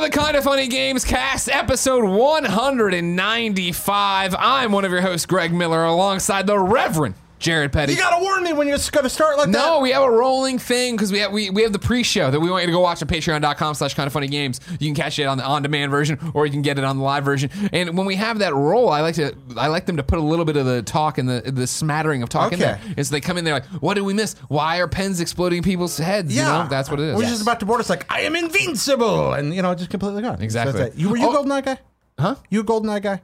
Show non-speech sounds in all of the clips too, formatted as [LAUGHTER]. the Kind of Funny Games cast, episode 195. I'm one of your hosts, Greg Miller, alongside the Reverend Jared Petty. You gotta warn me when you're gonna start like that. No, we have a rolling thing because we have we, we have the pre-show that we want you to go watch on patreon.com slash kind of funny games. You can catch it on the on-demand version or you can get it on the live version. And when we have that roll, I like to I like them to put a little bit of the talk and the the smattering of talk in Okay. there. And so they come in there like, what did we miss? Why are pens exploding in people's heads? Yeah, You know, that's what it is. We're just about to board. It's like I am invincible, and you know, just completely gone. Exactly. So that's it. You were you Oh. a GoldenEye guy? Huh? You a GoldenEye guy?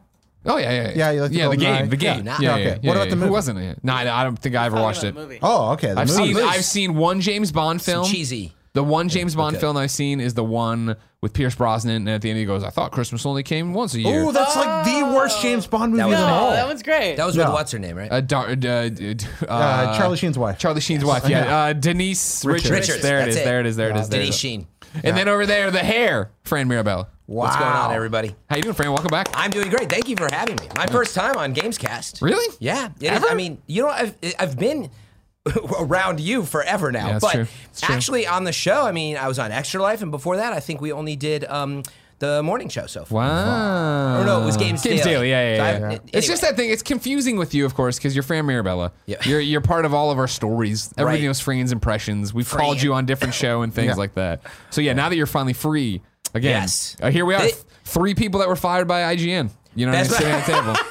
Oh yeah, yeah, yeah. Yeah, you like the yeah, the Golden game, Eye. the game. Yeah. Yeah, yeah, Okay. yeah, What yeah, about yeah. the Who movie? wasn't it? No, I I don't think I ever watched it. Movie. Oh, okay. the I've movie. seen I've seen one James Bond film. cheesy. The one James Bond film I've seen is the one with Pierce Brosnan, and at the end he goes, "I thought Christmas only came once a year." Ooh, that's like the worst James Bond movie was of an all. old- Oh. that one's great. That was No. with what's her name, right? uh, dar- uh, d- d- uh, uh, Charlie Sheen's wife. Charlie Sheen's wife, yeah, uh, Denise Richards. Richards, There it that's is. it. There it is. There it is. There it Denise is. Sheen. And then over there, the hair, Fran Mirabella. wow. What's going on, everybody? How you doing, Fran? Welcome back. I'm doing great. Thank you for having me. My first time on Gamescast. Really? Yeah. it is. Ever? I mean, you know, I've, I've been [LAUGHS] around you forever now. Yeah, that's but true. That's true. actually, on the show, I mean, I was on Extra Life, and before that, I think we only did um, the morning show so far. Wow. Or no, it was Games Games Daily. Daily, yeah, yeah, So I- yeah. it- It's anyway. just that thing. It's confusing with you, of course, because you're Fran Mirabella. Yeah. You're you're part of all of our stories. Everybody Right. knows Fran's impressions. We've called Fran. you on different show and things like that. So yeah, now that you're finally free again, Yes. uh, here we are. They- three people that were fired by IGN. You know what I mean? That's Sitting right. at the [LAUGHS] table.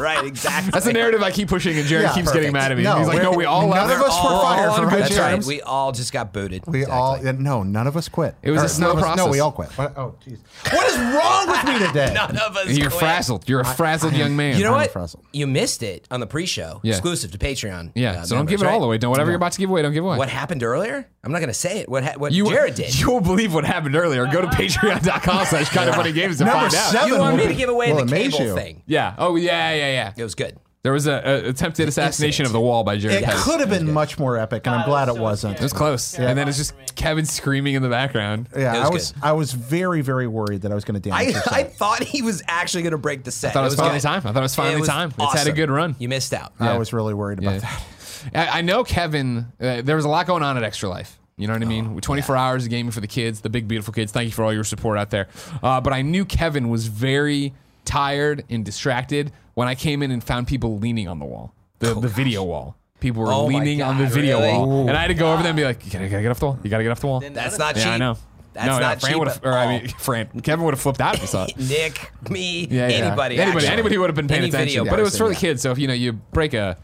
Right, exactly. [LAUGHS] That's the narrative I keep pushing, and Jared Yeah, keeps getting perfect. mad at me. No, He's like, we're- "No, we all none left. of us were All fired on from good IGN. That's right. terms. We all just got booted. We all yeah, no, none of us quit. It was a Or slow none of us- No, process. we all quit. What, oh, jeez. What is wrong with me today? None of us. You're quit. frazzled. You're a frazzled young man. You know I'm what? frazzled. You missed it on the pre-show, Yeah. exclusive to Patreon. Yeah. uh, so don't members, give it all right? away. Don't whatever you're about to give away. Don't give away. What happened earlier? I'm not going to say it. What ha- what You, Jared [LAUGHS] did. You won't believe what happened earlier. [LAUGHS] Go to patreon.com slash kind of funny games to Number find out. seven. You want will me be- to give away will the amaze cable you. thing? Yeah. Oh, yeah, yeah, It yeah. was good. There was a, a attempted assassination Incident. of the wall by Jared It Pettis. [LAUGHS] could have been much more epic, and I'm glad was it so wasn't. It was close. And then it's just Kevin screaming in the background. Yeah, I It was was good. I was very very worried that I was going to damage. I, your [LAUGHS] I site. thought he was actually going to break the set. I thought it was finally good. time. I thought it was finally was time. It's had a awesome. good run. You missed out. I was really worried about Yeah. that. [LAUGHS] I, I know Kevin. Uh, there was a lot going on at Extra Life. You know what I mean? Oh, 24 hours of gaming for the kids, the big beautiful kids. Thank you for all your support out there. Uh, but I knew Kevin was very tired and distracted when I came in and found people leaning on the wall, the, the video wall. People were Oh my leaning on the God, video really? wall, and I had to go over them and be like, "You gotta, gotta get off the wall. You gotta get off the wall." That's not cheap. yeah, I know. That's no, not no, Fran cheap would at have, or I all. mean, Fran, Kevin would have flipped out if he saw it. [LAUGHS] Nick, me, Yeah, yeah. anybody, anybody, actually. anybody would have been paying Any attention. video But it was person, for the yeah. kids, so if you know you break a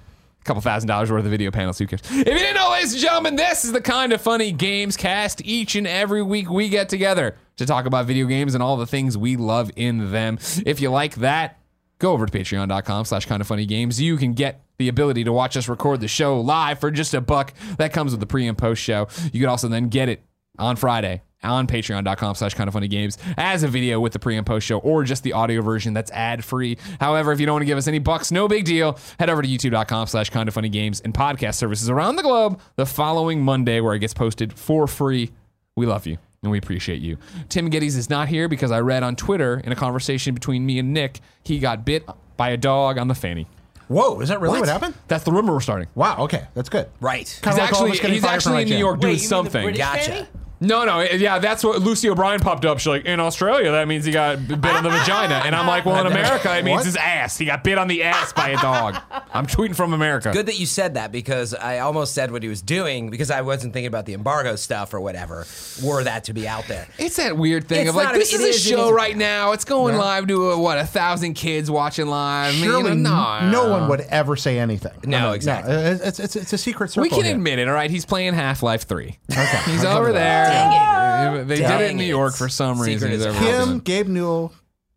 couple thousand dollars worth of video panels, who cares? If you didn't know, ladies and gentlemen, this is the kind of funny games cast. Each and every week, we get together to talk about video games and all the things we love in them. If you like that, go over to patreon.com slash kind of funny games you can get the ability to watch us record the show live for just a buck that comes with the pre and post show you can also then get it on friday on patreon.com slash kind of funny games as a video with the pre and post show or just the audio version that's ad free however if you don't want to give us any bucks no big deal head over to youtube.com slash kind of funny games and podcast services around the globe the following monday where it gets posted for free we love you and we appreciate you. Tim Geddes is not here because I read on Twitter in a conversation between me and Nick, he got bit by a dog on the fanny. Whoa, is that really what, happened? That's the rumor we're starting. Wow. Okay, that's good. Right. Kinda He's like all actually, of us getting he's fired from actually in IGN. New York doing Wait, you mean the something. British Gotcha. Fanny? No, no, yeah, that's what Lucy O'Brien popped up. She's like, in Australia, that means he got bit on the vagina. And I'm like, well, in America, it means What? his ass. He got bit on the ass by a dog. I'm tweeting from America. Good that you said that because I almost said what he was doing because I wasn't thinking about the embargo stuff or whatever, were that to be out there. It's that weird thing It's of like not- this it is a is- it show is- right now. It's going live to a, what a thousand kids watching live. I mean, Surely you know, n- no one would ever say anything. No, I mean, exactly. No, it's, it's, it's a secret circle. We can here. admit it, all right? He's playing Half Life 3. Okay. [LAUGHS] He's I'll over give it there. Dang They Dang did it in New it. York for some Secret reason. is He's over out. there. Him, Gabe Newell,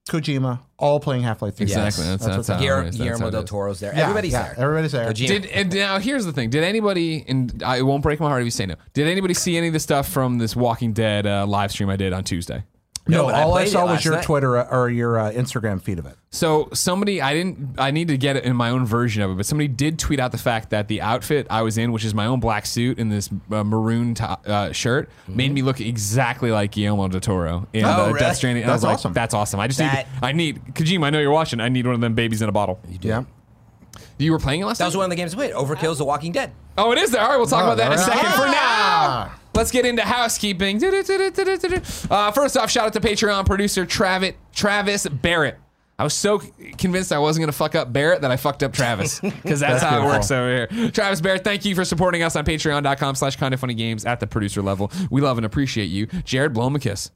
Kojima, all playing Half Life 3. Exactly. That's, that's, That's how what- it Guillermo, is. That's how Guillermo it del is. Toro's there. Yeah, everybody's yeah, there. Everybody's there. Kojima. Did and now here's the thing. Did anybody and I it won't break my heart if you say no. Did anybody see any of the stuff from this Walking Dead uh, live stream I did on Tuesday? No, No, but I all I, played it saw was last your night. Twitter uh, or your uh, Instagram feed of it. So somebody, I didn't. I need to get it in my own version of it, but somebody did tweet out the fact that the outfit I was in, which is my own black suit and this uh, maroon to uh, shirt, Mm-hmm. made me look exactly like Guillermo del Toro in Oh, uh, really? Death Stranding. And I That's was like, awesome. That's awesome. I just That- need. I need Kojima. I know you're watching. I need one of them babies in a bottle. Yeah. You were playing it last That time? was one of the games I played. Overkill's The Walking Dead. Oh, it is there. All right, we'll talk Oh, about that in a there we second. are. For now, Ah. let's get into housekeeping. Do-do-do-do-do-do-do. Uh, first off, shout out to Patreon producer Travis Travis Barrett. I was so convinced I wasn't going to fuck up Barrett that I fucked up Travis because that's, how it works over here. Travis Barrett, thank you for supporting us on patreon.com slash kind of funny games at the producer level. We love and appreciate you. Jared Blomacus.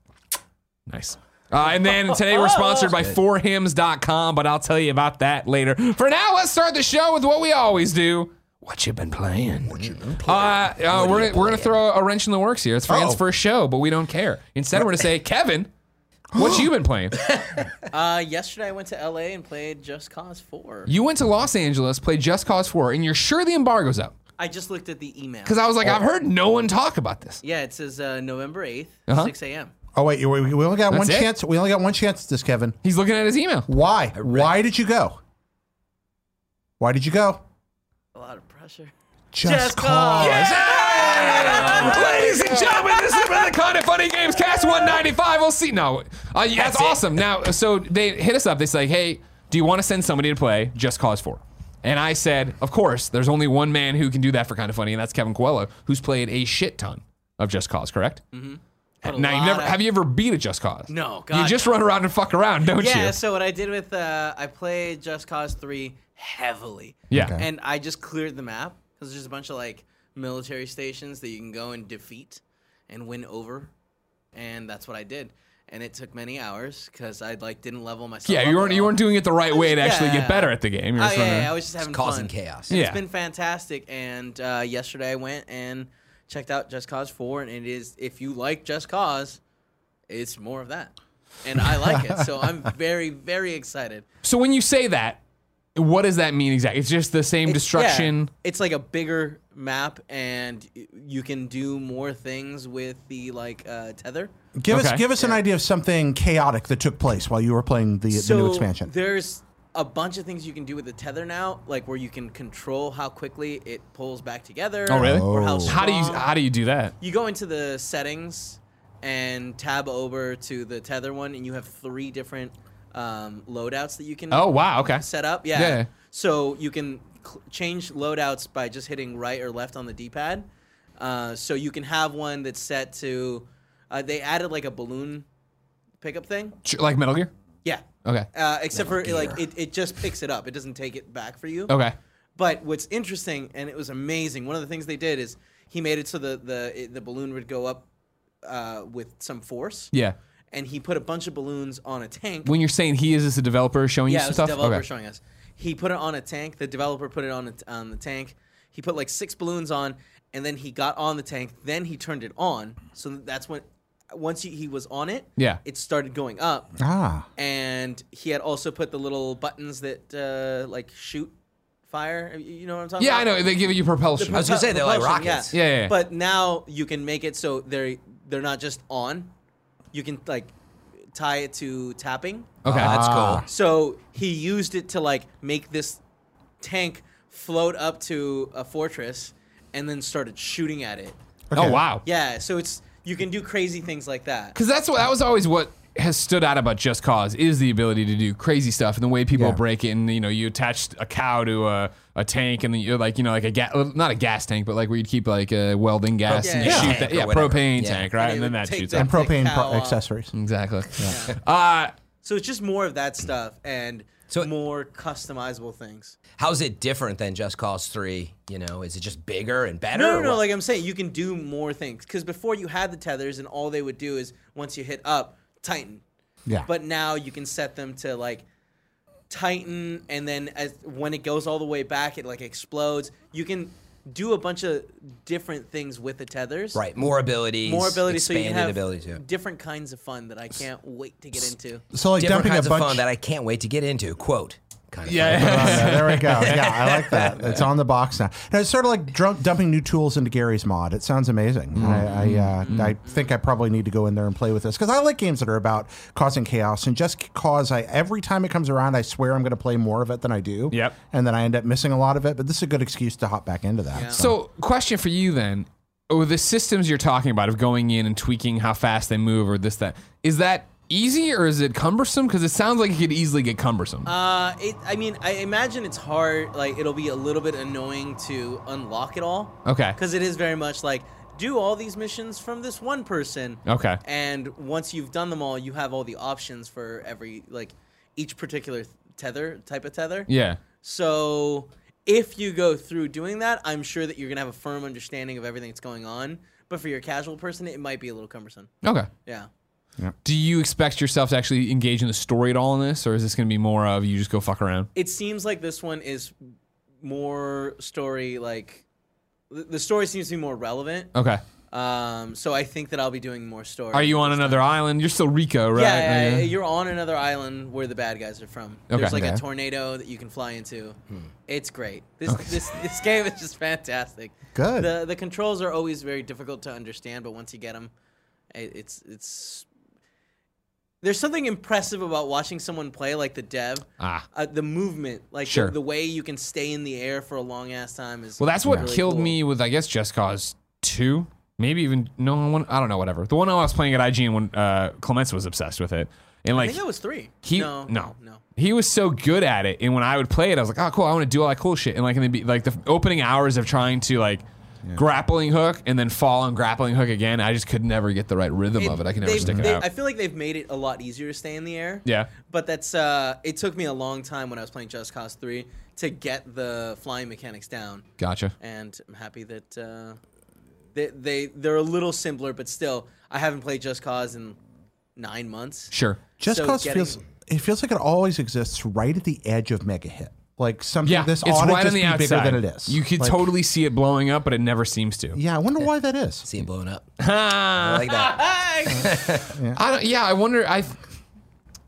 Nice. Uh, and then today we're sponsored by forhims.com, but I'll tell you about that later. For now, let's start the show with what we always do. What you been playing? What you been playing? Oh. Uh, uh, we're gonna, we're gonna throw a wrench in the works here. It's Fran's Uh-oh. first show, but we don't care. Instead, we're gonna [GASPS] say, Kevin, what you been [GASPS] playing? Uh, yesterday I went to LA and played Just Cause 4. You went to Los Angeles, played Just Cause 4, and you're sure the embargo's up I just looked at the email. because I was like, I've heard no one talk about this. yeah, it says uh, November 8th, Uh-huh. 6 a.m. Oh wait, you- we we only got one it? chance. We only got one chance at this, Kevin. He's looking at his email. Why? Why did you go? Why did you go? A lot of pressure. Just, Just cause. cause. Ladies and gentlemen, this has been the Kind of Funny Games Cast 195. We'll see. No, uh, yeah, that's, That's it. awesome. Now, so they hit us up. They say, "Hey, do you want to send somebody to play Just Cause 4?" And I said, "Of course. There's only one man who can do that for Kind of Funny, and that's Kevin Coelho, who's played a shit ton of Just Cause. Correct? Put Mm-hmm. a Now, you lot never of- have you ever beat a Just Cause? No, You God, just run around and fuck around, don't Yeah, you? so what I did with, uh, I played Just Cause 3 heavily. Yeah. Okay. And I just cleared the map because there's a bunch of like military stations that you can go and defeat and win over. And that's what I did. And it took many hours because I like didn't level myself. Yeah, up you at weren't you all. weren't doing it the right way to actually Yeah. get better at the game. You're Oh, just yeah, running- yeah, I was just having Causing fun. chaos. Yeah. It's been fantastic, and uh, yesterday I went and checked out Just Cause Four, and it is if you like Just Cause, it's more of that, and I like it, so [LAUGHS] I'm very very excited. So when you say that, what does that mean exactly? It's just the same It's- destruction. yeah, it's like a bigger map, and y- you can do more things with the like uh, tether. Give Okay. us give us an idea of something chaotic that took place while you were playing the, the new expansion. There's a bunch of things you can do with the tether now, like where you can control how quickly it pulls back together. Oh, really? Or how, Oh. How do you strong. how do you do that? You go into the settings and tab over to the tether one, and you have three different um, loadouts that you can Oh wow, okay. set up. Yeah. Yeah. So you can cl- change loadouts by just hitting right or left on the D-pad. Uh, so you can have one that's set to. Uh, they added like a balloon pickup thing. Tr- Like Metal Gear? Yeah. Okay. Uh, except for like Gear. it, it just picks it up. It doesn't take it back for you. Okay. But what's interesting, and it was amazing, one of the things they did is he made it so the the it- the balloon would go up uh, with some force. Yeah. And he put a bunch of balloons on a tank. When you're saying he is this a developer showing you yeah, it some was stuff? the developer okay. showing us. He put it on a tank. The developer put it on a, on the tank. He put like six balloons on, and then he got on the tank. Then he turned it on. So that's when, once he, he was on it, Yeah. Uh-huh. it started going up. ah, And he had also put the little buttons that uh, like shoot fire. You you know what I'm talking yeah, I about? know. They give you propulsion. I was gonna say they're like Propulsion, rockets. Yeah, yeah, yeah. But now you can make it so they're they're not just on. You can like tie it to tapping. okay. Oh, That's Ah. cool. So he used it to like make this tank float up to a fortress and then started shooting at it. Oh Okay. wow. Yeah, so it's you can do crazy things like that. Because that's what that was always what has stood out about Just Cause is the ability to do crazy stuff and the way people Yeah. break it. And you know, you attach a cow to a, a tank, and then you're like, you know, like a ga- not a gas tank, but like where you'd keep like a welding gas and you Yeah. shoot Tank that, or yeah, whatever. propane Yeah. tank, right? And it And, then would that take shoots the- up. and propane cow pro- off. accessories. Exactly. Uh, So it's just more of that stuff and So- more customizable things. How's it different than Just Cause 3? You know, is it just bigger and better? No, or no, no. what? Like I'm saying, you can do more things because before you had the tethers, and all they would do is once you hit up, tighten. Yeah. But now you can set them to like tighten, and then as when it goes all the way back, it like explodes. You can do a bunch of different things with the tethers. right, more abilities, More abilities, so you expanded can have abilities. Yeah. different kinds of fun that I can't wait to get into. so like Different dumping kinds a of bunch. [LAUGHS] fun that I can't wait to get into. Quote. Kind of yeah. Oh, yeah, there [LAUGHS] we go. Yeah, I like that. It's on the box now. And it's sort of like drunk dumping new tools into Gary's mod. It sounds amazing. I I, uh, I think I probably need to go in there and play with this because I like games that are about causing chaos and just cause. I every time it comes around, I swear I'm going to play more of it than I do. Yep. And then I end up missing a lot of it. But this is a good excuse to hop back into that. So, question for you then: Oh, With the systems you're talking about of going in and tweaking how fast they move or this that, is that easy or is it cumbersome? Because it sounds like it could easily get cumbersome. Uh, it, I mean, I imagine it's hard. Like, it'll be a little bit annoying to unlock it all. Okay. Because it is very much like do all these missions from this one person. Okay. And once you've done them all, you have all the options for every like each particular tether type of tether. yeah. So if you go through doing that, I'm sure that you're gonna have a firm understanding of everything that's going on. But for your casual person, it might be a little cumbersome. Okay. Yeah. Do you expect yourself to actually engage in the story at all in this, or is this going to be more of you just go fuck around? It seems like this one is more story like th- the story seems to be more relevant. Okay. Um, so I think that I'll be doing more story. Uh. Are you on another island? You're still Rico, right? uh, Yeah, yeah, Are yeah, you- you're on another island where the bad guys are from. Okay. Hmm. There's like Okay. a tornado that you can fly into. It's great. This this this game is just fantastic. Good. The the controls are always very difficult to understand, but once you get them, it, it's it's there's something impressive about watching someone play like the dev. Ah. Uh, the movement, like the- Sure. the, way you can stay in the air for a long ass time is Well, that's what really killed cool. me with, I guess, Just Cause 2. Maybe even, no, one, I don't know, whatever. The one I was playing at IGN when uh, Clements was obsessed with it. And I like, think that was three. He no, no, no. He was so good at it, and when I would play it, I was like, "Oh, cool! I want to do all that cool shit." And like in the be- like the opening hours of trying to like grappling hook and then fall on grappling hook again, I just could never get the right rhythm of it. I could never they've- stick it they- out. I feel like they've made it a lot easier to stay in the air. Yeah. But that's uh it took me a long time when I was playing Just Cause 3 to get the flying mechanics down. gotcha. And I'm happy that uh they they they're a little simpler, but still I haven't played Just Cause in 9 months. Sure. Just So cause getting- feels it feels like it always exists right at the edge of mega hit. Like something Yeah, this it's ought to right on just the be outside. bigger than it is. You could Like, totally see it blowing up, but it never seems to. Yeah, I wonder why that is. See it blowing up. Ah, I like [LAUGHS] that. I don't, yeah, I wonder. I.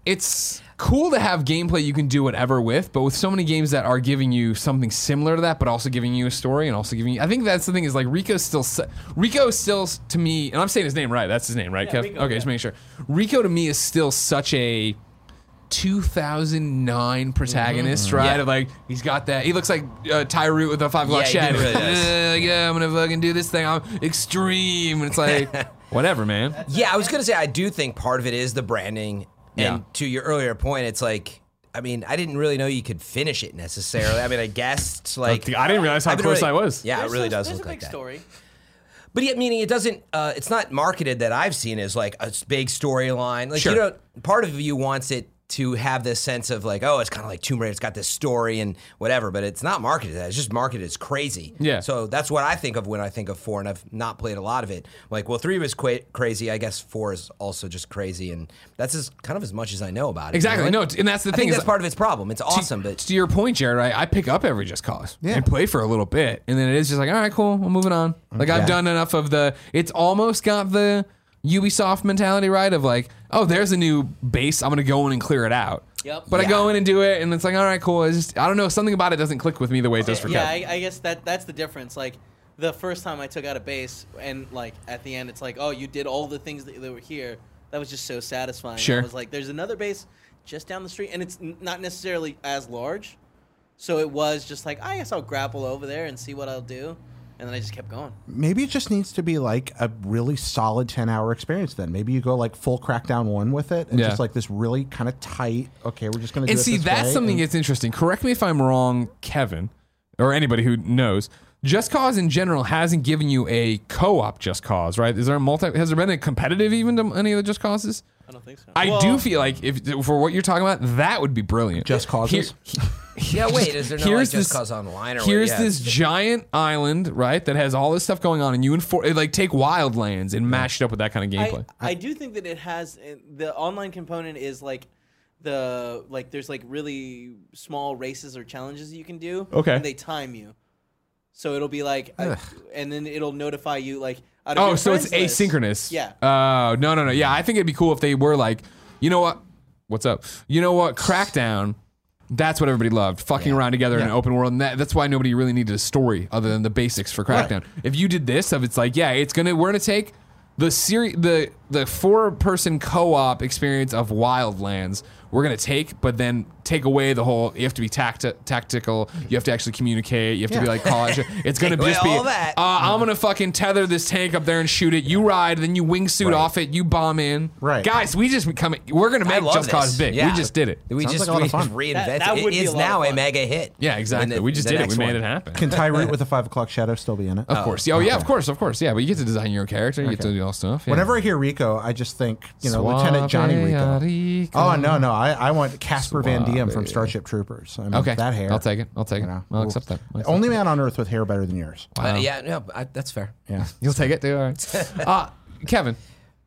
It's cool to have gameplay you can do whatever with, but with so many games that are giving you something similar to that, but also giving you a story and also giving you. I think that's the thing is like Rico's still se- Rico is still s- to me, and I'm saying his name right. That's his name, right, Kev? Rico, okay, just making sure. Rico to me is still such a. 2009 protagonist, right? Mm-hmm. Yeah. Of like he's got that. He looks like uh, Tyroo with a five o'clock Yeah, he shadow. really does. "Ugh, [LAUGHS] yeah, I'm gonna fucking do this thing. I'm extreme. And it's [LAUGHS] like whatever, man. Yeah, I was gonna say I do think part of it is the branding. And Yeah. to your earlier point, it's like I mean, I didn't really know you could finish it necessarily. I mean, I guessed like I didn't realize how I've been close really- I was. Yeah, There's it really a- does there's look a big like that. story. But yet, meaning it doesn't. Uh, it's not marketed that I've seen as like a s- big storyline. Like Sure. you don't. Part of you wants it to have this sense of like, oh, it's kind of like Tomb Raider. It's got this story and whatever. But it's not marketed that. It's just marketed as crazy. Yeah. So that's what I think of when I think of four, and I've not played a lot of it. Like, well, three was qua crazy. I guess four is also just crazy, and that's as kind of as much as I know about it. you Exactly. know? No, t- and that's the I thing think is that's part of its problem. It's awesome, but to your point, Jared, I, I pick up every Just Cause Yeah. and play for a little bit, and then it is just like, all right, cool, we're moving on. Mm-hmm. Like I've Yeah. done enough of the. It's almost got the Ubisoft mentality, right? Of like, oh, there's a new base, I'm gonna go in and clear it out. Yep. But I Yeah. go in and do it, and it's like, all right, cool. It's just, I don't know, something about it doesn't click with me the way it does for yeah, Kev. I, I guess that that's the difference. Like the first time I took out a base, and like at the end, it's like, oh, you did all the things that, that were here. That was just so satisfying. Sure. I was like, there's another base just down the street, and it's n- not necessarily as large. So it was just like, I guess I'll grapple over there and see what I'll do, and then I just kept going. Maybe it just needs to be like a really solid ten hour experience. Then maybe you go like full crackdown one with it, and Yeah. just like this really kind of tight. Okay, we're just gonna do and it see this that's way, something and- that's interesting correct me if i'm wrong kevin or anybody who knows just cause in general hasn't given you a co-op just cause right is there a multi has there been a competitive even to any of the just causes I don't think so. i Well, do feel like if for what you're talking about that would be brilliant Just Causes? yeah. Wait, is there no like, [LAUGHS] Here's just this- cause online or what? here's Yeah. this giant island right that has all this stuff going on and you enfor- like take wildlands and mash it up with that kind of gameplay I, I do think that it has eh, the online component is like the like there's like really small races or challenges you can do. Okay. And they time you. So it'll be like, I- and then it'll notify you like. Out of Oh, your so it's friends list. asynchronous. Yeah. Oh, no, no, no. Yeah, I think it'd be cool if they were like, you know what? What's up? You know what? Crackdown. That's what everybody loved, fucking around together in an open world. And that, that's why nobody really needed a story other than the basics for Crackdown. If you did this, of it's like, yeah, it's gonna we're gonna take the series, the the four person co op experience of Wildlands. We're gonna take, but then take away the whole. You have to be tact- tactical. You have to actually communicate. You have to be like college. [LAUGHS] It's gonna Take away just be. all that. Uh, I'm gonna fucking tether this tank up there and shoot it. You ride, then you wingsuit off it. You bomb in. Right. guys. We just become. We're gonna I make love Just Cause this. big. Yeah. We just did it. We Sounds like just, a lot we of fun. [LAUGHS] just reinvented That- that it. would It be a is lot of now a fun. mega hit. Yeah, exactly. And the- we just the did it. next We made one. it happen. Can [LAUGHS] Tyroot with the five o'clock shadow still be in it? Of course. Yeah, Oh, yeah, of course, of course. Yeah, but you get to design your own character. You get to do all stuff. Yeah. Whenever I hear Rico, I just think you know Lieutenant Johnny Rico. Oh no, no, I, I want Casper Van Diem from Starship Troopers. I mean, Okay. that hair. I'll take it. I'll take it. you know, Oh, I'll accept that. I'll accept Only man on earth with hair better than yours. Uh, yeah, no, I, that's fair. Yeah. You'll take it, too. [LAUGHS] All right. uh, Kevin,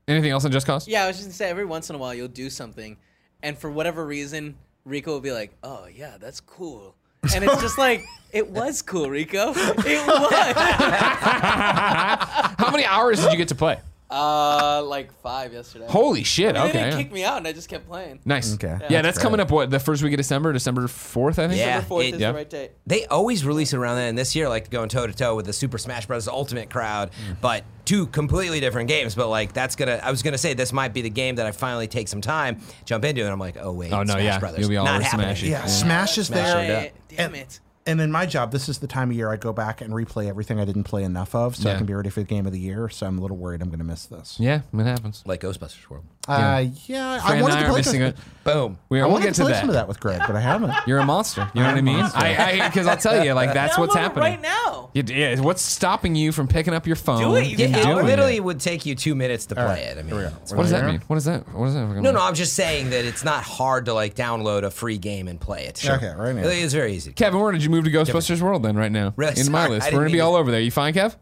anything else on Just Cause? Yeah, I was just gonna say every once in a while you'll do something, and for whatever reason, Rico will be like, "Oh yeah, that's cool," and it's just like [LAUGHS] it was cool, Rico. [LAUGHS] It was. [LAUGHS] How many hours did you get to play? uh, like five yesterday. Holy shit. And Okay. They didn't yeah. kick me out, and I just kept playing. Nice. Okay. Yeah, Yeah, that's, coming up, what, the first week of December, December 4th, I think? Yeah. December fourth it- is yeah. the right date. They always release it around then. This year, like going toe to toe with the Super Smash Bros. Ultimate crowd, Mm. but two completely different games. But like that's gonna, I was gonna say this might be the game that I finally take some time, jump into, and I'm like, oh wait, Oh, no, Smash yeah. Brothers, You'll be all not over happening. Smashy. Yeah, Smash is Smash there. it up. Damn And- it. And in my job, this is the time of year I go back and replay everything I didn't play enough of, so Yeah. I can be ready for the game of the year. So I'm a little worried I'm going to miss this. Yeah, it happens. Like Ghostbusters World. Uh, yeah, Fran I and wanted I to are play missing some. it. Boom. We I are, we'll wanted get to to play some of that. that with Greg, but [LAUGHS] I haven't. You're a monster. You know what I'm I a mean? monster. I because I'll tell you, like that's Download what's it happening. right now. You- Yeah, what's stopping you from picking up your phone? Do it, you and Yeah, It doing literally it? would take you two minutes to play it. I mean, What does that mean? What is that? What is that? No, no, I'm just saying that it's not hard to like download a free game and play it. Okay, right now. It's very easy. Kevin, where did you move to Ghostbusters World then? Right now, Really in my sorry, I list, didn't we're gonna be mean all to- over there. You fine, Kev?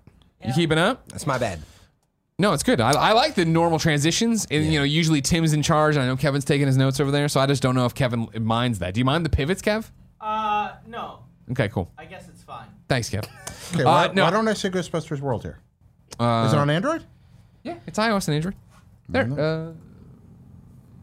You keeping up? That's my bad. No, it's good. I, I like the normal transitions, and you know, usually Tim's in charge, and I know Kevin's taking his notes over there, so I just don't know if Kevin minds that. Do you mind the pivots, Kev? Uh, no. Okay, cool. I guess it's fine. Thanks, Kev. Okay, why, Uh, no. why don't I say Ghostbusters World here? Uh, Is it on Android? Yeah, it's iOS and Android. There. Uh,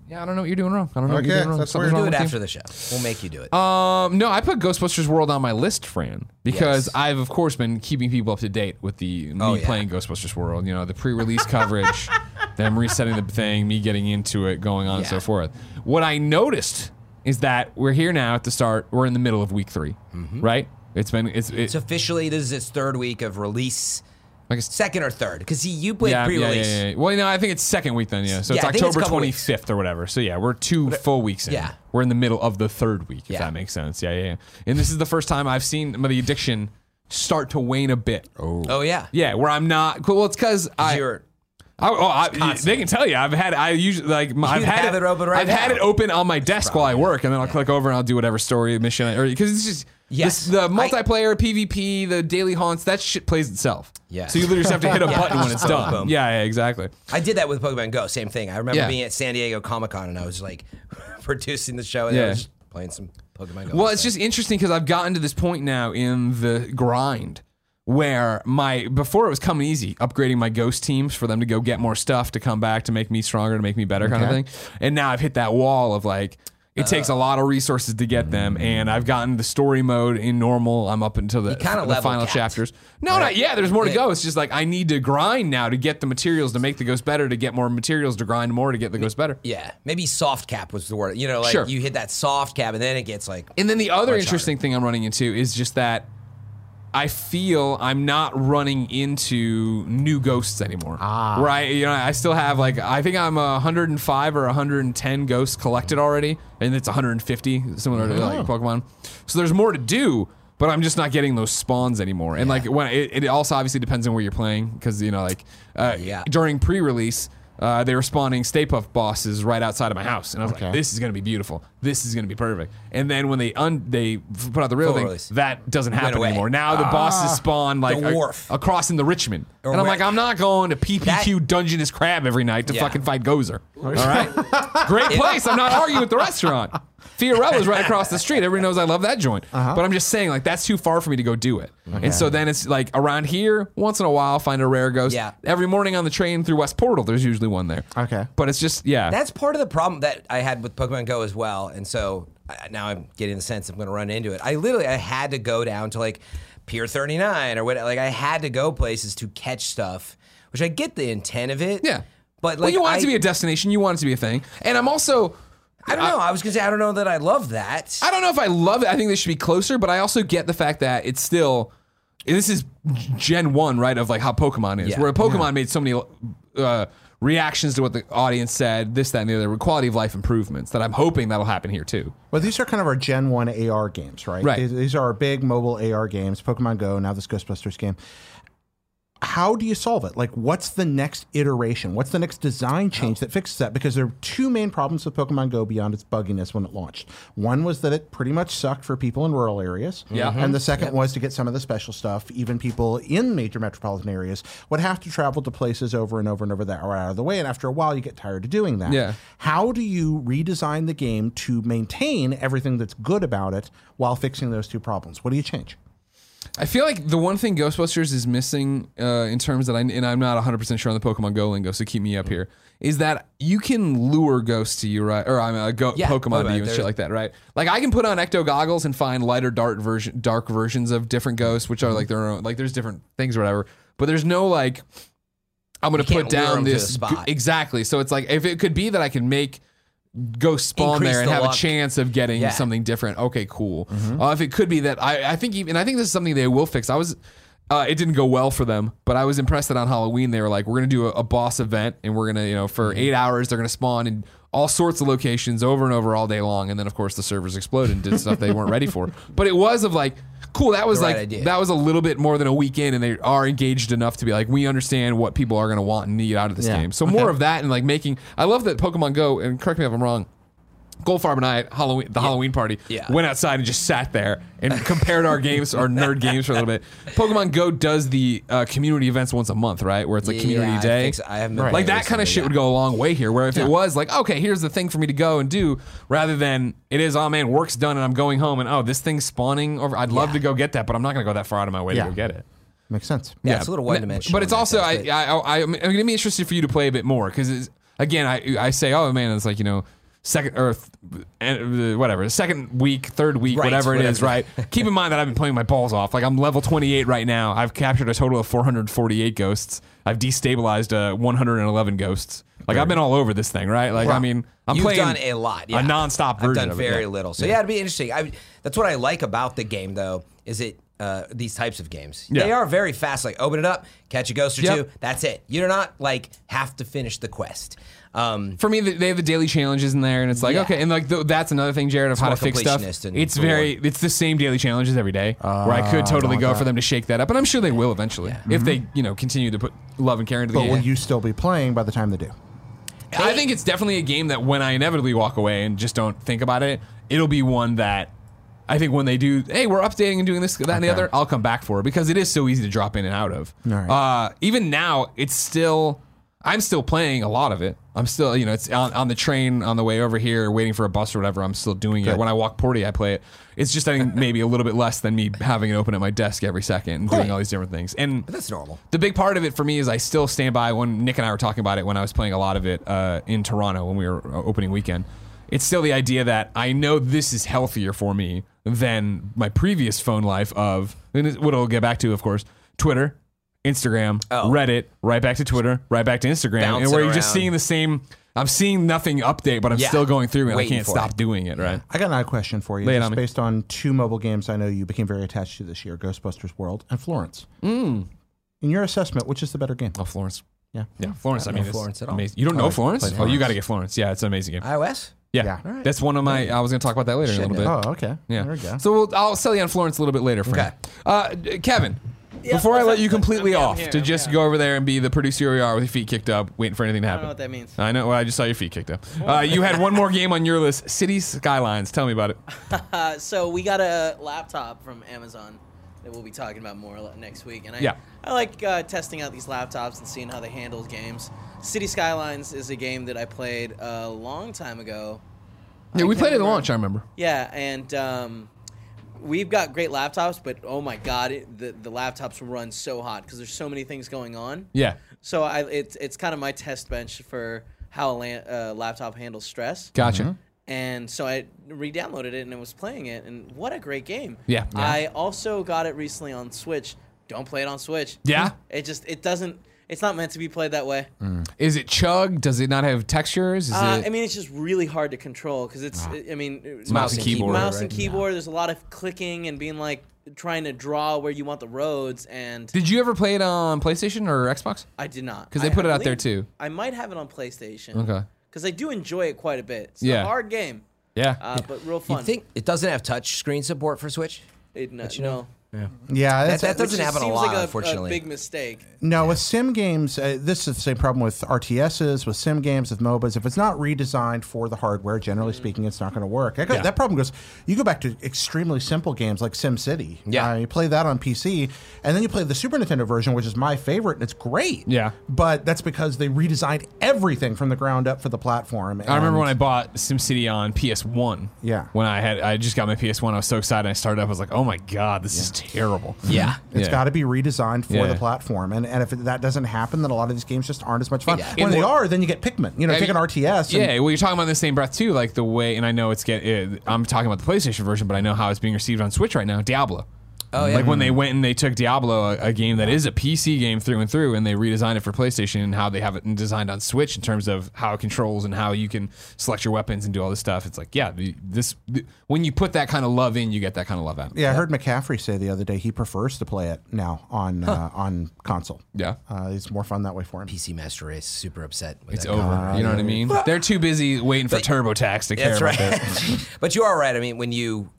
yeah, I don't know what you're doing wrong. I don't know what you're Mm-hmm. Okay, doing wrong. that's Something's weird. wrong Do with it you. after the show. We'll make you do it. Um, no, I put Ghostbusters World on my list, Fran, because Yes. I've of course been keeping people up to date with the me Oh, yeah. playing Ghostbusters World. You know, the pre-release [LAUGHS] coverage, them resetting the thing, me getting into it, going on and so Yeah. forth. What I noticed is that we're here now at the start. We're in the middle of week 3 Mm-hmm. right? It's been it's it, it's officially this is its third week of release, like it's second or third, because you played yeah, yeah, yeah, pre-release. yeah, yeah. Well, no, I think it's second week then. Yeah, so it's Yeah, I think it's a October couple 25th or whatever. So yeah, we're two full weeks in. Yeah. we're in the middle of the third week. If Yeah. that makes sense. Yeah, yeah, yeah. And this is the first time I've seen the addiction start to wane a bit. Oh, Oh yeah. yeah, where I'm not. Well, it's because I. You're- I, oh, I they can tell you. I've had I usually like my, I've You had have it open right I've had now. it open on my desk while I work, and then I'll click over and I'll do whatever story mission I- or because it's just Yes. this- the I- multiplayer PvP, the daily haunts, that shit plays itself. Yes. So you literally just have to [LAUGHS] hit a button when it's done. Boom. Yeah, yeah, exactly. I did that with Pokemon Go. Same thing. I remember Yeah. being at San Diego Comic Con and I was like [LAUGHS] producing the show and Yeah. I was just playing some Pokemon Go. Well, it's just interesting because I've gotten to this point now in the grind where my before it was coming easy upgrading my ghost teams for them to go get more stuff to come back to make me stronger to make me better kind of thing and now i've hit that wall of like it takes Uh, a lot of resources to get them mm. and i've gotten the story mode in normal i'm up until the, kinda the level final capped. chapters no not yeah there's more to go it's just like i need to grind now to get the materials to make the ghost better to get more materials to grind more to get the ghost better yeah, maybe soft cap was the word. You know, like Sure. you hit that soft cap and then it gets like And then the other Much interesting thing I'm running into is just that I feel I'm not running into new ghosts anymore. Ah. Where I, you know, I still have like I think I'm uh, 105 or 110 ghosts collected already, and it's 150 similar to Oh. like Pokemon. So there's more to do. But I'm just not getting those spawns anymore, and like when it, it also obviously depends on where you're playing, because you know like uh, Yeah. during pre-release, uh, they were spawning Stay Puft bosses right outside of my house, and I was like, Okay. "This is gonna be beautiful. This is gonna be perfect." And then when they un- they f- put out the real Full thing, release. that doesn't happen away. anymore. Now the bosses spawn like The a- wharf. across in the Richmond, and I'm where- like, "I'm not going to PPQ Dungeness Crab every night to Yeah. fucking fight [LAUGHS] Gozer." All right, great place. I'm not arguing with the restaurant. Fiorella's right across the street. Everyone knows I love that joint, but I'm just saying like that's too far for me to go do it. And so then it's like around here, once in a while, find a rare ghost. Yeah. Every morning on the train through West Portal, there's usually one there. Okay. But it's just yeah. That's part of the problem that I had with Pokemon Go as well, and so I, now I'm getting the sense I'm going to run into it. I literally I had to go down to like Pier 39 or what, like I had to go places to catch stuff, which I get the intent of it. Yeah. But like, well, you want I, it to be a destination. You want it to be a thing. And I'm also, I don't know. I was gonna say I don't know that I love that. I don't know if I love it. I think this should be closer, but I also get the fact that it's still. This is Gen One, right? Of like how Pokemon is, Yeah. where Pokemon made so many uh, reactions to what the audience said, this, that, and the other, quality of life improvements. That I'm hoping that'll happen here too. Well, these are kind of our Gen 1 AR games, right? Right. These, these are our big mobile AR games Pokemon Go, now this Ghostbusters game. How do you solve it? Like, what's the next iteration? What's the next design change that fixes that? Because there are two main problems with Pokemon Go beyond its bugginess when it launched. One was that it pretty much sucked for people in rural areas. Yeah. And the second was to get some of the special stuff, even people in major metropolitan areas would have to travel to places over and over and over that were out of the way. And after a while, you get tired of doing that. Yeah. How do you redesign the game to maintain everything that's good about it while fixing those two problems? What do you change? I feel like the one thing Ghostbusters is missing uh, in terms that I and I'm not 100 percent sure on the Pokemon Go lingo, so keep me up here. Is that you can lure ghosts to you, right? Or I'm a go- Yeah, Pokemon to Pokemon, you and there's- shit like that, right? Like I can put on ecto goggles and find lighter dark version, dark versions of different ghosts, which are like their own. Like there's different things or whatever, but there's no like I'm gonna can't put lure down 'em to the this spot. exactly. So it's like if it could be that I can make ghosts spawn Increase there and the have a luck. chance chance of getting Yeah. Mm-hmm. something different. Okay, cool. Uh, if it could be that, I, I think even I think this is something they will fix. I was, uh, it didn't go well for them, but I was impressed that on Halloween they were like, we're gonna do a, a boss event and we're gonna you know Mm-hmm. for eight hours they're gonna spawn in all sorts of locations over and over all day long, and then of course the servers exploded and did stuff they weren't ready [LAUGHS] for. But it was of like. Cool. That was The right like idea. that was a little bit more than a weekend, and they are engaged enough to be like, we understand what people are going to want and need out of this Yeah. game. So more of that, and like making. I love that Pokemon Go. And correct me if I'm wrong. Goldfarb and I at Halloween the Halloween party Yeah. went outside and just sat there and compared our games, our nerd games for a little bit. Pokemon Go does the uh, community events once a month, right? Where it's like community Yeah, I day. think so. I haven't been like there that kind recently, of shit yeah. would go a long way here. Where if it was like, okay, here's the thing for me to go and do, rather than it is, oh man, work's done and I'm going home and oh this thing's spawning over. I'd love to go get that, but I'm not gonna go that far out of my way Yeah. to go get it. Makes sense. Yeah, it's a little one dimensional. But it's also I, I I I'm gonna be interested for you to play a bit more because again I I say oh man it's like you know second or th- and, uh, whatever second week third week Right, whatever it is whatever. [LAUGHS] right. Keep in mind that I've been playing my balls off like I'm level 28 right now. I've captured a total of 448 ghosts. I've destabilized uh, 111 ghosts. Like I've been all over this thing right. Like I mean I'm You've playing done a lot. Yeah. a nonstop version I've done of it, very yeah. little. So yeah. it'd be interesting. I, that's what I like about the game, though. Is it uh, these types of games? Yeah. They are very fast. Like open it up, catch a ghost or Yep. two. That's it. You're not like have to finish the quest. Um, for me, th- they have the daily challenges in there, and it's like Yeah. okay, and like th- that's another thing, Jared, of how to more fix stuff. completionist and It's very, it's the same daily challenges every day, where I could totally go for them to shake that up, and I'm sure they will eventually if they, you know, continue to put love and care into the But game. will you still be playing by the time they do? I think it's definitely a game that when I inevitably walk away and just don't think about it, it'll be one that I think when they do, hey, we're updating and doing this, that, and the other, I'll come back for it because it is so easy to drop in and out of. right. Uh, even now, it's still, I'm still playing a lot of it. I'm still, you know, it's on, on the train on the way over here, waiting for a bus or whatever. I'm still doing it. When I walk Porty, I play it. It's just, I think, maybe a little bit less than me having it open at my desk every second and doing all these different things. And that's normal. the big part of it for me is I still stand by when Nick and I were talking about it when I was playing a lot of it uh, in Toronto when we were uh, opening weekend. It's still the idea that I know this is healthier for me than my previous phone life of and it- what I'll get back to, of course, Twitter, Instagram, Oh. Reddit, right back to Twitter, right back to Instagram, and Bouncing where you're just around. seeing the same. I'm seeing nothing update, but I'm Yeah. still going through and I Waiting can't for stop doing it. Right? I got another question for you. Lay it Just on me. based on two mobile games I know you became very attached to this year Ghostbusters World and Florence. In your assessment, which is the better game? Oh, Florence. Yeah. Mm. Yeah, Florence. I, don't mean, know it's Florence at all. amazing. You don't know Florence? played Oh, you Florence. got to get Florence. Yeah, it's an amazing game. iOS. Yeah, Yeah. that's one of my. I was going to talk about that later in a little bit. Oh, okay. Yeah. There we go. So we'll, I'll sell you on Florence a little bit later, Frank. Uh, Kevin, before I what's let up? you completely I'm here, off I'm to here. just go over there and be the producer you are with your feet kicked up, waiting for anything to I don't happen. know what that means. I know. Well, I just saw your feet kicked up. Uh, you had one more game on your list, City Skylines. Tell me about it. Uh, so we got a laptop from Amazon that we'll be talking about more le- next week, and I Yeah. I like uh, testing out these laptops and seeing how they handle games. City Skylines is a game that I played a long time ago. [LAUGHS] Yeah, we can't played at remember. launch. I remember. Yeah, and um, we've got great laptops, but oh my god, it, the the laptops run so hot because there's so many things going on. Yeah. So I it's it's kind of my test bench for how a la- uh, laptop handles stress. Gotcha. And so I re-downloaded it and I was playing it, and what a great game! Yeah. Yeah. I also got [LAUGHS] it recently on Switch. Don't play it on Switch. Yeah? Mm. It just it doesn't. It's not meant to be played that way. Is it chug? Does it not have textures? Is Uh, it? I mean, it's just really hard to control because it's. I mean, it's mouse and keyboard, Mouse right? and keyboard. There's a lot of clicking and being like trying to draw where you want the roads, and Did you ever play it on PlayStation or Xbox? I did not 'Cause they I- put I it out there, believe- too. I might have it on PlayStation. Okay. Because I do enjoy it quite a bit. It's Yeah. a hard game, Yeah. uh, but real You fun. think it doesn't have touch screen support for Switch? It, no, you know? no. Yeah, that's, that- Doesn't Which happen a seems lot, like unfortunately. A big mistake. No, with sim games, uh, this is the same problem with RTSs, with sim games, with MOBAs. If it's not redesigned for the hardware, Mm-hmm. generally speaking, it's not going to work. That, go- that problem goes. You go back to extremely simple games like Sim City. Yeah. you play that on PC, and then you play the Super Nintendo version, which is my favorite, and it's great. Yeah. but that's because they redesigned everything from the ground up for the platform. I remember and- when I bought SimCity on PS1. Yeah. When I had, I just got my PS1. I was so excited. I started up. I was like, oh my God, this is [LAUGHS] terrible. Yeah. It's Yeah. got to be redesigned for Yeah. the platform, and and if that doesn't happen, then a lot of these games just aren't as much fun. Yeah. When It they wa- are, then you get Pikmin. You know, I take an mean, RTS. and- Yeah, well, you're talking about in the same breath too, like the way, and I know it's get. It, I'm talking about the PlayStation version, but I know how it's being received on Switch right now. Diablo. Oh, yeah. Like when they Mm. went and they took Diablo, a, a game that is a PC game through and through, and they redesigned it for PlayStation and how they have it designed on Switch in terms of how it controls and how you can select your weapons and do all this stuff. It's like, yeah, the- this the- when you put that kind of love in, you get that kind of love out. Yeah, I heard McCaffrey say the other day he prefers to play it now on uh, on console. Yeah. uh, it's more fun that way for him. PC Master Race super upset. With It's that over. you know what I mean? They're too busy waiting for TurboTax to care That's about right. that. [LAUGHS] but you are right. I mean, when you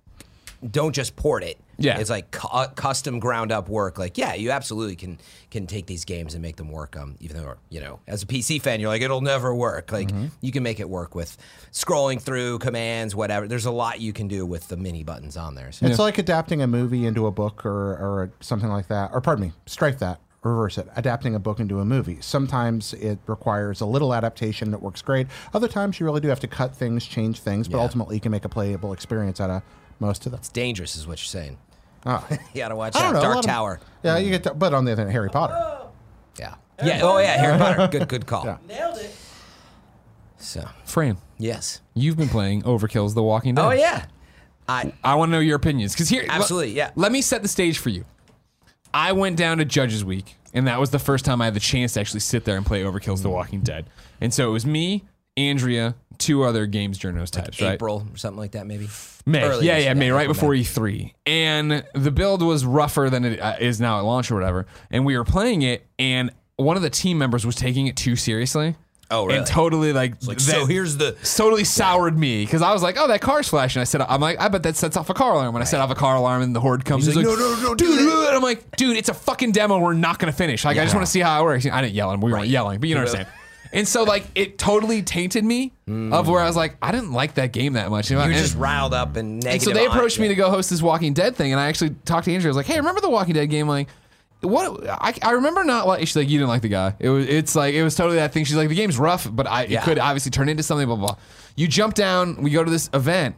don't just port it, Yeah. it's like cu- uh, custom ground up work. Like, yeah, you absolutely can can take these games and make them work. Um, even though you know, as a PC fan, you're like, it'll never work. Like, Mm-hmm. you can make it work with scrolling through commands, whatever. There's a lot you can do with the mini buttons on there. So. It's like adapting a movie into a book or or something like that. Or pardon me, strike that. Reverse it. Adapting a book into a movie. Sometimes it requires a little adaptation that works great. Other times you really do have to cut things, change things, but ultimately you can make a playable experience out of most of them. It's dangerous, is what you're saying. Oh. You gotta [LAUGHS] watch I don't out. know. a Dark lot of- Tower. yeah, you get. To, but on the other hand, Harry Potter. Yeah. Yeah. Oh yeah, Harry Potter. Good. Good call. Yeah. Nailed it. So [LAUGHS] Fran, yes. you've been playing Overkill's The Walking Dead. Oh yeah. I I want to know your opinions because here, Absolutely, le- yeah. Let me set the stage for you. I went down to Judges Week, and that was the first time I had the chance to actually sit there and play Overkill's Mm. The Walking Dead. And so it was me, Andrea, two other games journos types, right? April or something like that maybe. May, Early yeah, this- yeah, May, right April, before E3, and the build was rougher than it uh, is now at launch or whatever. And we were playing it, and one of the team members was taking it too seriously. Oh, really? And totally like, Like, that- so here's the totally soured me because I was like, "Oh, that car's flashing." I said, "I'm like, I bet that sets off a car alarm." When I set off a car alarm, and the horde comes, He's he's like, "No, no, no, dude!" do that." And [LAUGHS] I'm like, "Dude, it's a fucking demo. We're not gonna finish. Like, I just want to see how it works." I didn't yell at him. We weren't yelling, but you know what I'm saying. And so, like, it totally tainted me of where I was like, I didn't like that game that much. You know, You're Uh, and- just riled up and negative. and so they on approached it. me to go host this Walking Dead thing, and I actually talked to Andrew. I was like, "Hey, remember the Walking Dead game? Like, what? I, I remember not like she's like you didn't like the guy. It was it's like it was totally that thing. She's like the game's rough, but I Yeah. it could obviously turn into something. Blah blah. blah. You jump down. We go to this event,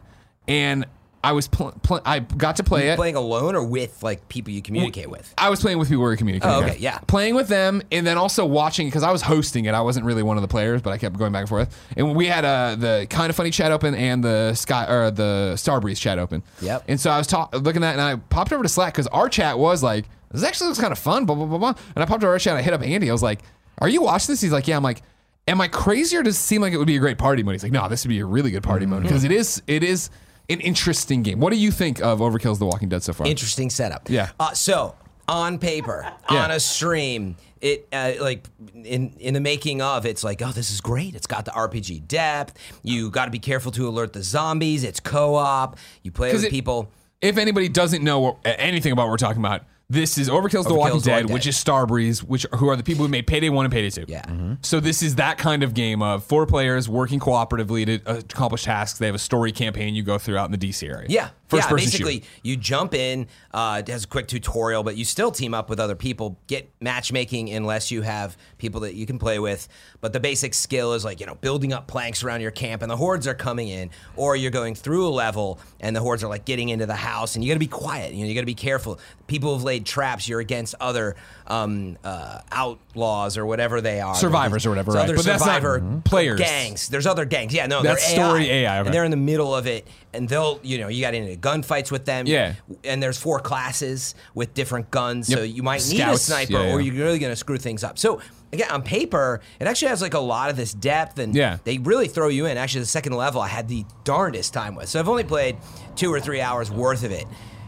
and I was pl- pl- I got to play it. playing alone or with like people you communicate with. I was playing with people we were communicating. Oh, okay, with. yeah. Playing with them and then also watching because I was hosting it. I wasn't really one of the players, but I kept going back and forth. And we had uh, the kind of funny chat open and the sky or the Starbreeze chat open. Yep. And so I was ta- looking at that and I popped over to Slack because our chat was like, "This actually looks kind of fun." Blah blah blah blah. And I popped over to our chat. And I hit up Andy. I was like, "Are you watching this?" He's like, "Yeah." I'm like. Am I crazy or does it seem like it would be a great party mode? He's like, no, this would be a really good party Mm-hmm. mode because it is it is an interesting game. What do you think of Overkill's The Walking Dead so far? Interesting setup. Yeah. Uh, so on paper, Yeah. on a stream, it uh, like in in the making of, it's like, oh, this is great. It's got the RPG depth. You got to be careful to alert the zombies. It's co-op. You play with it- people. if anybody doesn't know what, anything about what we're talking about, this is Overkill's The Walking Overkill's The Dead, Walking which Dead. is Starbreeze, which who are the people who made Payday One and Payday Two. Yeah. So this is that kind of game of four players working cooperatively to accomplish tasks. They have a story campaign you go throughout in the DC area. Yeah. First yeah, person basically, shooter. you jump in, uh, it has a quick tutorial, but you still team up with other people, get matchmaking unless you have people that you can play with. But the basic skill is like, you know, building up planks around your camp and the hordes are coming in, or you're going through a level and the hordes are like getting into the house and you gotta be quiet, you know, you gotta be careful. People have laid traps, you're against other um, uh, outlaws or whatever they are. Survivors or whatever, It's right. Other But that's not survivor players. Gangs. There's other gangs. Yeah, no, That's they're AI. story AI, okay. And they're in the middle of it, and they'll, you know, you got into gunfights with them. Yeah. And there's four classes with different guns, so Yep. you might need a Scouts, sniper, yeah, yeah. or you're really going to screw things up. So again on paper, it actually has like a lot of this depth, and Yeah. they really throw you in. Actually, the second level I had the darndest time with, so I've only played two or three hours worth of it.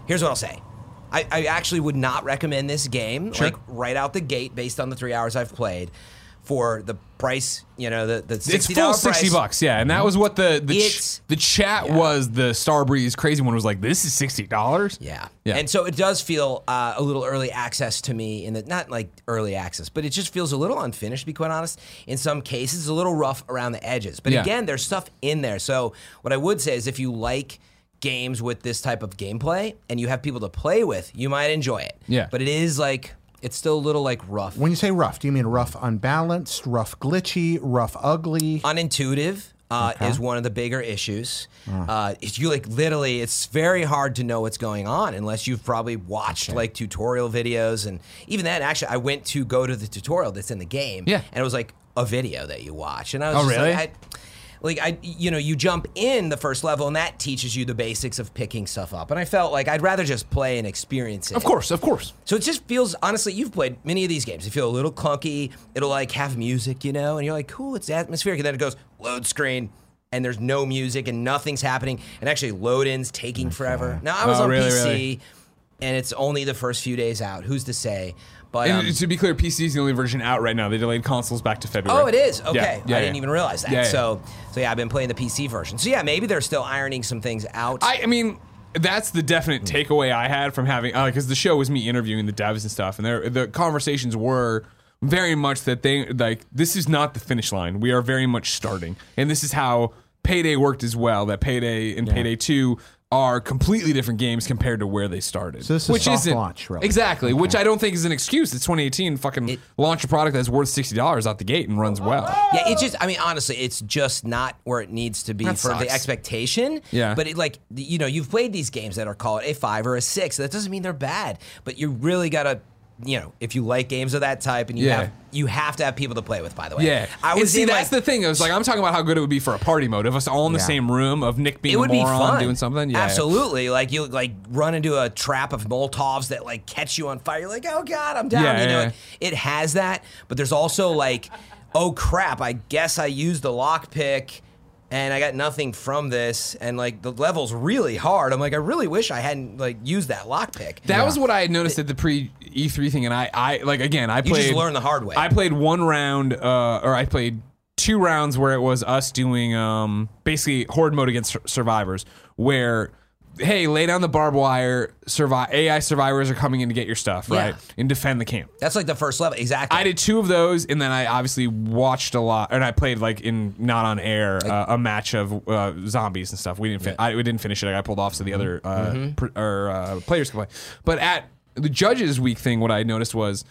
Here's what I'll say. I, I actually would not recommend this game, like right out the gate, based on the three hours I've played, for the price. You know, the the $60 It's full price. Mm-hmm. sixty bucks, yeah, and that was what the the, ch- It's- the chat was. The Starbreeze crazy one was like, "This is sixty dollars." Yeah. Yeah. And so it does feel uh, a little early access to me, in that not like early access, but it just feels a little unfinished, to be quite honest. In some cases, a little rough around the edges. But Yeah. again, there's stuff in there. So what I would say is if you like games with this type of gameplay and you have people to play with, you might enjoy it. Yeah. But it is like, it's still a little like rough, When you say rough, do you mean rough unbalanced, rough glitchy, rough ugly? unintuitive. Uh, Is one of the bigger issues. Uh, it's you like literally, it's very hard to know what's going on unless you've probably watched like tutorial videos and even then. Actually, I went to go to the tutorial that's in the game, Yeah. and it was like a video that you watch, and I was Oh, just really? like, I, like I, you know, you jump in the first level, and that teaches you the basics of picking stuff up. And I felt like I'd rather just play and experience it. Of course, of course. So it just feels honestly, you've played many of these games. They feel a little clunky. It'll like have music, you know, and you're like, cool, it's atmospheric. And then it goes load screen, and there's no music and nothing's happening. And actually, load in's taking forever. Now I was Oh, on really, PC, really? and it's only the first few days out. Who's to say? But And um, to be clear, PC is the only version out right now. They delayed consoles back to February. oh, it is okay. Yeah, yeah, I didn't yeah. even realize that. Yeah, yeah. So so yeah, I've been playing the PC version. So yeah, maybe they're still ironing some things out. I, I mean, that's the definite takeaway I had from having because the show was me interviewing the devs and stuff, and there the conversations were very much that they like this is not the finish line. We are very much starting, and this is how Payday worked as well. That Payday and Payday Two are completely different games compared to where they started. So this is soft launch, really. exactly, which I don't think is an excuse. It's 2018. Fucking launch a product that's worth sixty dollars out the gate and Oh, runs well. Yeah, it's just. I mean, honestly, it's just not where it needs to be That for the sucks. expectation. Yeah. But it, like, the- you know, you've played these games that are called a five or a six. That doesn't mean they're bad, but you really gotta. You know, if you like games of that type, and you Yeah. have you have to have people to play with. By the way, Yeah, I And was see. in that's the like, thing. I was like, I'm talking about how good it would be for a party mode of us all in the Yeah. same room of Nick being it would a be moron fun doing something. Yeah, absolutely. Like you like run into a trap of Molotovs that like catch you on fire. You're like, oh god, I'm down. Yeah, you know, yeah, it, it has that, but there's also like, oh crap, I guess I used the lockpick. And I got nothing from this, and like the level's really hard. I'm like, I really wish I hadn't like used that lockpick. That was what I had noticed at the pre E3 thing, and I, I like again, I You played. just learn the hard way. I played one round, uh, or I played two rounds where it was us doing um, basically horde mode against sur- survivors, where hey, lay down the barbed wire. Survive AI survivors are coming in to get your stuff, right, and defend the camp. That's like the first level, exactly. I did two of those, and then I obviously watched a lot, and I played like in not on air uh, a match of uh, zombies and stuff. We didn't, fin- I, we didn't finish it. I got pulled off, so the other uh, Mm-hmm. pr- or uh, players could play. But at the judges' week thing, what I noticed was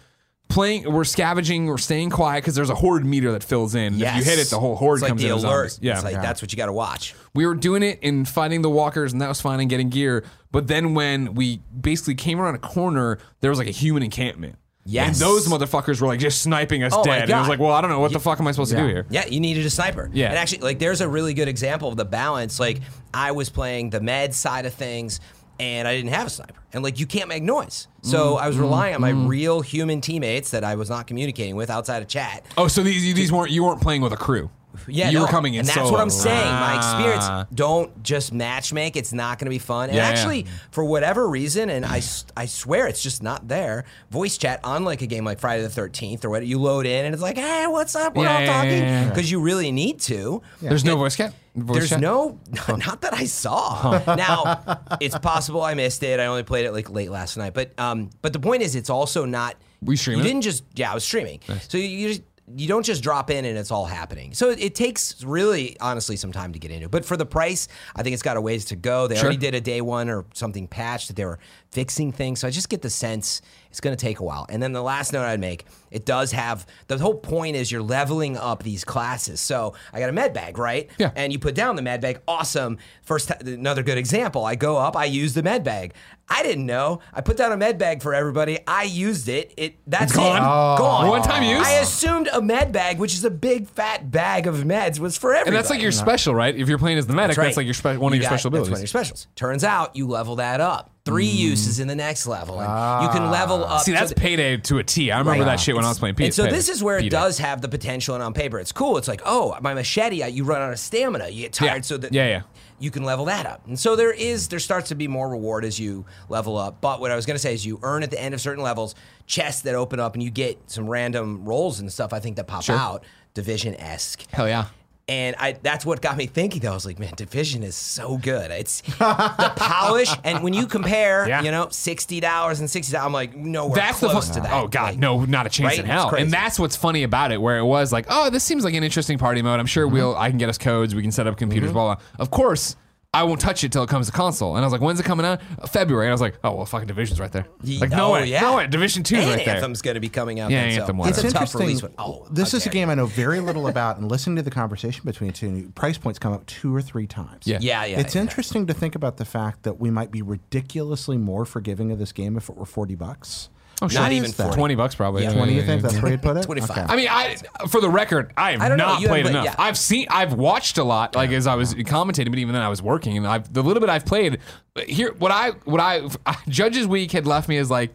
playing. We're scavenging. We're staying quiet because there's a horde meter that fills in. and If you hit it, the whole horde it's like comes the in. as alert. zombies. Yeah, it's like that's what you got to watch. we were doing it and fighting the walkers, and that was fine and getting gear. But then when we basically came around a corner, there was like a human encampment. Yes. And those motherfuckers were like just sniping us Oh my dead. And I was God. like, well, I don't know. What the fuck am I supposed to do here? Yeah, you needed a sniper. Yeah. And actually, like, there's a really good example of the balance. Like, I was playing the med side of things, and I didn't have a sniper. And, like, you can't make noise. So Mm, I was relying on my real human teammates that I was not communicating with outside of chat. Oh, so these these weren't you weren't playing with a crew. Yeah, you no, were coming in and that's solo. what I'm saying. Ah. My experience. Don't just matchmake. It's not going to be fun. And Yeah, yeah. actually, for whatever reason, and I, s- I swear it's just not there. Voice chat on like a game like Friday the 13th or what you load in and it's like, hey, what's up? We're Yeah, all yeah, yeah, talking because yeah, yeah. you really need to. There's no voice chat. Voice There's chat? no, [LAUGHS] not that I saw. [LAUGHS] Now, it's possible I missed it. I only played it like late last night. But um, but the point is, it's also not. Were you streaming You it? didn't just. Yeah, I was streaming. So you- you just. You don't just drop in and it's all happening. So it, it takes really, honestly, some time to get into. it. But for the price, I think it's got a ways to go. They already did a day one or something patch that they were fixing things. So I just get the sense it's going to take a while. And then the last note I'd make, it does have the whole point is you're leveling up these classes. So I got a med bag, right? Yeah. And you put down the med bag. Awesome. First, ti- another good example. I go up. I use the med bag. I didn't know. I put down a med bag for everybody. I used it. It that's Gone? It. Oh. Gone. One time use? I assumed a med bag, which is a big fat bag of meds, was for everybody. And that's like your special, right? If you're playing as the medic, that's, That's right. like your spe- one of You your got- special That's abilities. Mm. one of your specials. Turns out you level that up. three uses in the next level. And you can level up. Ah. See, to that's the- payday to a T. I remember Right. that shit when I was playing PS. and so this is where it Payday. does have the potential, and on paper it's cool. It's like, oh, my machete, I- you run out of stamina, you get tired, Yeah. so that Yeah, yeah. you can level that up. And so there is, there starts to be more reward as you level up. But what I was gonna say is, you earn at the end of certain levels chests that open up, and you get some random rolls and stuff. I think that pop out, division esque. Hell yeah. And I, that's what got me thinking. Though I was like, man, Division is so [LAUGHS] good. It's the polish, and when you compare, Yeah. you know, sixty dollars and sixty dollars, I'm like, nowhere That's the close fu- to that. Oh god, Like, no, not a chance right? in It's hell. crazy. And that's what's funny about it, where it was like, oh, this seems like an interesting party mode. I'm sure Mm-hmm. we'll I can get us codes, we can set up computers, blah blah. Of course, I won't touch it till it comes to console. And I was like, when's it coming out? February. And I was like, oh well, fucking Division's right there. Ye- Like no oh, way, yeah. no way. Division two's And right there. Anthem's going to be coming out. Yeah, then, so Anthem was. That's a It's tough release. One. Oh, this is a okay. game I know very little about, and listening to the conversation between the two, and you- price points come up two or three times. Yeah. Yeah, yeah. it's yeah. interesting to think about the fact that we might be ridiculously more forgiving of this game if it were forty bucks. Oh, Not shit. even 40. twenty bucks probably. Yeah, Twenty, yeah, you think yeah. that's where you [LAUGHS] put it? 25. I mean, I for the record, I have I don't know, not you played haven't enough. played- yeah. I've seen, I've watched a lot, like as I was commentating, but even then I was working, and I've the little bit I've played here. What I, what I, [LAUGHS] Judges Week had left me as like.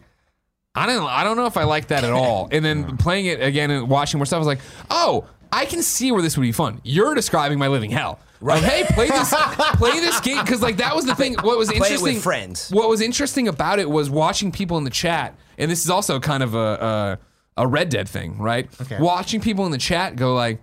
I don't, I don't know if I like that at all. And then playing it again and watching more stuff, I was like, oh, I can see where this would be fun. You're describing my living hell. Right. hey, play [LAUGHS] this, play this game because like that was the thing. What was with interesting? friends. What was interesting about it was watching people in the chat, and this is also kind of a a, a Red Dead thing, right? Okay. Watching people in the chat go like.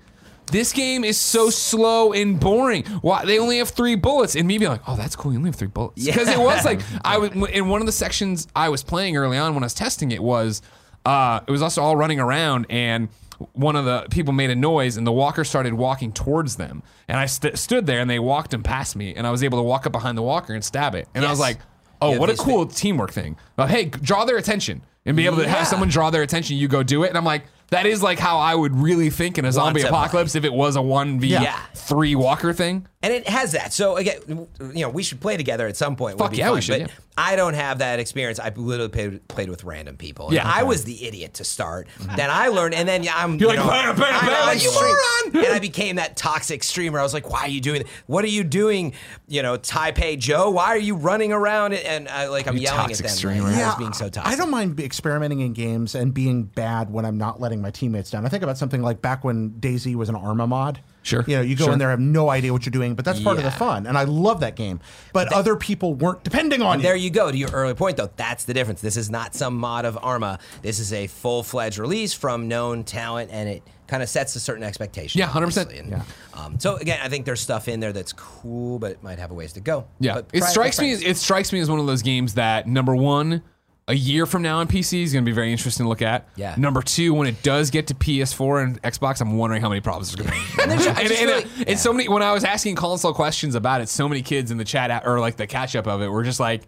This game is so slow and boring. Why they only have three bullets? And me being like, "Oh, that's cool. You only have three bullets." Because it was like I was in one of the sections I was playing early on when I was testing it was, uh, it was us all running around and one of the people made a noise and the walker started walking towards them and I st- stood there and they walked and past me and I was able to walk up behind the walker and stab it and I was Yes. like, oh, Yeah, what a these cool teamwork thing. Like, hey, draw their attention and be able to Yeah. have someone draw their attention. You go do it, and I'm like. That is like how I would really think in a zombie to apocalypse if it was a one v Yeah. three walker thing. And it has that. So again, w- you know, we should play together at some point. It would Fuck be yeah, we fun, should, But yeah. I don't have that experience. I literally played, played with random people. And Yeah. Mm-hmm. I was the idiot to start. Then I learned, and then yeah, I'm. You're you like, know, "Bam, bam, I know, bam, I'm you stream- [LAUGHS] moron!" And I became that toxic streamer. I was like, "Why are you doing? What are you doing? You know, Taipei Joe? Why are you running around?" And, and I, like, I'm You yelling at toxic them. streamer. Like, I Yeah, was being so toxic. I don't mind be- experimenting in games and being bad when I'm not letting my teammates down. I think about something like back when Daisy was an Arma mod. Sure, You know, you go sure. in there, have no idea what you're doing, but that's part of the Yeah. fun. And I love that game. But, other people weren't depending on There you. you go. To your earlier point, though, that's the difference. This is not some mod of Arma. This is a full fledged release from known talent, and it kind of sets a certain expectation. Yeah, 100%. obviously. And, um, so again, I think there's stuff in there that's cool, but it might have a ways to go. Yeah, But it try with strikes me. friends. It strikes me as one of those games that number one, a year from now on PC is going to be very interesting to look at. Yeah. Number two, when it does get to PS4 and Xbox, I'm wondering how many problems there's going to [LAUGHS] be. [LAUGHS] and there's- I and, just really- and so many. When I was asking console questions about it, so many kids in the chat at- or like the catch up of it were just like.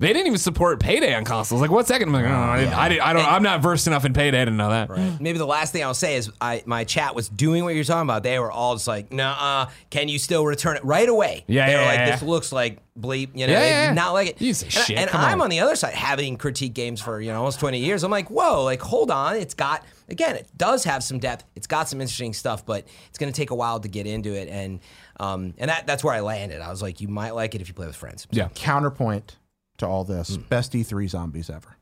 They didn't even support payday on consoles. Like, what's that? I'm like, no, no, no, I, didn't, I, didn't, I don't. I'm not versed enough in payday to know that. Maybe the last thing I'll say is I my chat was doing what you're talking about. They were all just like, "Nah, can you still return it right away?" Yeah, they were yeah, like, yeah, "This yeah. looks like bleep," you know, Yeah, they yeah, did yeah. not like it. You say and shit, and come I'm on. on the other side, having critiqued games for you know almost 20 years. I'm like, "Whoa!" Like, hold on, it's got again, it does have some depth. It's got some interesting stuff, but it's going to take a while to get into it. And um, and that that's where I landed. I was like, "You might like it if you play with friends." Yeah. Counterpoint to all this best E3 zombies ever.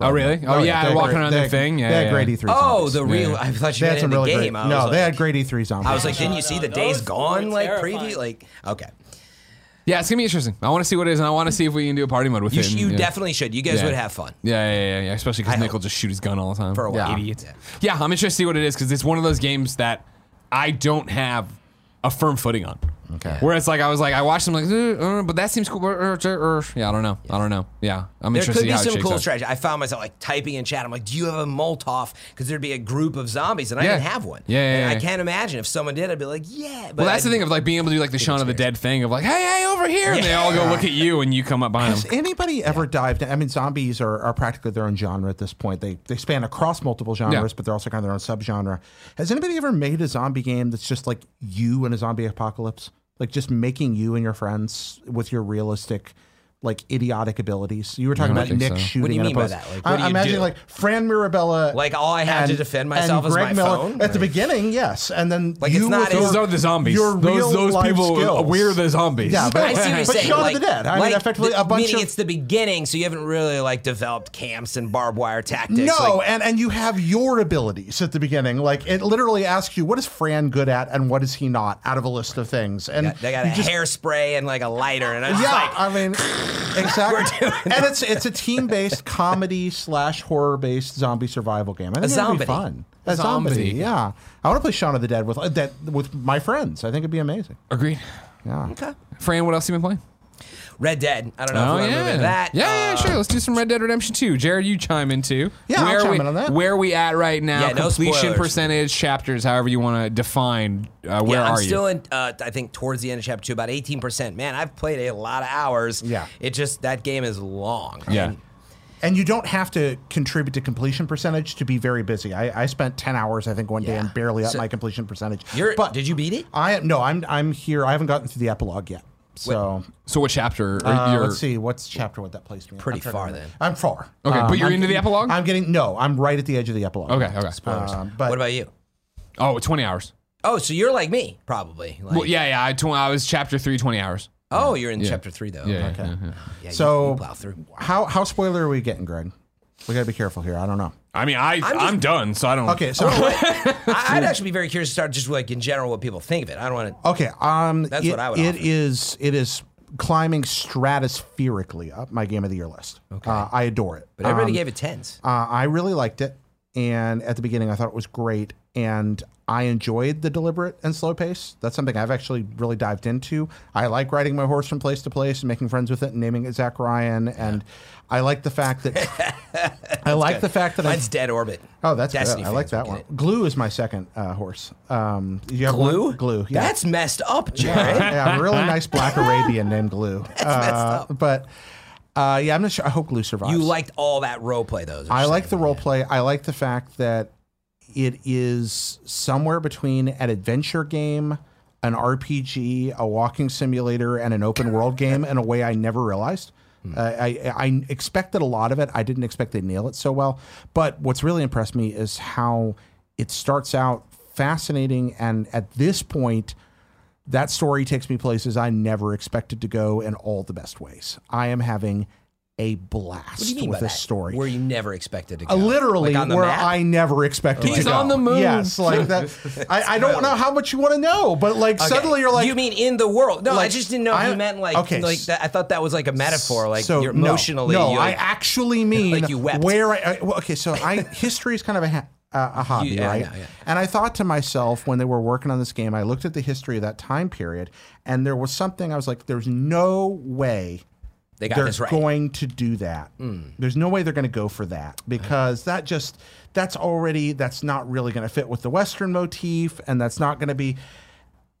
Oh, really? Oh, yeah. They had walking great- around they their had- thing. Yeah. They yeah. had great E3 Oh, zombies. the real. I thought they you had meant in some the really game. great. I was No, like, they had great E3 zombies. I was like, didn't you No, see no, the days those gone were like terrifying. preview? Like, okay. Yeah, it's gonna be interesting. I want to see what it is, and I want to see if we can do a party mode with You, it. sh- and, you yeah. definitely should. You guys Yeah. would have fun. Yeah, yeah, yeah, yeah. Especially because hope. Nick will just shoot his gun all the time For a while. Yeah. Idiot. Yeah. I'm interested to see what it is because it's one of those games that I don't have a firm footing on. Okay. Whereas, like, I was like, I watched them, like, uh, uh, but that seems cool. uh, uh, uh, uh." Yeah, I don't know. I don't know. Yeah, I'm There interested could to see be how it some shakes cool out. strategy. I found myself like typing in chat. I'm like, do you have a Molotov? Because there'd be a group of zombies, and I Yeah. didn't have one. Yeah, yeah, And yeah. I can't imagine if someone did. I'd be like, yeah. But Well, that's I- [LAUGHS] the thing of like being able to do like the Shaun of the Dead thing of like, hey, hey, over here, and they all go look at you, and you come up behind Has them. anybody ever dived? I mean, zombies are, are practically their own genre at this point. They they span across multiple genres, Yeah. but they're also kind of their own subgenre. Has anybody ever made a zombie game that's just like you in a zombie apocalypse, like just making you and your friends with your realistic like idiotic abilities. You were talking I about don't think Nick so. shooting. What do you at mean by opposed- that? Like, what do I, you imagine do? like Fran Mirabella. Like, all I have to and- defend and myself is Greg my Miller phone? at the Or- beginning. Yes, and then Like, you it's not- with your- Those Those are the zombies. Your those real those life people. skills. We're the zombies. Yeah, I see [LAUGHS] what you're But saying. Shaun of like, the Dead, I mean, like effectively the- a bunch meaning of- it's the beginning, so you haven't really like developed camps and barbed wire tactics. No, like, and and you have your abilities at the beginning. Like it literally asks you, what is Fran good at, and what is he not, out of a list of things. And they got a you just- hairspray and like a lighter, and I [LAUGHS] was Yeah, like, I [LAUGHS] mean, exactly. and it's it's a team [LAUGHS] based comedy slash horror based zombie survival game. I think it'd zombie. be fun. A, zombie. zombie. yeah. I want to play Shaun of the Dead with uh, that with my friends. I think it'd be amazing. Agreed. Yeah. Fran, what else you been playing? Red Dead. I don't know if we want to move into that. Oh, Yeah, Uh, yeah, sure. Let's do some Red Dead Redemption 2. Jared, you chime in too. Yeah, I'll where chime we, in on that. Where we at right now? Yeah, no completion spoilers. percentage, chapters, however you want to define. Uh, where yeah, are I'm still you? in. Uh, I think towards the end of chapter two, about 18. percent Man, I've played a lot of hours. Yeah. it just that game is long. yeah. And you don't have to contribute to completion percentage to be very busy. I, I spent ten hours, I think, one day, Yeah. and barely up So- my completion percentage. You're, but did you beat it? I am no, I'm I'm here. I haven't gotten through the epilogue yet. So So what chapter? Or uh, you're- let's see, what's chapter? What that placed me? in? Pretty I'm trying to far, remember. then. I'm far. Um, Okay, but you're I'm into the getting- epilogue? I'm getting no. I'm right at the edge of the epilogue. Okay, okay. Um, but what about you? Oh, 20 hours. Oh, so you're like me, probably. Like, Well, yeah, yeah. I, tw- I was chapter three, 20 hours. Oh, you're in chapter three though. Yeah, Okay. yeah, yeah, yeah. Yeah, you- So- you plow [LAUGHS] through. how how spoiler are we getting, Greg? We got to be careful here. I don't know. I mean, I, I'm, just- done, so I don't. Okay, so I, I'd actually be very curious to start just like in general what people think of it. I don't want to. okay, um, That's it- what I would it offer. is- It is climbing stratospherically up my game of the year list. Okay, uh, I adore it. But everybody gave it tens. Uh, I really liked it, and at the beginning, I thought it was great, and I enjoyed the deliberate and slow pace. That's something I've actually really dived into. I like riding my horse from place to place and making friends with it and naming it Zach Ryan, and I like the fact [LAUGHS] that I like the fact that I. Mine's Dead Orbit. Oh, that's Destiny good. I like fans will that get one. it. Glue is my second uh, horse. Um, you have one- Glue? Glue. Yeah. That's messed up, Jared. [LAUGHS] yeah, a really nice [LAUGHS] black Arabian named Glue. Uh, but uh, yeah, I'm not sure. I hope Glue survives. You liked all that role play though. is what I you're like saying. the role play. I like the fact that it is somewhere between an adventure game, an RPG, a walking simulator, and an open world [LAUGHS] game in a way I never realized. Hmm. Uh, I, I expected a lot of it. I didn't expect they'd nail it so well. But what's really impressed me is how it starts out fascinating. And at this point, that story takes me places I never expected to go in all the best ways. I am having a blast What do you mean with by this that? story Where you never expected to go. uh, literally Like on the where map? I never expected He's to go. on the moon. Yes, like that. I, I don't know how much you want to know, but like Okay. suddenly you're like, you mean in the world? No, I like, just didn't know I- if you meant like, okay, like s- that. I thought that was like a metaphor, like so you're no, emotionally. No, you're I like- actually mean [LAUGHS] like you wept. where I, I well, okay. So I [LAUGHS] history is kind of a. Ha- uh, a hobby, yeah, I right? know, yeah. And I thought to myself when they were working on this game, I looked at the history of that time period, and there was something I was like, "There's no way they got they're this right. Hmm. going to do that. There's no way they're going to go for that because Uh-huh. that just that's already that's not really going to fit with the Western motif, and that's not going to be.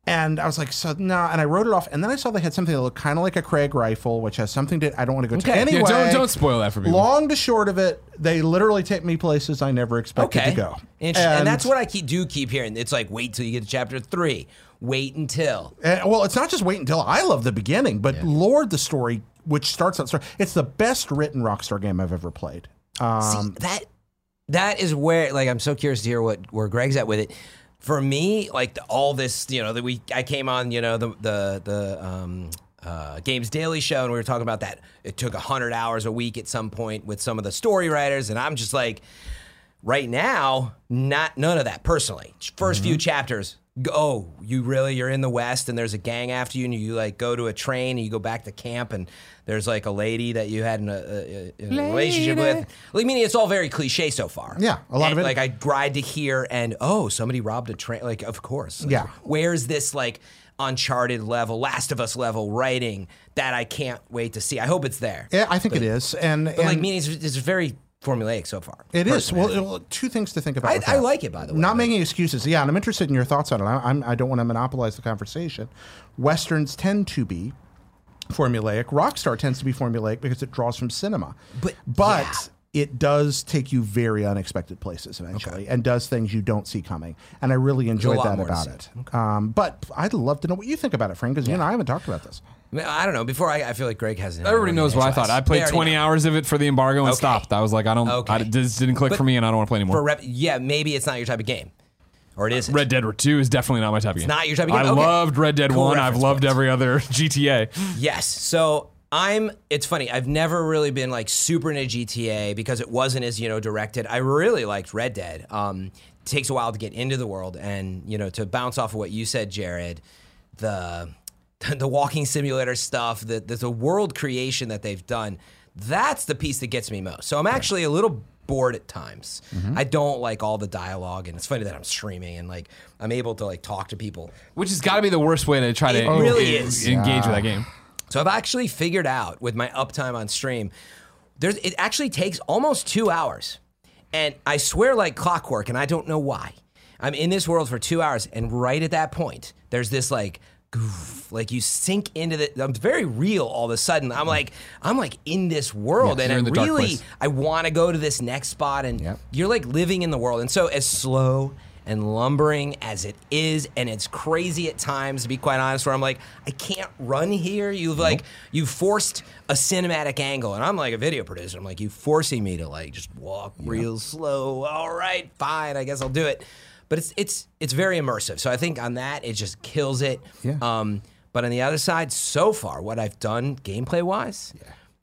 And I was like, so nah, and I wrote it off. And then I saw they had something that looked kind of like a Craig rifle, which has something to. I don't want to go to Okay. Yeah, Yeah, anyway. don't, don't spoil that for me. Long to short of it, they literally take me places I never expected okay. to go. Interesting. And, that's what I keep, do keep hearing. It's like wait till you get to chapter three. Wait until. Uh, well, it's not just wait until I love the beginning, but Lord, the story, which starts out, it's the best written Rockstar game I've ever played. See that that is where like I'm so curious to hear what where Greg's at with it. For me, like the, all this, you know, that we I came on, you know, the the the um, uh, Games Daily show, and we were talking about that. It took hundred hours a week at some point with some of the story writers, and I'm just like, right now, not none of that personally. 1st few Mm-hmm. chapters. go- Oh, you really? You're in the West, and there's a gang after you, and you like go to a train, and you go back to camp, and there's like a lady that you had in a, a, a- in a relationship with. Like, meaning it's all very cliche so far. Yeah, a lot And, of it- Like, I ride to here, and oh, somebody robbed a train. Like, of course. Like, Yeah. Where's this like Uncharted level, Last of Us level writing that I can't wait to see? I hope it's there. Yeah, Eh, I think it is, and, But, like, and meaning it's, it's very formulaic so far. it is. personally. Well, it- well, two things to think about. I, with I that. like it by the way. Not but- making excuses. Yeah, and I'm interested in your thoughts on it. I, I'm, I don't want to monopolize the conversation. Westerns tend to be formulaic. Rockstar tends to be formulaic because it draws from cinema. But- but it does take you very unexpected places eventually and does things you don't see coming. And I really enjoyed lot that more to about see. it. Um, but I'd love to know what you think about it, Frank, because you and I haven't talked about this. I mean, I don't know. Before I, I feel like Greg has. Everybody knows what I thought. I played 20 hours of it for the embargo and Okay. stopped. I was like, I don't, I, Okay. this didn't click But- for me, and I don't want to play anymore. For rep, yeah, maybe it's not your type of game, or it is. Uh, Red Dead 2 is definitely not my type of game. not your type of game? I Okay. loved Red Dead Cool 1. I've reference loved points. every other [LAUGHS] GTA. Yes. So I'm. It's funny. I've never really been like super into GTA because it wasn't as you know directed. I really liked Red Dead. Um, it takes a while to get into the world, and you know to bounce off of what you said, Jared. The [LAUGHS] the walking simulator stuff, the the, the world creation that they've done. That's the piece that gets me most. So I'm actually a little bored at times. I don't like all the dialogue and it's funny that I'm streaming and like I'm able to like talk to people. Which has got to be the worst way to try to It really en- is. engage with that game. So I've actually figured out with my uptime on stream, there's it actually takes almost two hours, and I swear like clockwork, and I don't know why. I'm in this world for two hours, and right at that point, there's this like. goof, Like you sink into the, I'm very real all of a sudden. I'm like, I'm like in this world, Mm. Yeah, you're in and the I dark really, place. I want to go to this next spot, and you're like living in the world. And so, as slow and lumbering as it is, and it's crazy at times, to be quite honest, where I'm like, I can't run here. You've like, you've forced a cinematic angle, and I'm like a video producer. I'm like, you forcing me to like just walk real slow. All right, fine, I guess I'll do it. But it's it's it's very immersive. So I think on that, it just kills it. Yeah. Um, but on the other side, so far, what I've done gameplay wise,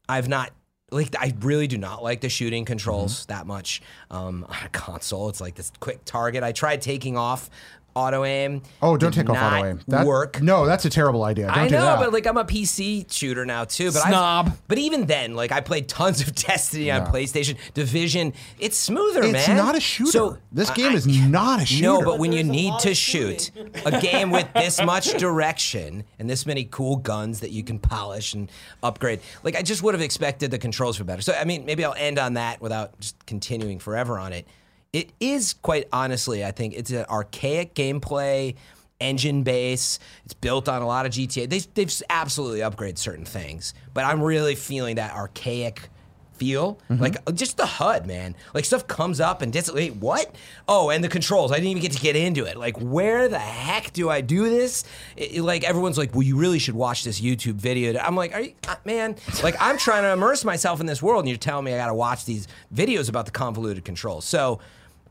I've not like I really do not like the shooting controls Mm-hmm. that much um, [LAUGHS] on a console. It's like this quick target. I tried taking off auto aim. Oh, don't Did take off not auto aim. That, work. No, that's a terrible idea. Don't I do know, that. but like I'm a PC shooter now too. But I've- Snob. but even then, like I played tons of [LAUGHS] Destiny on PlayStation, Division. It's smoother, man. it's not a shooter. So this I- game I- is not a shooter. no, but when you There's a need lot to of shoot a game with [LAUGHS] this much direction and this many cool guns that you can polish and upgrade, like I just would have expected the controls for better. So I mean, maybe I'll end on that without just continuing forever on it. It is quite honestly, I think it's an archaic gameplay engine base. It's built on a lot of GTA. They, they've absolutely upgraded certain things, but I'm really feeling that archaic feel. Like uh, just the HUD, man. Like stuff comes up and dis- wait, what? Oh, and the controls. I didn't even get to get into it. Like where the heck do I do this? It- it- like everyone's like, well, you really should watch this YouTube video. I'm like, are you, uh, man? Like I'm trying to immerse myself in this world, and you're telling me I got to watch these videos about the convoluted controls. So.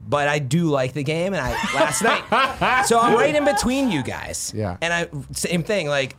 But I do like the game, and I last night. So I'm right in between you guys. Yeah. And I same thing. Like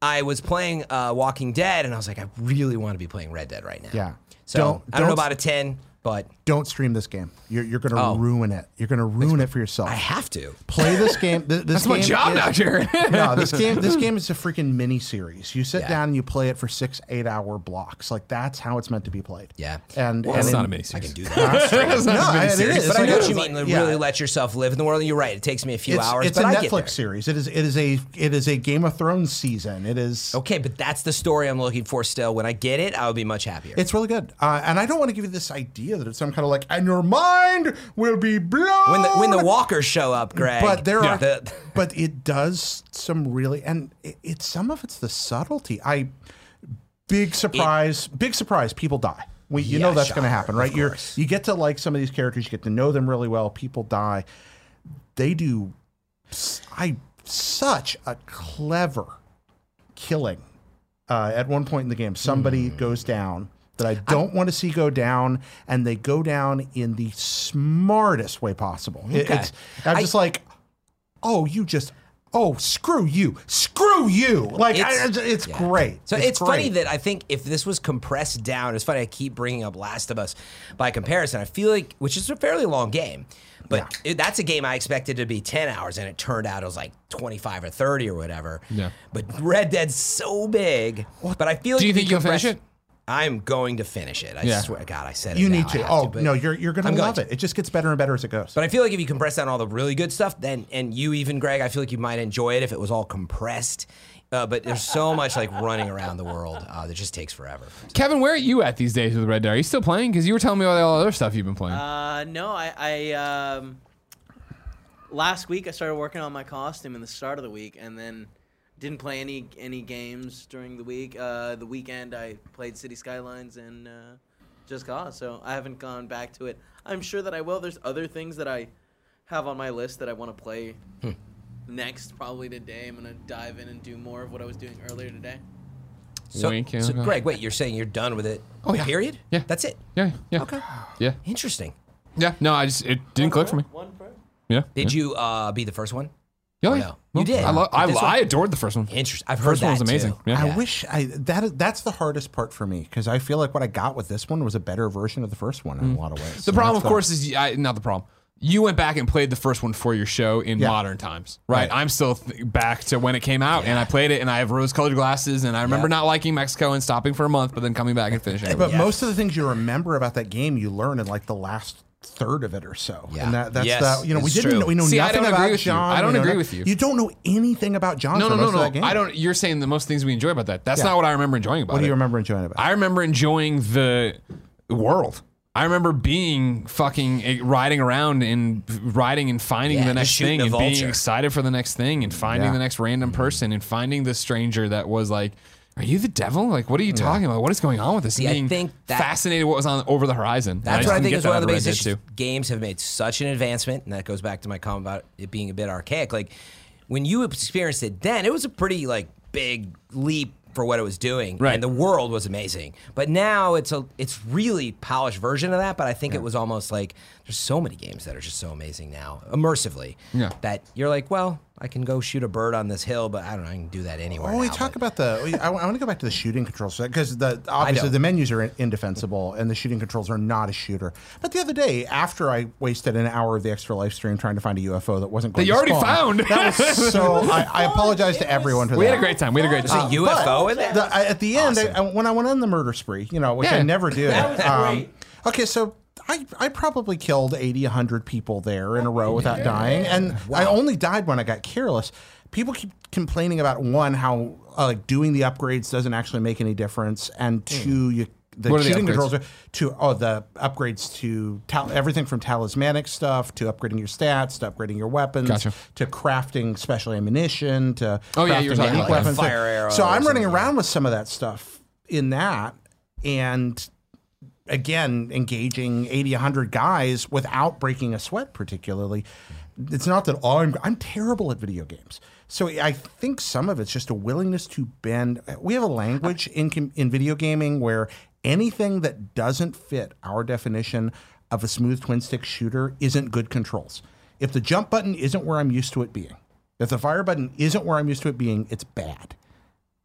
I was playing uh, Walking Dead, and I was like, I really want to be playing Red Dead right now. Yeah. So Don't- I don't know don't- about a ten, but don't stream this game. You're, you're going to ruin it. You're going to ruin it for yourself. Oh. I have to. [LAUGHS] Play this game. Th- this That's my game job is- now, [LAUGHS] Jared. [LAUGHS] no, [LAUGHS] this game. This game is a freaking mini series. You sit Yeah. down and you play it for six, eight hour blocks. Like that's how it's meant to be played. Yeah. and, Well, and It's in- not a mini I series. can do that. It's not No, a mini it series. is. but I know what you mean. Like, like, yeah. Really let yourself live in the world. And you're right. It takes me a few It's, hours, it's a but I get Netflix there. series. It is. It is a. It is a Game of Thrones season. It is. Okay, but that's the story I'm looking for still. When I get it, I'll be much happier. It's really good, uh, and I don't want to give you this idea that it's some kind of like, and your mind will be blown when the when the walkers show up, Greg. But there are, the- but it does some really, and it, it's some of it's the subtlety. I big surprise, big surprise. People die. We, you know Yeah, that's sure, going to happen, of right? You're course. you get to like some of these characters, you get to know them really well. People die. They do. s- I such a clever killing. Uh, at one point in the game, Hmm. somebody goes down that I don't want to see go down, and they go down in the smartest way possible. It- it's, I'm just like, oh, you just, oh, screw you, screw you. Like, I- It's- it's, it's great. So it's, funny great. that I think if this was compressed down, it's funny I keep bringing up Last of Us by comparison. I feel like, which is a fairly long game, but it, that's a game I expected to be 10 hours, and it turned out it was like 25 or 30 or whatever. Yeah. But Red Dead's so big. But I feel like Do you if think you'll compress- finish it? I'm going to finish it. I Yeah. swear to God, I said it. you now, need I to. have Oh but- no, you're you're gonna I'm going love to. it. It just gets better and better as it goes. But I feel like if you compress down all the really good stuff, then and you even Greg, I feel like you might enjoy it if it was all compressed. Uh, but there's so much like running around the world uh, that just takes forever. Kevin, where are you at these days with Red Dead? Are you still playing? Because you were telling me all the other stuff you've been playing. Uh, no, I, I um, last week I started working on my costume in the start of the week, and then didn't play any any games during the week. Uh, the weekend I played City Skylines and uh, Just Cause. So I haven't gone back to it. I'm sure that I will. There's other things that I have on my list that I want to play Hmm. next. Probably today, I'm gonna dive in and do more of what I was doing earlier today. So, Wink, yeah, so no. Greg, wait, you're saying you're done with it? Oh, yeah. Period. Yeah. That's it. Yeah, yeah. Okay. Yeah. Interesting. Yeah. No, I just it didn't click for me. One pro. Yeah. Did you uh, be the first one? Yeah, no? You did. I, lo- I, This one- I adored the first one. Interesting. I've heard First one that was amazing. too. Yeah. I wish I that that's the hardest part for me because I feel like what I got with this one was a better version of the first one Hmm. in a lot of ways. The problem, of course, is I, not the problem. You went back and played the first one for your show in Yeah. modern times, right? I'm still th- back to when it came out, and I played it, and I have rose-colored glasses, and I remember Yeah. not liking Mexico and stopping for a month, but then coming back and finishing. it. But most of the things you remember about that game, you learn in like the last third of it or so. Yeah. And that, that's Yes, that. You know, we it's didn't. true. know We know See, I nothing don't agree about with you. John. I don't we know agree no- with you. You don't know anything about John. no, no, for no, most of no. that game. I don't. You're saying the most things we enjoy about that. That's Yeah. not what I remember enjoying about What it. do you remember enjoying about? it? I remember enjoying the world. I remember being fucking eh, riding around and f- riding and finding Yeah, the just next shooting thing a and being vulture. excited for the next thing and finding Yeah. the next random person and finding the stranger that was like, "Are you the devil? Like, what are you talking about? What is going on with this?" I being think that- fascinated what was on over the horizon. And That's just what I didn't think get is that one of out the Red Dead biggest issues. 2. Games have made such an advancement, and that goes back to my comment about it being a bit archaic. Like when you experienced it then, it was a pretty like big leap for what it was doing, Right. and the world was amazing. But now it's a it's really polished version of that. But I think it was almost like there's so many games that are just so amazing now, immersively, Yeah. that you're like, well, I can go shoot a bird on this hill, but I don't know, I can do that anywhere. When we now, talk but- about the, we- I, want to go back to the shooting controls because the obviously know. the menus are in- indefensible and the shooting controls are not a shooter. But the other day, after I wasted an hour of the extra live stream trying to find a UFO that wasn't That going you to already spawn, found. that was so. I, [LAUGHS] I apologize to everyone for we that. had a great time. We had a great time. There's a UFO in there. The, I- at the end, I, I- when I went on the murder spree, you know, which Yeah. I never do. That was great. Okay, so. I, I probably killed 80, 100 people there in a row without dying. And I only died when I got careless. People keep complaining about one, how uh, like doing the upgrades doesn't actually make any difference. And two, you, the Hmm. What are the upgrades? shooting controls are to oh, the upgrades to tal- everything from talismanic stuff to upgrading your stats to upgrading your weapons Gotcha. to crafting special ammunition to Oh, yeah, you were crafting talking unique about that. weapons. Fire arrow So or I'm running something. around with some of that stuff in that, and again engaging 80, 100 guys without breaking a sweat. Particularly, it's not that all I'm, I'm terrible at video games. So I think some of it's just a willingness to bend. We have a language in com- in video gaming where anything that doesn't fit our definition of a smooth twin stick shooter isn't good controls. If the jump button isn't where I'm used to it being, if the fire button isn't where I'm used to it being, it's bad.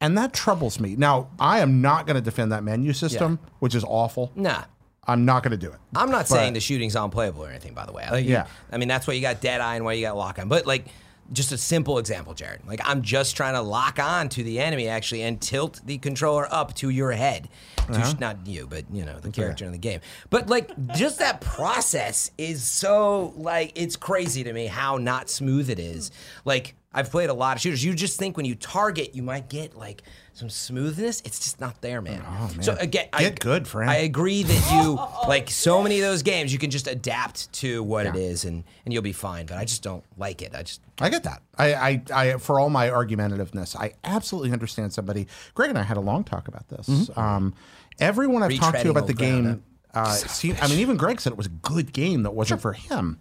And that troubles me. Now, I am not going to defend that menu system, which is awful. nah. I'm not going to do it. I'm not But- Uh, saying the shooting's unplayable or anything, by the way. Like, Yeah. I mean, that's why you got dead eye and why you got lock on. But like, just a simple example, Jared. Like, I'm just trying to lock on to the enemy actually and tilt the controller up to your head. To Uh-huh. sh- not you, but you know the character in the game. But like, just that process is so like it's crazy to me how not smooth it is. Like. I've played a lot of shooters. You just think when you target, you might get like some smoothness. It's just not there, man. Oh, So again, I, Get good, friend. I agree that you like so many of those games you can just adapt to what it is and and you'll be fine but i just don't like it i just I get that. I, I, I, for all my argumentativeness, I absolutely understand somebody. Greg and I had a long talk about this. Um, everyone I've talked to Mm-hmm. Retreading about the old ground, game, uh, see, I mean, even Greg said it was a good game that wasn't for him.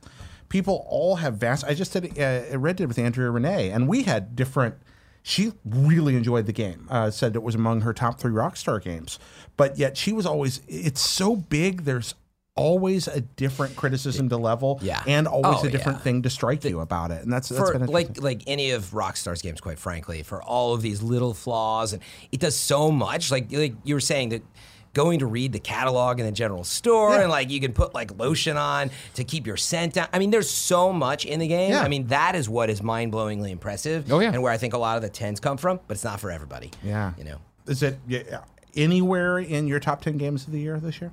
People all have vast. I just did uh, Red Dead with Andrea Renee, and we had different. She really enjoyed the game. Uh, said it was among her top three Rockstar games, but yet she was always. It's so big. There's always a different criticism to level, Yeah. and always Oh, a different yeah. thing to strike you about it, and that's that's for been interesting. like like any of rockstar's games quite frankly for all of these little flaws and it does so much like like you were saying that going to read the catalog in the general store and like you can put like lotion on to keep your scent down i mean there's so much in the game Yeah. i mean that is what is mind-blowingly impressive Oh, yeah. and where i think a lot of the 10s come from but it's not for everybody Yeah. you know Is it yeah, anywhere in your top 10 games of the year this year?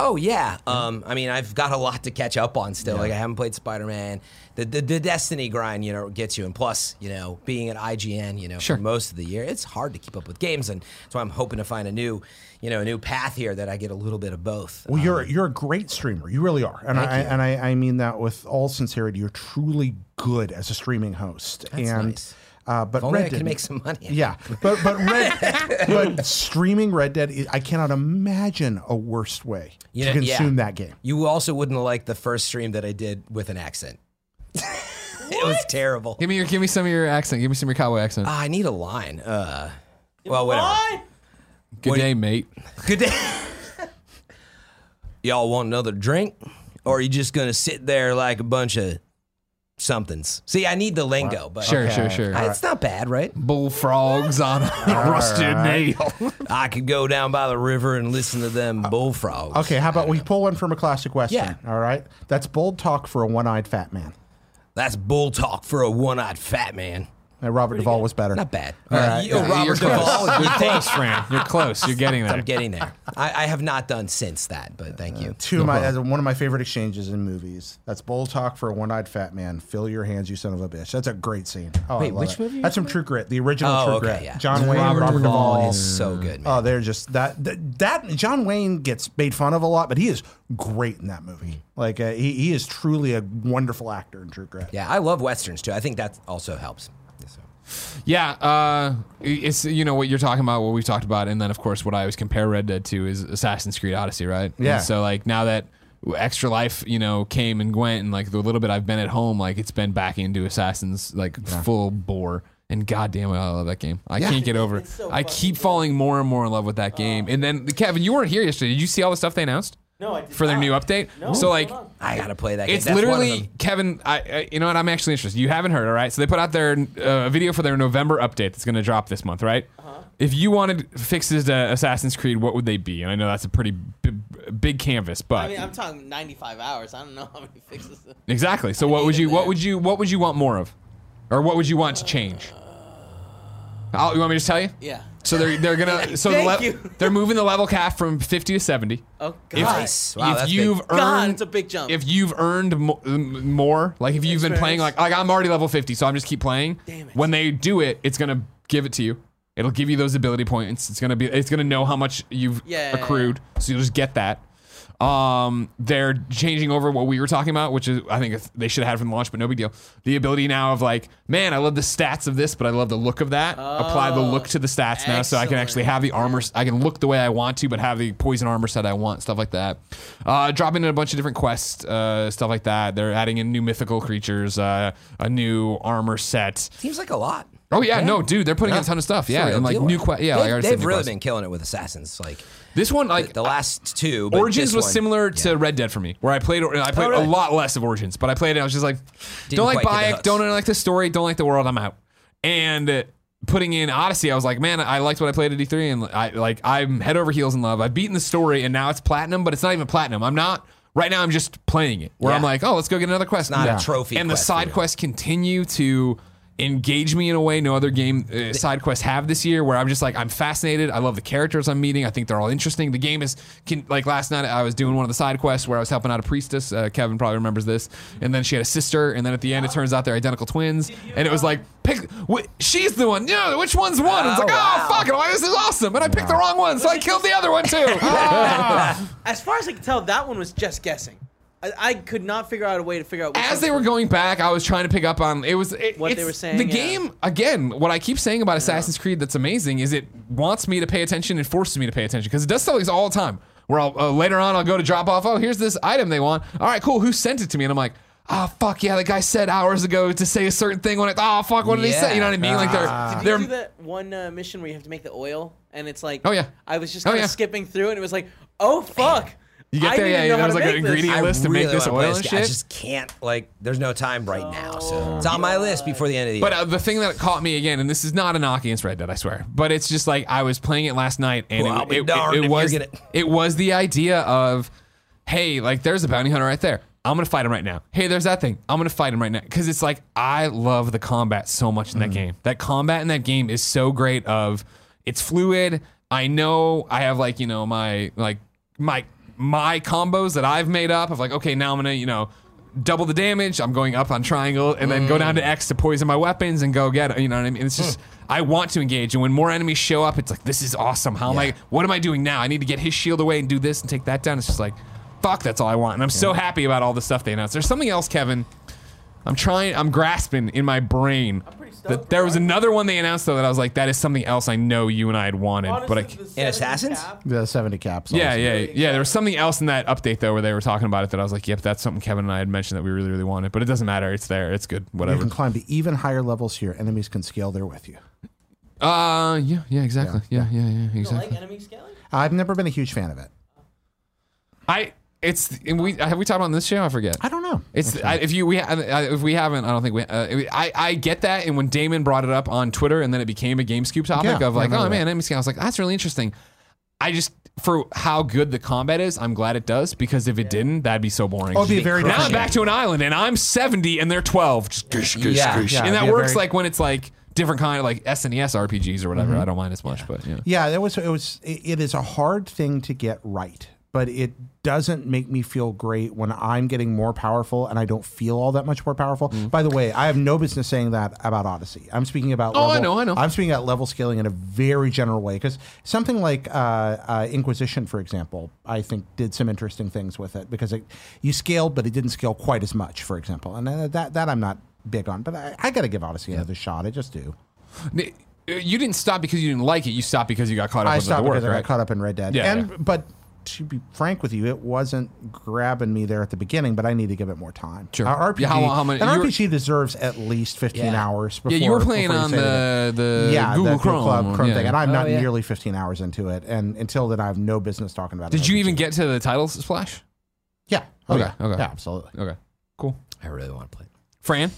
Oh yeah. Um, I mean, I've got a lot to catch up on still. Like I haven't played Spider Man. The, the the Destiny grind, you know, gets you. And plus, you know, being at IGN, you know, Sure. for most of the year, it's hard to keep up with games, and so I'm hoping to find a new, you know, a new path here that I get a little bit of both. Well, you're you're a great streamer. Um, You really are, and I and I, I mean that with all sincerity. You're truly good as a streaming host, and nice. Uh, but If only Red I Dead could make some money. Yeah, but but [LAUGHS] Red, but streaming Red Dead, is- I cannot imagine a worse way You to know- yeah. consume that game. You also wouldn't like the first stream that I did with an accent. [LAUGHS] it was terrible. Give me your, give me some of your accent. Give me some of your cowboy accent. Ah, I need a line. Uh, well, whatever. Good what do day, mate. Good day. [LAUGHS] Y'all want another drink? Or are you just going to sit there like a bunch of somethings? See, I need the lingo, but Sure, sure, Okay. sure. Ah, it's not bad, right? Bullfrogs on a [LAUGHS] rusted nail. I could go down by the river and listen to them bullfrogs. Okay, how about we pull one from a classic western? Yeah. All right, that's bold talk for a one-eyed fat man. That's bull talk for a one eyed fat man. Uh, Robert Duvall was better. Not bad. Uh, right. you, Yeah, you're Robert [LAUGHS] Duvall, you You're think? close, Fran. You're close. You're getting there. I'm getting there. I, I have not done since that, but thank you. Two of my as one of my favorite exchanges in movies. That's bold talk for a one-eyed fat man. Fill your hands, you son of a bitch. That's a great scene. Oh, I Wait, love which it. movie are you That's from True Grit, the original Oh, True okay, Grit. yeah. John Wayne, Robert, Robert, Duvall, Duvall. is so good, man. Oh, they're just that, that that John Wayne gets made fun of a lot, but he is great in that movie. Like uh, he, he is truly a wonderful actor in True Grit. Hmm. yeah, I love westerns too. I think that also helps. So- [LAUGHS] Yeah, uh, it's you know what you're talking about, what we've talked about, and then of course what I always compare Red Dead to is Assassin's Creed Odyssey, right? Yeah. And so like now that Extra Life, you know, came and went, and like the little bit I've been at home, like it's been back into Assassin's like full bore. And goddamn it, I love that game. I can't get over it. I keep falling more and more in love with that game. And then Kevin, you weren't here yesterday. Did you see all the stuff they announced? Uh. No, I did For their not. new update. No, so what's like going on? I gotta play that. it's game. That's one of literally them. Kevin. I, I you know what? I'm actually interested. You haven't heard, all right? So they put out their uh, video for their November update that's going to drop this month, right? Uh-huh. If you wanted fixes to Assassin's Creed, what would they be? And I know that's a pretty b- big canvas, but I mean, I'm talking 95 hours. I don't know how many fixes. exactly. So what would need you? it What there. would you? What would you want more of? Or what would you want to change? I'll, you want me to just tell you? Uh, Yeah. So they're they're [LAUGHS] gonna so the Thank le- you. they're moving the level cap from 50 to 70. Oh God. If, Nice. Wow, if that's you've big. earned, God, it's a big jump. If you've earned mo- uh, m- more, like if you've been playing, like Experience. like I'm already level 50, so I'm just keep playing. Damn it. When they do it, it's gonna give it to you. It'll give you those ability points. It's gonna be, it's gonna know how much you've Yeah. accrued, so you'll just get that. Um, they're changing over what we were talking about, which is I think it's- they should have had from the launch, but no big deal. The ability now of like, man, I love the stats of this, but I love the look of that. Apply the look to the stats now, so I can actually excellent. have the armor. I can look the way I want to, but have the poison armor set I want, stuff like that. Uh, dropping in a bunch of different quests, uh, stuff like that. They're adding in new mythical creatures, uh, a new armor set. seems like a lot. Oh yeah, no, dude, they're putting in a ton of stuff. Yeah, Real and like deal. new quest. Yeah, they've, like I already said, they've new really quests. been killing it with assassins. Like This one, like the last two. But Origins this was one- Oh, similar to Red Dead for me, where I played I played really? a lot less of Origins, but I played it. and I was just like, Didn't don't like quite get the Bayek, hooks. don't like the story, don't like the world. I'm out. And uh, putting in Odyssey, I was like, man, I liked what I played at E3, and I like I'm head over heels in love. I've beaten the story, and now it's platinum, but it's not even platinum. I'm not right now. I'm just playing it, where I'm Yeah. like, oh, let's go get another quest. not a Yeah. trophy And the quest side either. quests continue to. Engage me in a way no other game uh, side quests have this year, where I'm just like I'm fascinated. I love the characters I'm meeting. I think they're all interesting. The game is can, like last night I was doing one of the side quests where I was helping out a priestess. Uh, Kevin probably remembers this, and then she had a sister, and then at the end it turns out they're identical twins, and it was like pick wh- she's the one. Yeah, which one's one? And it's Oh, like wow. oh fuck, it, why this is awesome, and I picked the wrong one, so I killed the other one [LAUGHS] too. Ah. As far as I can tell, that one was just guessing. I, I could not figure out a way to figure out. Which as one's they were which. going back, I was trying to pick up on it was it, What they it's- were saying, The yeah. game again. What I keep saying about Assassin's Creed that's amazing is it wants me to pay attention and forces me to pay attention because it does stuff like this all the time. Where I'll, uh, later on I'll go to drop off. Oh, here's this item they want. All right, cool. Who sent it to me? And I'm like. Ah fuck yeah! The guy said hours ago to say a certain thing when it. Oh fuck! What did he say? You know what I mean? Like Did they're you do they're. that one uh, mission where you have to make the oil, and it's like, Oh, yeah. I was just Oh, kind of yeah. skipping through, and it was like, oh fuck, You get I there, didn't yeah, know that how was to like an make this. ingredient. I list to make really this wanna oil play and game. I shit? Oh. just can't. Like, there's no time right now, so it's on my list before the end of the year. But uh, the thing that caught me again, and this is not a knock against Red Dead, I swear, but it's just like I was playing it last night, and Well, I'll it, be it- it- darned it if you're was gonna- it was the idea of, hey, like there's a bounty hunter right there. I'm gonna fight him right now. Hey, there's that thing. I'm gonna fight him right now because it's like I love the combat so much Mm-hmm. in that game. That combat in that game is so great. Of it's fluid. I know I have like you know my like my my combos that I've made up of like okay now I'm gonna you know double the damage. I'm going up on triangle and then go down to X to poison my weapons and go get. You know what I mean? It's just I want to engage, and when more enemies show up, it's like this is awesome. How am I? What am I doing now? I need to get his shield away and do this and take that down. It's just like fuck. That's all I want, and I'm so happy about all the stuff they announced. There's something else, Kevin. I'm trying. I'm grasping in my brain The, there was another one they announced though that I was like, that is something else I know you and I had wanted, but I. Honestly, can't- the And Assassins? 70 cap- The 70 caps. Yeah, yeah, yeah. There was something else in that update though where they were talking about it that I was like, yep, that's something Kevin and I had mentioned that we really, really wanted, but it doesn't matter. It's there. It's good. You Whatever. can climb to even higher levels here. Enemies can scale there with you. [LAUGHS] Uh, yeah, yeah, exactly. Yeah, yeah, yeah, You don't exactly. like enemy scaling? I've never been a huge fan of it. I. It's and we have we talked on this show. I forget. I don't know. It's I, if you we I- I- if we haven't, I don't think we. Uh, I I get that, and when Damon brought it up on Twitter, and then it became a GameScoop topic Yeah, of I like, remember oh that. man, enemy scan. I was like, that's really interesting. I just for how good the combat is, I'm glad it does because if it didn't, that'd be so boring. Oh, it'd be a very now different I'm back game. to an island, and I'm 70, and they're 12. Just gush, gush, Yeah. gush. Yeah, and it'd that be a works very- like when it's like different kind of like E SNES RPGs or whatever. I don't mind as much, but yeah. Mm-hmm. Yeah, that was it was it, it is a hard thing to get right, but it doesn't make me feel great when I'm getting more powerful and I don't feel all that much more powerful. Mm. By the way, I have no business saying that about Odyssey. I'm speaking about Oh, I level, know, I know. I'm speaking about level scaling in a very general way because something like uh, uh, Inquisition, for example, I think did some interesting things with it because it you scaled, but it didn't scale quite as much, for example, and uh, that that I'm not big on. But I, I got to give Odyssey another shot. I just do. N- You didn't stop because you didn't like it. You stopped because you got caught up I with the stopped work, because I right? got caught up in Red Dead. Yeah, and yeah. but to be frank with you, it wasn't grabbing me there at the beginning. But I need to give it more time. Sure. Our RPG, Yeah, how- how many- an you were- RPG deserves at least fifteen Yeah. hours. Before, yeah, you were playing before on say that it- the the yeah Google the Chrome, Club one, Chrome yeah. thing, and I'm not Oh, yeah. nearly fifteen hours into it. And until then, I have no business talking about it. Did you even get to the title splash? Yeah. Oh, Okay, Yeah. okay. Yeah. Absolutely. Okay, cool. I really want to play. Fran,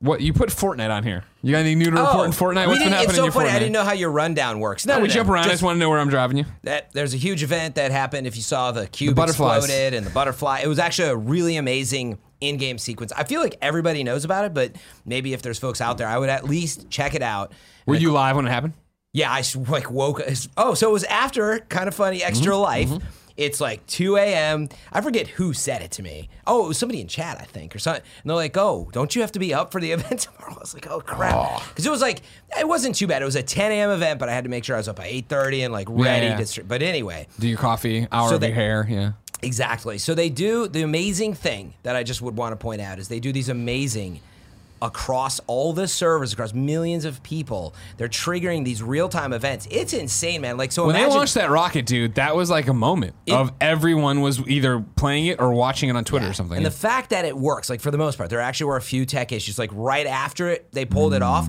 what you put Fortnite on here? You got anything new to report in Fortnite? Oh, we What's been didn't- happening It's so in your funny. Fortnite? I didn't know how your rundown works. No, No, no, we no. jump around. I Just just want to know where I'm driving you. that there's a huge event that happened. If you saw the cube butterflies. exploded and the butterfly, it was actually a really amazing in-game sequence. I feel like everybody knows about it, but maybe if there's folks out there, I would at least check it out. Were you live when it happened? Yeah, I s- like woke. Oh, so it was after kind of funny extra Mm-hmm, life. It's like 2 a.m. I forget who said it to me. Oh, it was somebody in chat, I think, or something. And they're like, "Oh, don't you have to be up for the [LAUGHS] event tomorrow?" I was like, "Oh crap," because it was like it wasn't too bad. It was a 10 a.m. event, but I had to make sure I was up by 8:30 and like ready yeah. to. str- But anyway, Do your coffee, hour So of they- your hair, yeah. Exactly. So they do the amazing thing that I just would want to point out is they do these amazing across all the servers across millions of people. They're triggering these real-time events. It's insane, man. Like so When imagine they launched that rocket, dude, that was like a moment of everyone was either playing it or watching it on Twitter or something. And the fact that it works, like for the most part, there actually were a few tech issues. Like right after it, they pulled it Mm. off.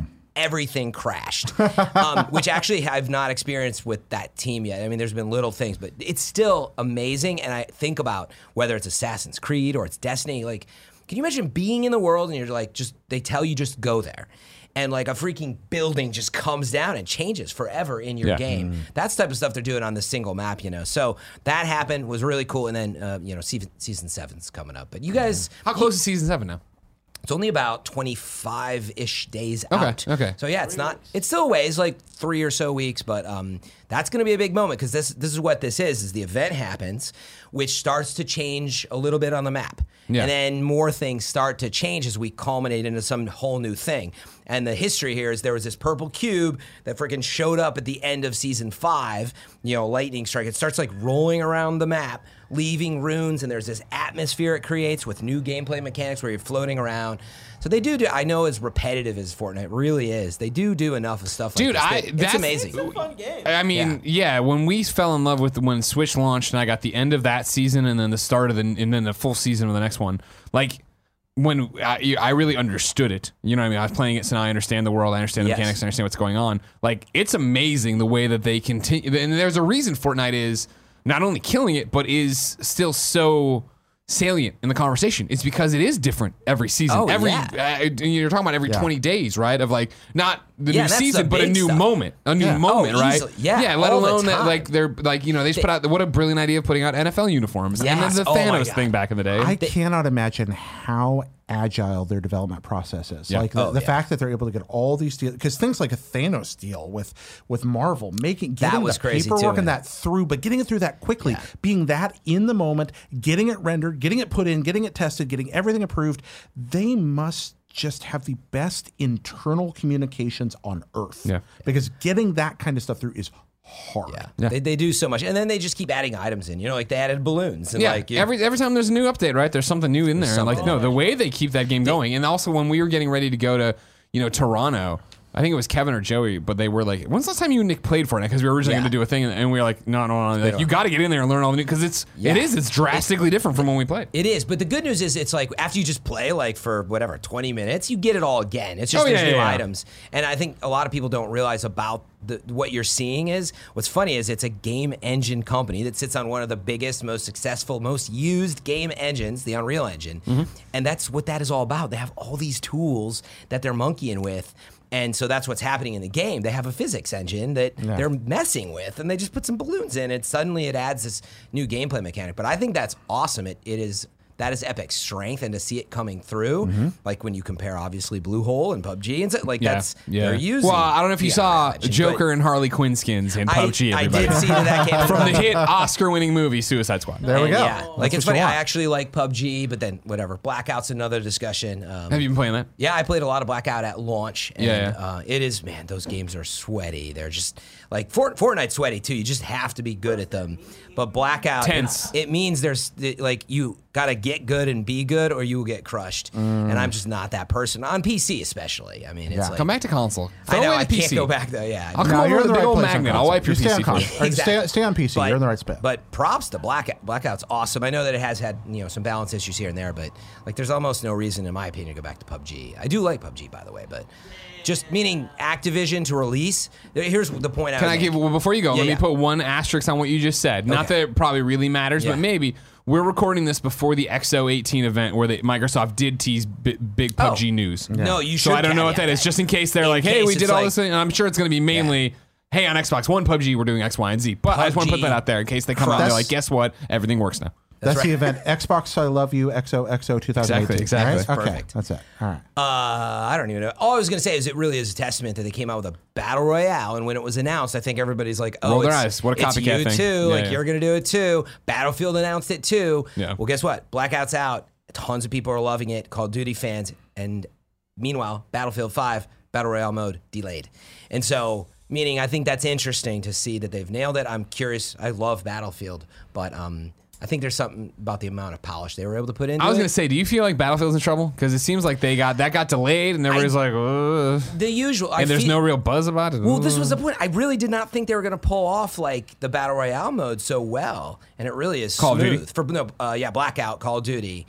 [LAUGHS] Everything crashed, um, which actually I've not experienced with that team yet. I mean, there's been little things, but it's still amazing. And I think about whether it's Assassin's Creed or it's Destiny. Like, can you imagine being in the world and you're like, just they tell you just go there, and like a freaking building just comes down and changes forever in your Yeah. game game. Mm. That's the type of stuff they're doing on this single map, you know. So that happened was really cool. And then uh, you know, season, season seven's coming up. But you guys, How close is season seven now? it's only about twenty five ish days Okay, out. okay. So yeah, it's not. It's still a ways, like three or so weeks. But um, that's going to be a big moment because this this is what this is. Is the event happens, which starts to change a little bit on the map, Yeah. and then more things start to change as we culminate into some whole new thing. And the history here is there was this purple cube that freaking showed up at the end of season five. You know, lightning strike. It starts like rolling around the map leaving runes, and there's this atmosphere it creates with new gameplay mechanics where you're floating around. So they do do. I know as repetitive as Fortnite really is, they do do enough of stuff. Dude, like this. I- They- that's- it's amazing. It's a fun game. I mean, yeah. When we fell in love with when Switch launched, and I got the end of that season, and then the start of the, and then the full season of the next one. Like when I, I really understood it. You know what I mean? I was playing it, so now I understand the world. I understand the Yes. mechanics. I understand what's going on. Like it's amazing the way that they continue. And there's a reason Fortnite is not only killing it, but is still so salient in the conversation. It's because it is different every season. Oh, every yeah. uh, you're talking about every 20 days, right? Of like not the Yeah, new that's the season, but a big new stuff. moment, a new Yeah. moment, Oh, right? easily. Yeah, yeah. Let all the alone that, time. like they're like you know they just put out what a brilliant idea of putting out NFL uniforms and then Yes. the Oh my Thanos God. thing back in the day. I cannot imagine how agile their development process is. Like the, Oh, the yeah. fact that they're able to get all these deals because things like a Thanos deal with with Marvel making getting was the crazy too, paperwork and man. that through, but getting it through that quickly, being that in the moment, getting it rendered, getting it put in, getting it tested, getting everything approved, they must just have the best internal communications on earth. Yeah. Because getting that kind of stuff through is hard. yeah, They, they do so much, and then they just keep adding items in. You know, like they added balloons, and yeah, like you- every every time there's a new update, right? There's something new in there. And, Like something. no, the way they keep that game going, and also when we were getting ready to go to you know, Toronto. I think it was Kevin or Joey, but they were like, "When's the last time you and Nick played Fortnite?" Because we were originally Yeah. going to do a thing, and- and we were like, "No, no, no! Like, you got to get in there and learn all the new because it's Yeah. it is it's drastically different from when we played." It is, but the good news is it's like after you just play like for whatever twenty minutes, you get it all again. It's just Oh, yeah, there's yeah, new yeah. items, and I think a lot of people don't realize about the, what you're seeing is what's funny is it's a game engine company that sits on one of the biggest, most successful, most used game engines, the Unreal Engine, and that's what that is all about. They have all these tools that they're monkeying with. And so that's what's happening in the game. They have a physics engine that they're messing with, and they just put some balloons in, and suddenly it adds this new gameplay mechanic. But I think that's awesome. It, it is that is Epic's strength, and to see it coming through, like when you compare obviously Blue Hole and PUBG, and so, like that's they're using. Well, I don't know if you the saw Unreal Engine, Joker but and Harley Quinn skins in I- PUBG. I, Everybody did [LAUGHS] see that, that came from the hit Oscar-winning movie Suicide Squad. There we And go. Yeah, like That's it's what funny. you I want. actually like PUBG, but then whatever. Blackout's another discussion. Um, Have you been playing that? Yeah, I played a lot of Blackout at launch, and Yeah, yeah. Uh, it is man. Those games are sweaty. They're just like Fort, Fortnite's sweaty too. You just have to be good at them. But Blackout, Tense. It, it means there's it- like you gotta get good and be good, or you will get crushed. And I'm just not that person on PC, especially. I mean, it's Yeah. like Mm. Come back to console. Throw I know away I the can't PC. go back though. Yeah, I'll come No, over you're in with a the big right old place on magnet. I'll console. wipe your You stay on PC for console. you. Or Stay, stay on PC. You're in the right spot. But props to Blackout. Blackout's awesome. I know that it has had you know some balance issues here and there, but like there's almost no reason, in my opinion, to go back to PUBG. I do like PUBG, by the way, but just meaning Activision to release. there- Here's the point. Can was I give making. well, before you go? Yeah, let me yeah. put one asterisk on what you just said. Not that Okay. it probably really matters, Yeah. but maybe we're recording this before the XO18 event where they, Microsoft did tease bi- big Oh. PUBG news. No, you should. So I don't know what caveat that is. Just in case they're In like, "Hey, we case did it's all like- this," thing. and I'm sure it's going to be mainly. Hey, on Xbox One, PUBG, we're doing X, Y, and Z. But I just want to put PUBG. that out there in case they come out and they're That's- like, guess what? Everything works now. that's the event Xbox I Love You XOXO 2018. Exactly, exactly. Right? Okay, Perfect. that's it. All right. Uh, I don't even know. All I was gonna say is it really is a testament that they came out with a battle royale, and when it was announced, I think everybody's like, "Oh, Roll their it's, eyes. What a it's copycat you thing." too. Yeah, like yeah. you're gonna do it too." Battlefield announced it too. Yeah. Well, guess what? Blackout's out. Tons of people are loving it. Call of Duty fans, and meanwhile, Battlefield Five battle royale mode delayed, and so. Meaning, I think that's interesting to see that they've nailed it. I'm curious. I love Battlefield, but um, I think there's something about the amount of polish they were able to put into I was it. going to say, do you feel like Battlefield's in trouble? Because it seems like they got that got delayed, and everybody's like, Ugh. the usual. I and there's feel- no real buzz about it. Well, this was the point. I really did not think they were going to pull off like the battle royale mode so well, and it really is Call of Duty? Mm-hmm. smooth for no, uh, yeah, Blackout, Call of Duty,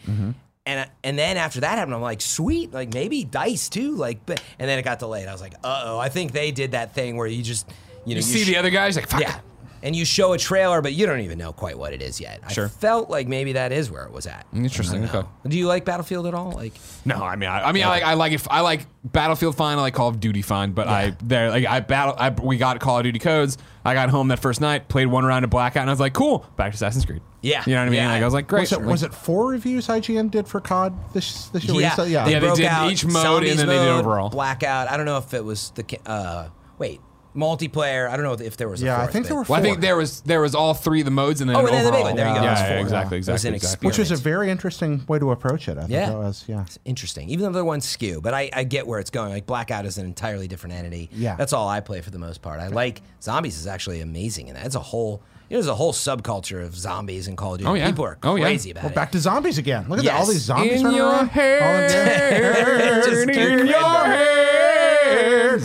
and and then after that happened, I'm like, sweet, like maybe Dice too, like, but and then it got delayed. I was like, uh oh, I think they did that thing where you just you know you you see sh- the other guys like, fuck. [LAUGHS] yeah. And you show a trailer, but you don't even know quite what it is yet. I Sure. felt like maybe that is where it was at. Interesting. Okay. Do you like Battlefield at all? Like, No, I mean, I, I mean, I like, I like, if I like Battlefield fine, I like Call of Duty fine, but I there, like, I battle, I we got Call of Duty codes. I got home that first night, played one round of Blackout, and I was like, cool, back to Assassin's Creed. Yeah. you know what I mean. Yeah. Like, I was like, great. was, it, was it four reviews IGN did for COD this, this year? Yeah, So- yeah. Yeah, they broke did out each mode and zombies then they did mode, overall. blackout. I don't know if it was the ca- uh, wait multiplayer. I don't know if there was. A Yeah, I fourth, think there but- were Well, I think four. there was there was all three of the modes, and then Oh, an and then the big overall. one. There you go. Yeah, That's yeah, four. exactly, That was exactly, an exactly. experience. Which was a very interesting way to approach it. I think Yeah. it was. Yeah. It's interesting. Even though they're one skew, but I, I get where it's going. Like blackout is an entirely different entity. Yeah. that's all I play for the most part. I like zombies is actually amazing in that. It's a whole. You know, there's a whole subculture of zombies in Call of Duty. Oh, yeah. People are Oh, yeah. crazy about Well, it. back to zombies again. Look at that. All Yes. these zombies In running your around. All in [LAUGHS] there. [LAUGHS] hair, Just keep in your random. hair,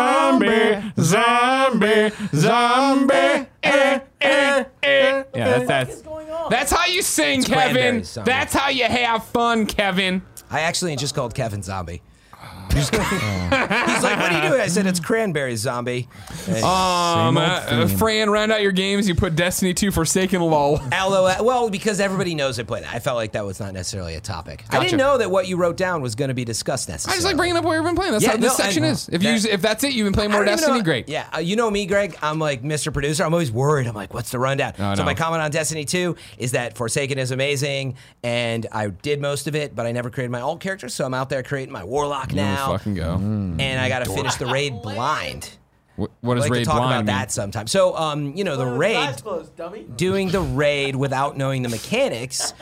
zombie, zombie, zombie. eh, eh, eh. Yeah, that's that's going on? that's how you sing, Kevin. Cranberries song. That's how you have fun, Kevin. I actually just called Kevin Zombie. [LAUGHS] He's like, what are you doing? I said, it's cranberry zombie. And- Um, uh, old uh, theme. Fran, round out your games. You put Destiny 2 Forsaken lol. LOL. Well, because everybody knows it, but I felt like that was not necessarily a topic. I Gotcha. didn't know that what you wrote down was going to be discussed I necessarily. just like bringing up what you've been playing. That's Yeah, how this no, section I- is. If you that- if that's it, you've been playing I more don't even Destiny. know- Great. Yeah, uh, you know me, Greg. I'm like Mr. Producer. I'm always worried. I'm like, what's the rundown? Oh, so no. my comment on Destiny 2 is that Forsaken is amazing, and I did most of it, but I never created my alt character, so I'm out there creating my warlock Here we now, fucking go. and I got to finish the raid blind. What, what [LAUGHS] does Mm. like raid to talk blind about mean? that sometimes. So, um, you know, the raid, closed, dummy. doing the raid without knowing the mechanics,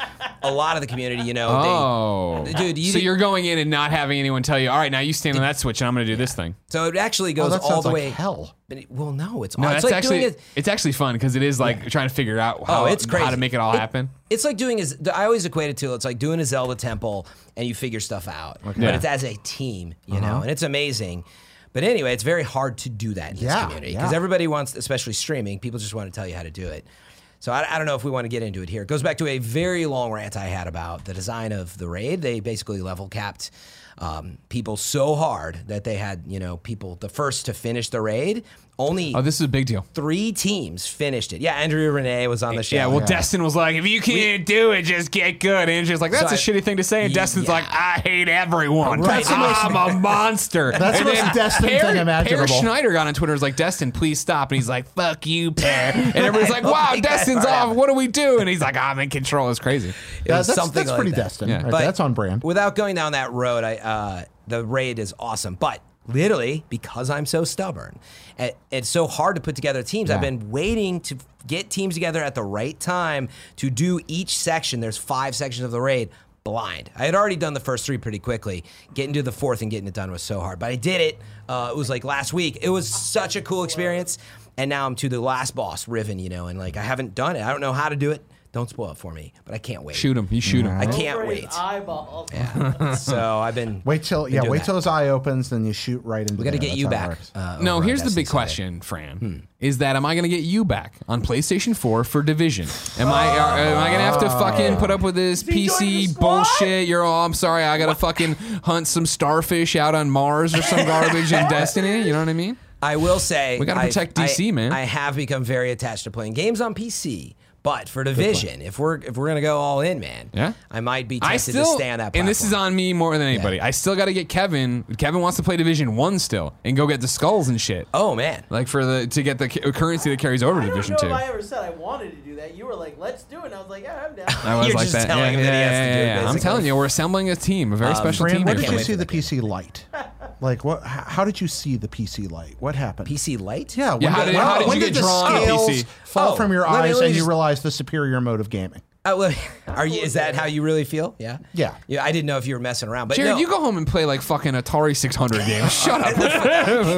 a lot of the community, you know, Oh, they, dude, you so did- you're going in and not having anyone tell you, all right, now you stand on that switch, and I'm going to do this thing. so it actually Oh, goes that all sounds the like way. hell. But it- well, no, it's No, all, that's it's like actually doing it. it's actually fun because it is like trying to figure out how, Oh, it's how to crazy. make it all happen. It's like doing is I always equate it to it's like doing a Zelda temple and you figure stuff out. Yeah. But it's as a team, you Uh-huh. know, and it's amazing. But anyway, it's very hard to do that in this Yeah, community yeah. because everybody wants, especially streaming, people just want to tell you how to do it. So I, I don't know if we want to get into it here. It goes back to a very long rant I had about the design of the raid. They basically level capped um, people so hard that they had, you know, people the first to finish the raid. Only Oh, this is a big deal. three teams finished it. Yeah, Andrew Renee was on the show. Yeah, well, Destin was like, if you can't do it, just get good. And she's like, that's So a I- shitty thing to say. And Ye- Destin's yeah. like, I hate everyone. Right. That's the most- I'm a [LAUGHS] monster. That's And the most then Destin Per- thing imaginable. Per Schneider got on Twitter and was like, Destin, please stop. And he's like, fuck you, Per. [LAUGHS] And everyone's like, wow, think that's Destin's what off. happened. What do we do? And he's like, I'm in control. It's crazy. It was that's, something that's like pretty that. destined. Yeah. Right, But that's on brand. Without going down that road, I uh, the raid is awesome, but literally because I'm so stubborn, it, it's so hard to put together teams. I've been waiting to get teams together at the right time to do each section. There's five sections of the raid. Blind. I had already done the first three pretty quickly. Getting to the fourth and getting it done was so hard, but I did it. Uh, it was like last week. It was such a cool experience. And now I'm to the last boss, Riven, you know, and like I haven't done it. I don't know how to do it. Don't spoil it for me, but I can't wait. Shoot him. You shoot him. I can't wait. Eyeballs. [LAUGHS] So I've been. [LAUGHS] Wait till yeah, do wait that. till his eye opens, then you shoot right into. We got to get you back. uh, No, over here's on the Destiny big Sunday. question, Fran. Is that am I going to get you back on PlayStation 4 for Division? Am I are, am I going to have to fucking put up with this he joining the PC squad? bullshit? You're all I'm sorry, I got to fucking hunt some starfish out on Mars or some garbage [LAUGHS] in Destiny, you know what I mean? I will say We gotta I- protect I- DC, man. I have become very attached to playing games on PC. But for Division, if we're if we're gonna go all in, man, Yeah. I might be tempted I to still stay on that. Platform. and this is on me more than anybody. I still got to get Kevin. Kevin wants to play Division 1 still and go get the skulls and shit. Oh man, Like for the to get the cu- currency that carries over to I don't Division know 2. if I ever said I wanted to do that. You were like, "Let's do it." And I was like, "Yeah, I'm down." I was You're like just that. telling yeah, him that he yeah, has to yeah, do it, yeah. I'm basically. Um, telling you, we're assembling a team, a very special Brand, team. where here. did you wait see for the that game. PC light? Like what? How, how did you see the PC light? What happened? PC Lite. Yeah. When Yeah, how did- how did you when get the drawn to scales PC? fall Oh, from your let me- eyes let me and you just- realize the superior mode of gaming? Uh, well, [LAUGHS] are you? Is that how you really feel? Yeah. Yeah. Yeah. I didn't know if you were messing around, but Jared, no. you go home and play like fucking Atari 600 [LAUGHS] games. Shut up.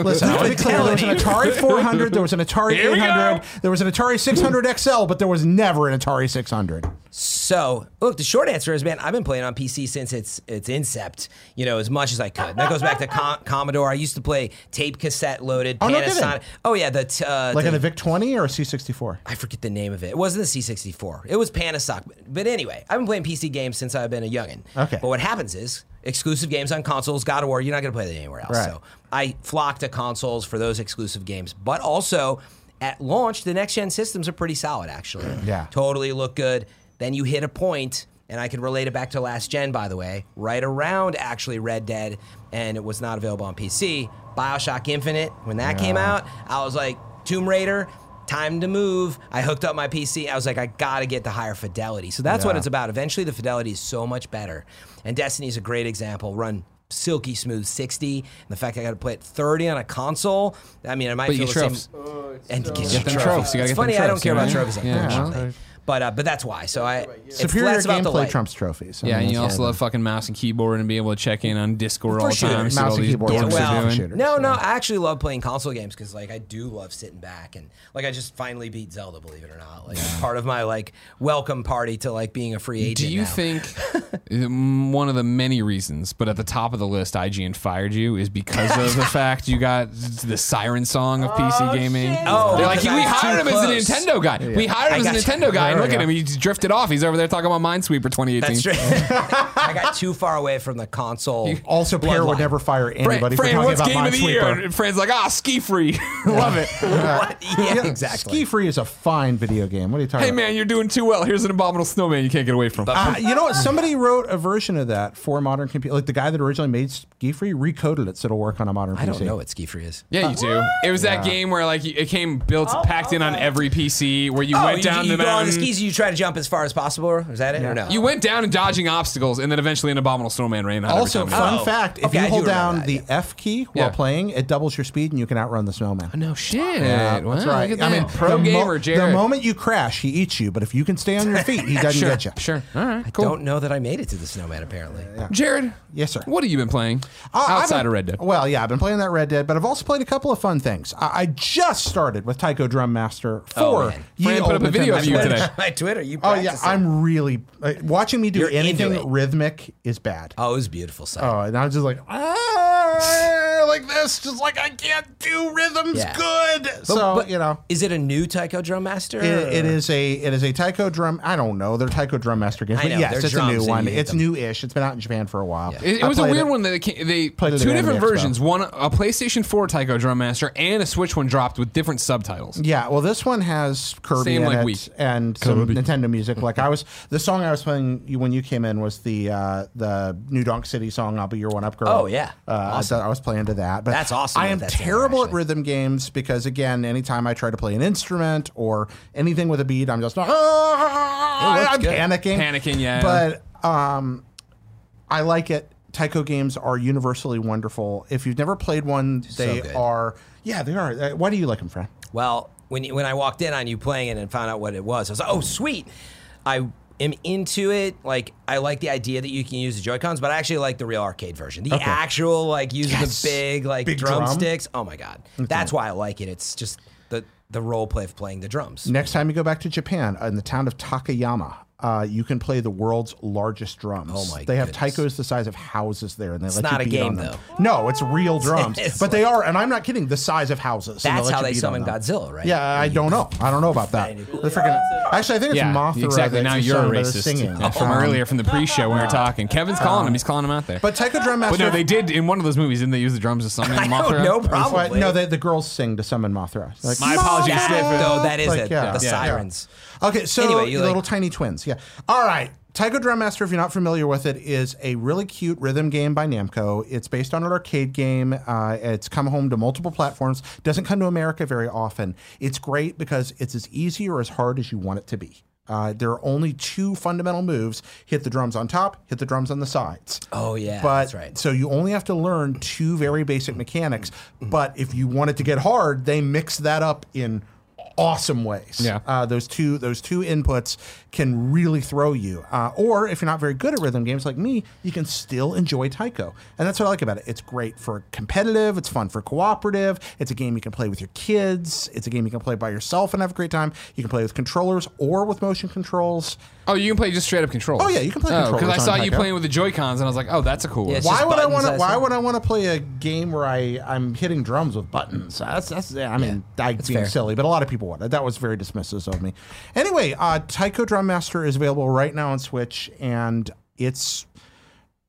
Listen, I want to be clear. There was an Atari [LAUGHS] 400. There was an Atari Here we go. 800. There was an Atari 600 XL, but there was never an Atari 600. So, look, the short answer is, man, I've been playing on PC since its its incept. You know, as much as I could. That goes back to Com- Commodore. I used to play tape cassette loaded Oh, no Panasonic. kidding. oh yeah, the t- uh, Like the- an Vic 20 or a C64. I forget the name of it. It wasn't the C64. It was Panasonic. But anyway, I've been playing PC games since I've been a youngin. Okay. But what happens is exclusive games on consoles, God of War, you're not going to play that anywhere else. Right. So I flock to consoles for those exclusive games. But also, at launch, the next gen systems are pretty solid, actually. Yeah. Totally look good. Then you hit a point, and I can relate it back to last gen, by the way, right around actually Red Dead, and it was not available on PC. Bioshock Infinite, when that came out, I was like, Tomb Raider, time to move. I hooked up my PC. I was like, I gotta get the higher fidelity. So that's what Yeah. it's about. Eventually, the fidelity is so much better. And Destiny's a great example. Run silky smooth 60 and the fact i gotta play it 30 on a console i mean i might But you feel get the trophies. same Oh, and get, Get them trophies. You gotta it's get them funny, I trophies, don't care about yeah. trophies. Yeah. unfortunately. But uh, but that's why. So I it's Superior less about the gameplay light. trumps trophies. I yeah, mean, and you that's also what love fucking mouse and keyboard and be able to check in on Discord all the sure. time. see what Mouse all and these keyboard dorks Yeah, are well, doing. shit. shooters, no, no, I actually love playing console games because like I do love sitting back and like I just finally beat Zelda, believe it or not. Like it's part of my like welcome party to like being a free agent. Do you now. [LAUGHS] think mm, one of the many reasons, but at the top of the list, IGN fired you is because of [LAUGHS] the fact you got the siren song of PC gaming? Oh, They're like, we because I was hired him too as a close. Nintendo guy. We hired him I as a got you. Nintendo guy, and There we look at him. go. He drifted off. He's over there talking about Minesweeper 2018. [LAUGHS] that's true? [LAUGHS] I got too far away from the console. Also, Pierre would bloodline. never fire anybody for Fran, talking what's about game of the year? [LAUGHS] Minesweeper. And Fran's like, ah, ski free. [LAUGHS] Love [LAUGHS] it. [LAUGHS] [LAUGHS] Yeah, exactly. Ski Free is a fine video game. What are you talking hey, about? man, you're doing too well. Here's an abominable snowman you can't get away from. Uh, you know what? Somebody wrote a version of that for modern computer. Like the guy that originally made Ski Free recoded it so it'll work on a modern PC. I don't know what Ski Free is. yeah, you do. It was that game where like it came built, packed in on every PC, where you Oh, went you- down you the go on mountain, the ski easy. You try to jump as far as possible. Is that it or no? You went down and dodging obstacles, and then eventually an abominable snowman ran out. Also, uh, every time fun Oh. fact: if Okay, I you do hold remember down that, the yeah. F key while Yeah. playing, it doubles your speed, and you can outrun the snowman. no shit. Yeah, Wow, that's right. look at I mean, that. pro the gamer Jared. The moment you crash, he eats you. But if you can stay on your feet, he doesn't [LAUGHS] sure, get you. sure. All right, cool. Don't know that I made it to the snowman. Apparently, Jared, Yes, sir. What have you been playing Uh, I've outside been- of Red Dead? Well, yeah, I've been playing that Red Dead, but I've also played a couple of fun things. I, I just started with Taiko Drum Master Oh, Four. man. Ye Fran put up a Old video of Nintendo you Switch. today. [LAUGHS] [LAUGHS] my Twitter. You. Oh yeah, practicing. I'm really uh, watching me do You're into it. anything rhythmic is bad. Oh, it was a beautiful sight. Oh, and I was just like, "Ah," like this, just like I can't do rhythms Yeah. good. so but- you know, Is it a new Taiko Drum Master? Oh. it, it or- is a it is a taiko drum. I don't know. They're taiko drum master games. I But know, yes, they're it's a drums new and one. you hit It's them. new ish. It's been out in Japan for a while. It, it I was a played weird one that they, ca- they Played it two at different Anime Expo. versions. One a PlayStation 4 Taiko Drum Master and a Switch one dropped with different subtitles. Yeah, well, this one has Kirby Same in like it Wii. and some Nintendo music. Like I was, the song I was playing you- when you came in was the uh, the New Donk City song "I'll Be Your One Up Girl." Oh, yeah. uh, I, was playing to that. But That's awesome I that am that's in there, terrible at actually. rhythm games because again, anytime I try to play an instrument or anything with a beat, I'm just "Ah," I'm good. panicking, Panicking, yeah. But um, I like it. Taiko games are universally wonderful. If you've never played one, they good. are. Yeah, they are. Uh, Why do you like them, Fran? Well, when you, when I walked in on you playing it and found out what it was, I was like, oh sweet, I am into it. Like I like the idea that you can use the Joy Cons, but I actually like the real arcade version, the actual like using Yes. the big like Big drum. drumsticks. Oh my god, that's why I like it. It's just the the role play of playing the drums. Next time you go back to Japan, in the town of Takayama, uh, you can play the world's largest drums. Oh my They have goodness. taikos the size of houses there, and they let not a you beat game, on them. No, it's [LAUGHS] real drums, It's but they are, and I'm not kidding, the size of houses. and That's let how you they beat on summon them. Godzilla, right? Yeah, I don't know. I don't know about that. The freaking, actually, I think it's Yeah, Mothra. exactly. that's Now the you're a song, but it's racist. Singing. Yeah, from Oh, Um, earlier from the pre-show when we [LAUGHS] were talking. Kevin's calling him. He's calling him out there. But Taiko Drum Master. But no, they did in one of those movies. Didn't they use the [LAUGHS] drums to summon [LAUGHS] I Mothra? don't know, that's why- probably. no, they, the girls sing to summon Mothra. Like, My apologies, Yeah, Stephen. though that is Like, it. yeah. The Yeah. sirens. Okay, so Anyway, you the like- little tiny twins. Yeah. All right. Taiko Drum Master, if you're not familiar with it, is a really cute rhythm game by Namco. It's based on an arcade game. Uh, it's come home to multiple platforms. Doesn't come to America very often. It's great because it's as easy or as hard as you want it to be. Uh, there are only two fundamental moves: hit the drums on top, hit the drums on the sides. Oh yeah, but that's right. so you only have to learn two very basic mechanics. But if you want it to get hard, they mix that up in awesome ways. Yeah. Uh, those two those two inputs can really throw you. Uh, or if you're not very good at rhythm games like me, you can still enjoy Taiko, and that's what I like about it. It's great for competitive. It's fun for cooperative. It's a game you can play with your kids. It's a game you can play by yourself and have a great time. You can play with controllers or with motion controls. Oh, you can play just straight up controls. Oh, yeah, you can play Oh, because controllers I on saw you Taiko. playing with the Joy Cons, and I was like, oh, that's a cool one. Yeah, it's why just would I buttons, want I to? Why assume. would I want to play a game where I I'm hitting drums with buttons? That's that's. I mean, I being fair. silly, but a lot of people would. That was very dismissive of me. Anyway, uh, Taiko Drum Master is available right now on Switch, and it's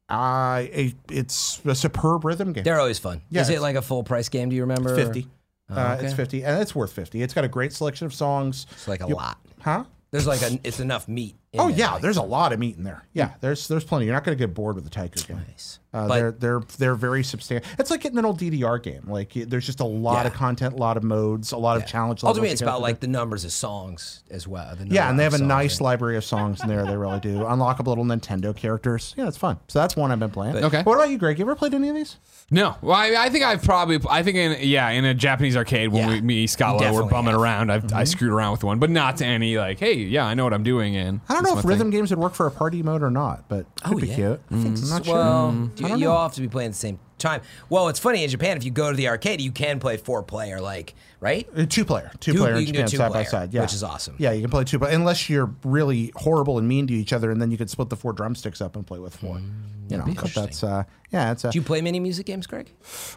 uh, a, it's a superb rhythm game. They're always fun. Yeah, is it it's- like a full price game? Do you remember? fifty. Uh, Oh, okay. It's fifty, and it's worth fifty. It's got a great selection of songs. It's like a lot. Huh? There's like a, it's enough meat. in Oh there, yeah, like- there's a lot of meat in there. Yeah, there's there's plenty. You're not going to get bored with the Taiko game. Nice. Uh, But- they're they're they're very substantial. It's like getting an old DDR game. Like y- there's just a lot of Yeah. content, a lot of modes, a lot of challenge levels. Ultimately, you it's gotta about figure like the numbers of songs as well. the yeah, number and they of have a songs, nice right? library of songs in there. They really do. Unlockable little Nintendo characters. Yeah, it's fun. So that's one I've been playing. Okay. What about you, Greg? You ever played any of these? No, well, I, I think I've probably, I think in yeah, in a Japanese arcade when Yeah. we, me, Scott, Lowe were Definitely bumming have. around, I've, Mm-hmm. I screwed around with one, but not to any like, hey, yeah, I know what I'm doing. And I don't it's know if my rhythm thing. games would work for a party mode or not, but could be Oh, yeah. cute. I think am not sure. Well, you, you all have to be playing at the same time. Well, it's funny in Japan if you go to the arcade, you can play four player, like right. Uh, Two player, two, Two- player in you can do Japan, two side by player, side, yeah, which is awesome. Yeah, you can play two, but unless you're really horrible and mean to each other, and then you could split the four drumsticks up and play with Mm, four. you know, but that's uh, yeah, it's uh, Do you play many music games, Greg?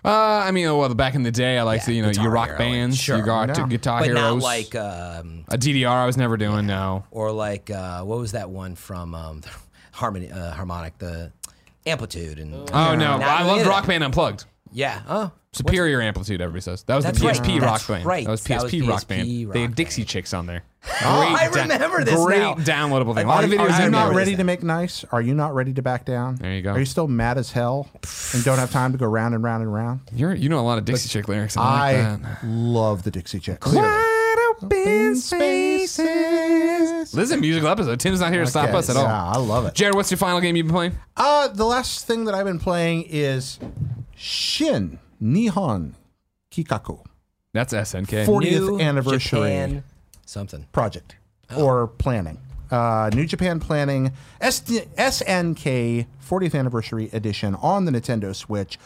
Uh, I mean, well, the- back in the day, I liked Yeah, the, you know, Guitar you rock Hero, bands, sure. you got Yeah. guitar but heroes, not like um, a DDR. I was never doing no. or like uh, what was that one from um, [LAUGHS] Harmony uh, Harmonic the Amplitude and Oh no, Not I really loved into Rock that. Band Unplugged. Yeah. Oh. Superior amplitude, everybody says. That was That's the right. PSP That's Rock Band. right. That was That was PSP Rock Band. PSP they had Rock Dixie Chicks on there. I da- remember this Great now. downloadable thing. A I- lot of I videos. Are you in not there. ready to make nice? Are you not ready to back down? There you go. Are you still mad as hell and don't have time to go round and round and round? You're, you know a lot of Dixie Chick lyrics. I, I like that. love the Dixie Chicks. Wide open spaces. This is a musical episode. Tim's not here to stop Okay, us at all. yeah, I love it. Jared, what's your final game you've been playing? Uh, the last thing that I've been playing is Shin Nihon Kikaku That's SNK. 40th New anniversary Japan something. project or planning. Uh, New Japan Planning SD- SNK 40th Anniversary Edition on the Nintendo Switch.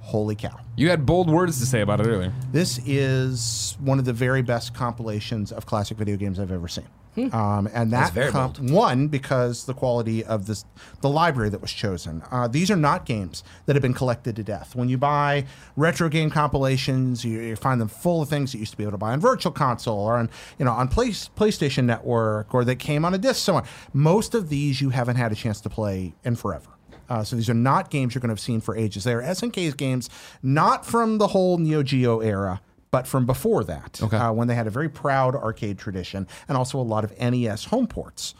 Holy cow. You had bold words to say about it earlier. This is one of the very best compilations of classic video games I've ever seen. Um, and that very com- one because the quality of this, the library that was chosen. Uh, these are not games that have been collected to death. When you buy retro game compilations, you, you find them full of things that you used to be able to buy on Virtual Console or on you know on Play- PlayStation Network or that came on a disc somewhere. Most of these you haven't had a chance to play in forever. Uh, so these are not games you're going to have seen for ages. They are SNK's games, not from the whole Neo Geo era, but from before that, uh, when they had a very proud arcade tradition and also a lot of NES home ports.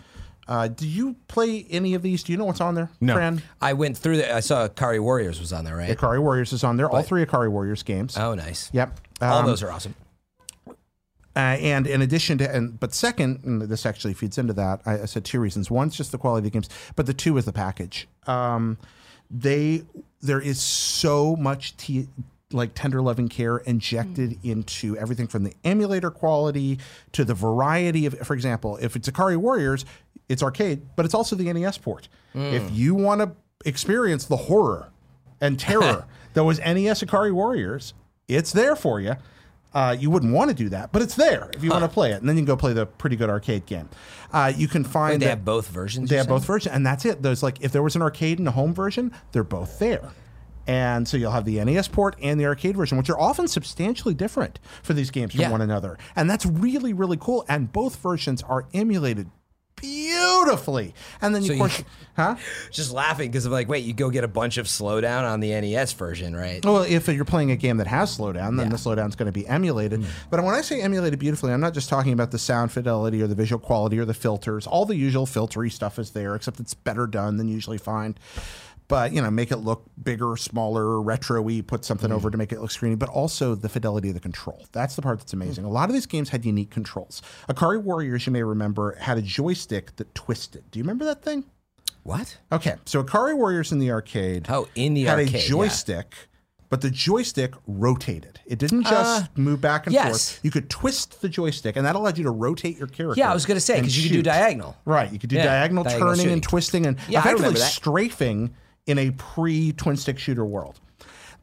Uh, do you play any of these? Do you know what's on there, No. Fran? I went through the I saw Akari Warriors was on there, right? Akari Warriors is on there. All three Akari Warriors games. Oh, nice. Yep. All Um, those are awesome. Uh, and in addition to, and but second, and this actually feeds into that. I, I said two reasons. One's just the quality of the games, but the two is the package. Um, they there is so much t- like tender loving care injected into everything from the emulator quality to the variety of. For example, if it's Akari Warriors, it's arcade, but it's also the NES port. If you want to experience the horror and terror that was NES Akari Warriors. It's there for you. Uh, you wouldn't want to do that, but it's there if you want to play it. And then you can go play the pretty good arcade game. Uh, you can find They that- have both versions. they you're have both saying? versions, and that's it. There's like if there was an arcade and a home version, they're both there. And so you'll have the NES port and the arcade version, which are often substantially different for these games from Yeah. one another. And that's really, really cool. And both versions are emulated beautifully. And then, So of you- course, huh? Just laughing because I'm like, wait, you go get a bunch of slowdown on the NES version, right? Well, if you're playing a game that has slowdown, then the slowdown's going to be emulated. But when I say emulated beautifully, I'm not just talking about the sound fidelity or the visual quality or the filters. All the usual filtery stuff is there, except it's better done than you usually find. But you know, make it look bigger, smaller, retro-y. Put something over to make it look screeny. But also the fidelity of the control. That's the part that's amazing. A lot of these games had unique controls. Akari Warriors, you may remember, had a joystick that twisted. Do you remember that thing? What? Okay, so Akari Warriors in the arcade Oh, in the had arcade, a yeah. joystick, but the joystick rotated. It didn't just move back and Uh, yes. forth. You could twist the joystick, and that allowed you to rotate your character. Yeah, I was gonna say and because you could do shoot. diagonal. Right, you could do Yeah, diagonal, diagonal turning shooting. and twisting, and Yeah, I effectively remember that. strafing in a pre-twin stick shooter world.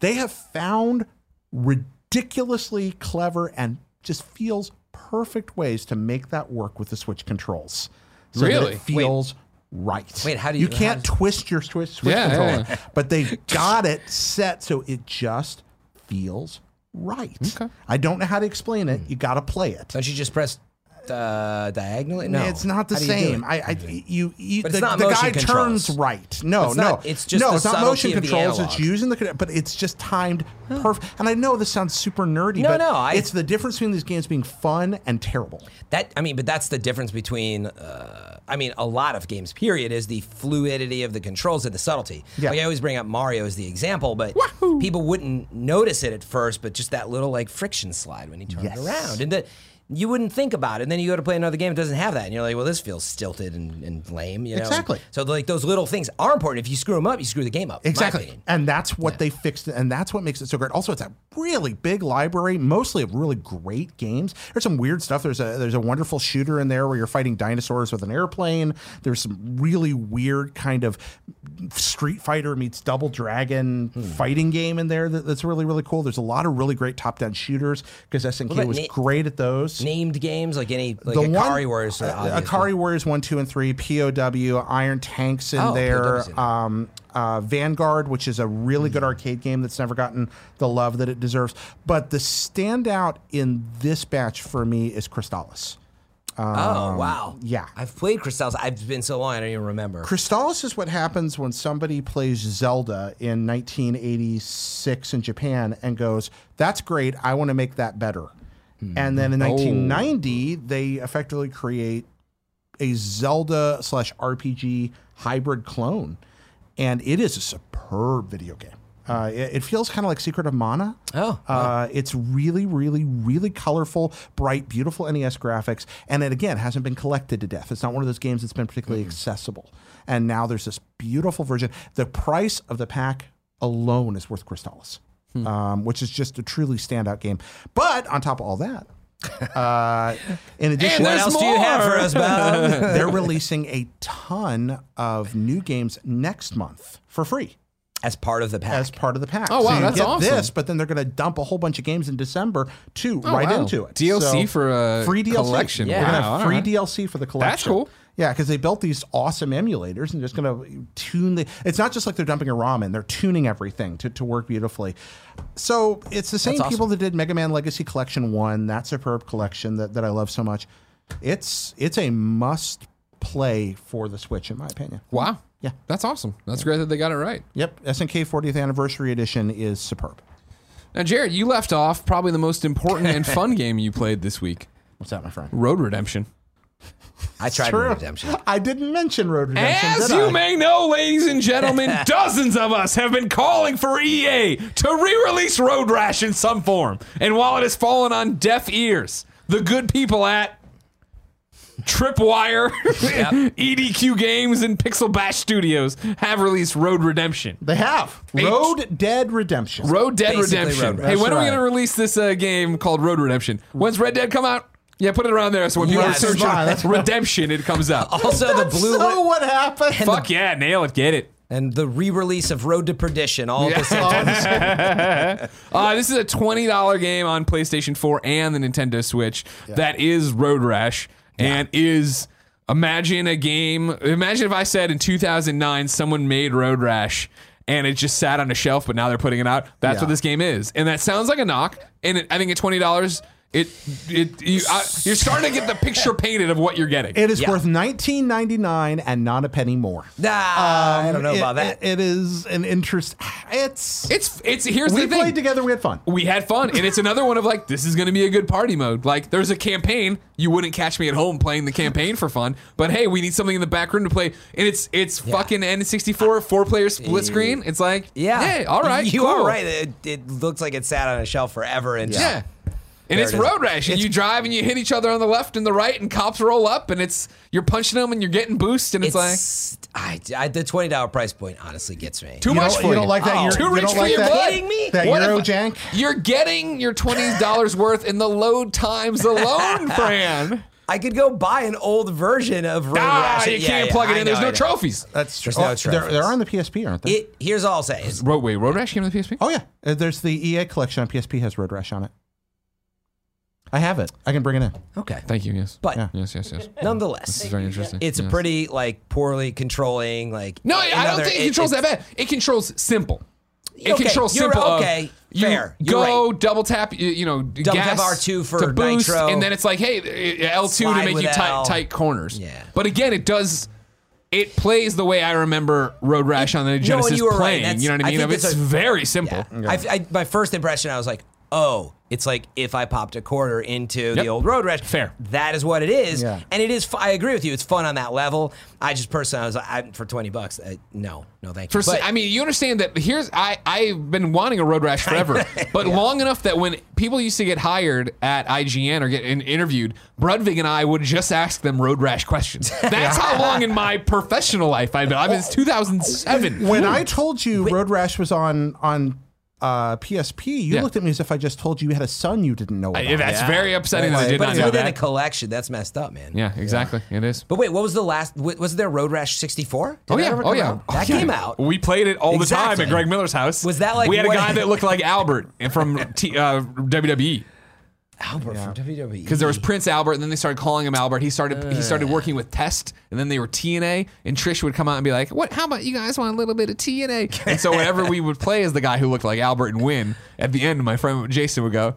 They have found ridiculously clever and just feels perfect ways to make that work with the Switch controls. So that Really? it feels right. Wait, how do You you- how can't twist your Switch, Switch Yeah, controller, yeah, yeah. but [LAUGHS] they got it set so it just feels right. Okay. I don't know how to explain Hmm. it. You got to play it. Don't you just press uh, diagonally? No, It's not the How do you do same. it? I, I you, you But the, it's not the motion guy controls. turns right. No, It's no, not- it's just no. the it's not motion subtlety of the controls. It's analog. using the con- but it's just timed perfect. And I know this sounds super nerdy, No, but no, I- it's the difference between these games being fun and terrible. That I mean, but that's the difference between. Uh, I mean, a lot of games. Period is the fluidity of the controls and the subtlety. Yeah. Like I always bring up Mario as the example, but people wouldn't notice it at first. But just that little like friction slide when you turn Yes. it around, and that you wouldn't think about it. And then you go to play another game that doesn't have that, and you're like, well, this feels stilted and, and lame. You know? Exactly. So like those little things are important. If you screw them up, you screw the game up. in my Exactly. opinion. And that's what they fixed. And that's what makes it so great. Also, it's a really big library, mostly of really great games. There's some weird stuff. There's a there's a wonderful shooter in there where you're fighting dinosaurs with an airplane. There's some really weird kind of Street Fighter meets Double Dragon Hmm. fighting game in there that, that's really, really cool. There's a lot of really great top down shooters because SNK about was Na- great at those. Named games like any like The Akari one- Warriors. are uh, obvious, Akari Warriors one, two, and three. POW, Iron Tanks in Oh, there. POW's in Hmm. there. Um, uh, Vanguard, which is a really good arcade game that's never gotten the love that it deserves. But the standout in this batch for me is Crystallis. Oh wow! Um, yeah. I've played Crystals. I've been so long, I don't even remember. Crystallis is what happens when somebody plays Zelda in 1986 in Japan and goes, "That's great. I want to make that better." Hmm. And then Oh. in 1990, they effectively create a Zelda slash RPG hybrid clone, and it is a superb video game. Uh, it, it feels kind of like Secret of Mana. Oh, Uh, it's really, really, really colorful, bright, beautiful NES graphics, and it again hasn't been collected to death. It's not one of those games that's been particularly Mm-hmm. accessible. And now there's this beautiful version. The price of the pack alone is worth Crystallis, Hmm. um, which is just a truly standout game. But on top of all that, [LAUGHS] uh, in addition, what else do you have for us, Bob? they're releasing a ton of new games next month for free [LAUGHS] As part of the pack. as part of the pack. Oh, wow, so you that's get awesome. Oh, this, but then they're going to dump a whole bunch of games in December too, right wow. into it. DLC So, for a free DLC. collection. They're going to Wow, have free alright. DLC for the collection. cool. Yeah, because they built these awesome emulators and just going to tune the. It's not just like they're dumping a ROM in; they're tuning everything to, to work beautifully. So it's the same That's awesome. people that did Mega Man Legacy Collection One, that superb collection that, that I love so much. It's it's a must play for the Switch, in my opinion. Wow. Yeah. That's awesome. That's great that they got it right. Yep, SNK 40th Anniversary Edition is superb. Now, Jared, you left off probably the most important and fun game you played this week What's that, my friend? Road Redemption. I tried True. Red Redemption. I didn't mention Road Redemption. As did you I? may know, ladies and [LAUGHS] gentlemen, dozens of us have been calling for EA to re release Road Rash in some form. And while it has fallen on deaf ears, the good people at Tripwire, [LAUGHS] EDQ Games, and Pixel Bash Studios have released Road Redemption. They have Road Dead Redemption. Road Dead Basically Redemption. Road hey, when That's are we right. going to release this uh, game called Road Redemption? When's Red Dead come out? Yeah, put it around there so when people Yeah, search that's right, that's right. Redemption, it comes [LAUGHS] Oh, up. Also, the blue so Li- what happened? Fuck yeah, nail it, get it. and the re-release of Road to Perdition. All at the same Um, time. Uh, this is a twenty dollar game on PlayStation Four and the Nintendo Switch. That is Road Rash, and is imagine a game. Imagine if I said in two thousand nine someone made Road Rash. And it just sat on a shelf, but now they're putting it out. That's Yeah. what this game is, and that sounds like a knock. And it, I think at twenty dollars, it it you, I, you're starting to get the picture painted of what you're getting. It is Yeah. worth nineteen ninety nine and not a penny more. Nah, I don't know it, about that. It, it is an interest. It's, it's it's here's we the thing. played together. We had fun. we had fun and it's another one of like this is going to be a good party mode like there's a campaign you wouldn't catch me at home playing the campaign for fun but hey we need something in the back room to play and it's it's fucking n64 four player split screen it's like yeah. hey, all right You cool. are right. It, it looks like it sat on a shelf forever. And yeah, And There it's it is. road rash, and you drive and you hit each other on the left and the right, and cops roll up, and it's you're punching them and you're getting boost, and it's, like it's I, I, the twenty dollar price point honestly gets me. too You much don't, for you don't like that. Oh. Euro- Too you rich don't for like your that, blood. Kidding me? That What if- Euro jank. You're getting your twenty dollars worth in the load times alone, Fran. I could go buy an old version of Road Ah, Rash. you Yeah, can't yeah, plug it I in. know, There's I no know. Uh, trophies. That's oh, true. There's no they're, trophies. they're on the PSP, aren't they? It, here's all I'll say is Road, wait, Road Rash came to the PSP? oh yeah. Uh, There's the EA collection on PSP has Road Rash on it. I have it. I can bring it in. okay, Thank you, yes. but Yes, yes, yes. This nonetheless, is very interesting. it's a yes. pretty like poorly controlling like. No, I don't another- think it, controls it's- that bad. It controls simple. It Okay, controls you're- simple. of okay, you fair, you're go double tap, you, you know, double tap R2 for to boost, nitro. and then it's like, hey, uh, L2 Slide to make with you tight, L. tight corners. Yeah. But again, it does. It plays the way I remember Road Rash on the Genesis you were right. playing. That's- You know what I I mean? think Of it's that's a- very simple. Yeah. I, I, my first impression, I was like, oh, it's like if I popped a quarter into Yep. the old road rash. Fair. That is what it is. Yeah. And it is, fu- I agree with you. It's fun on that level. I just personally, I was like, I, for 20 bucks, uh, no, no, thank For you. But I mean, you understand that here's I I've been wanting a road rash [LAUGHS] forever, but long enough that when people used to get hired at IGN or get in, interviewed, Brudvig and I would just ask them road rash [LAUGHS] questions. That's how long in my professional life I've been. I've been since 2007. When I told you Road Rash was on on uh, PSP, you Yeah. looked at me as if I just told you you had a son you didn't know about. Yeah, [LAUGHS] that's very upsetting that I did but not it's know within a that. collection. That's messed up, man. yeah, exactly. It is. But wait, what was the last? wa- Was there Road Rash 64? Did Oh that yeah! ever Oh [LAUGHS] come yeah! out? That Oh, yeah. came out. We played it all the time Exactly. at Greg Miller's house. Was that like we had a what- guy that looked like Albert and from T, uh, WWE? Albert from E. WWE. because there was Prince Albert, and then they started calling him Albert. He started he started working with Test, and then they were TNA. And Trish would come out and be like, "What? How about you guys want a little bit of TNA?" And so whenever we would play as the guy who looked like Albert and win, at the end, my friend Jason would go.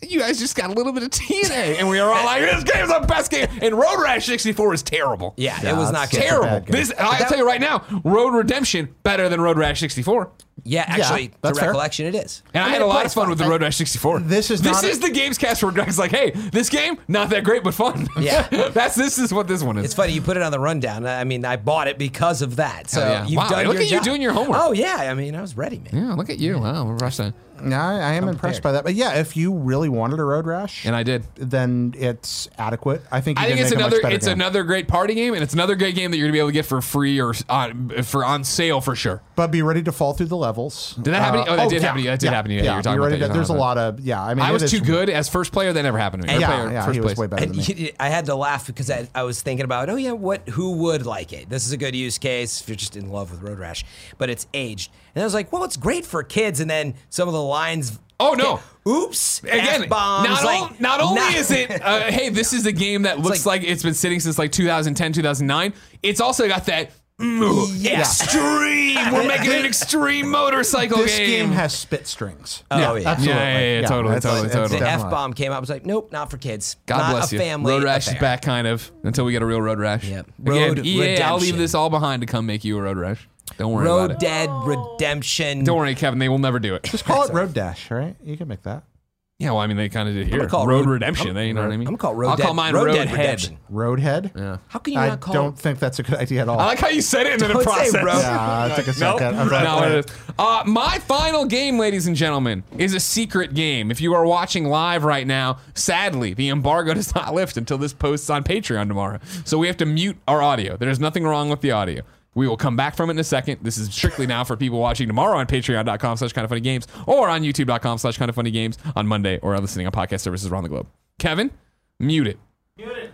You guys just got a little bit of TNA, and we were all like, "This game's the best game." And Road Rash '64 is terrible. yeah, Yeah, it was that's- not good. that's a terrible. bad game. This I'll tell you right now, Road Redemption better than Road Rash '64. Yeah, actually, to that's fair. recollection, it is. And I, I mean, had a it lot plays of fun fun. with the Road Rash 64. This is this not a- is the games cast where Greg's like, "Hey, this game not that great, but fun." Yeah. [LAUGHS] that's this is what this one is. It's funny you put it on the rundown. I mean, I bought it because of that. So Hell yeah. you've Wow, done look your at you job. doing your homework. Oh yeah, I mean, I was ready, man. yeah, look at you. Wow, rush that. No, I, I am impressed by that. But yeah, if you really wanted a road rash, And I did. then it's adequate. I think. You I think can it's make a much another better it's game. another great party game, and it's another great game that you're gonna be able to get for free or on, for on sale for sure. But be ready to fall through the levels. Uh, Did that happen to you? Oh, that did happen to you. That did happen to you. Yeah, you were talking about that. You were There's a talking lot of yeah. I mean, I it was is- too good as first player. That never happened to me. Or Yeah, player, yeah, first he was place. way better than And me. y- I had to laugh because I, I was thinking about, oh yeah, what who would like it? This is a good use case if you're just in love with Road Rash, but it's aged. And I was like, well, it's great for kids. And then some of the lines. Oh, no. Oops! Again, F-bombs, not, like, on- not only not- is [LAUGHS] it, [LAUGHS] uh, hey, this is a game that looks like, like- it's been sitting since like 2010, 2009. It's also got that mm, Yeah. extreme. We're making an extreme motorcycle This game has spit strings. Oh, yeah. absolutely. Yeah, yeah, yeah, totally, it's- totally, it's totally. the definitely- f bomb came out. I was like, nope, not for kids. God not bless a you. family. road rash affair. is back, kind of, until we get a real road rash. Yep. Again, Road EA, I'll leave redemption. this all behind to come make you a road rash. Don't worry about Road it. Dead Redemption. Don't worry, Kevin. They will never do it. Just call it Road Dash, right? You can make that [LAUGHS] Yeah, well, I mean, they kind of did here. gonna call Road, it Road- Redemption. eh, they, you know what I mean? I'm gonna call it Road I'll Dead. call mine Road, Road, Dead Head. Redemption. Roadhead. Yeah. How can you I not call? don't think that's a good idea at all. I like how you said it and then it Don't say processed. road. yeah, I took a Nope. second. I was like, No, wait. it is. Uh, my final game, ladies and gentlemen, is a secret game. If you are watching live right now, sadly, the embargo [LAUGHS] does not lift until this posts on Patreon tomorrow. So we have to mute our audio. There's nothing wrong with the audio. We will come back from it in a second. This is strictly now for people watching tomorrow on patreon.com slash kind of funny games or on youtube.com slash kind of funny games on Monday or listening on podcast services around the globe. Kevin, mute it.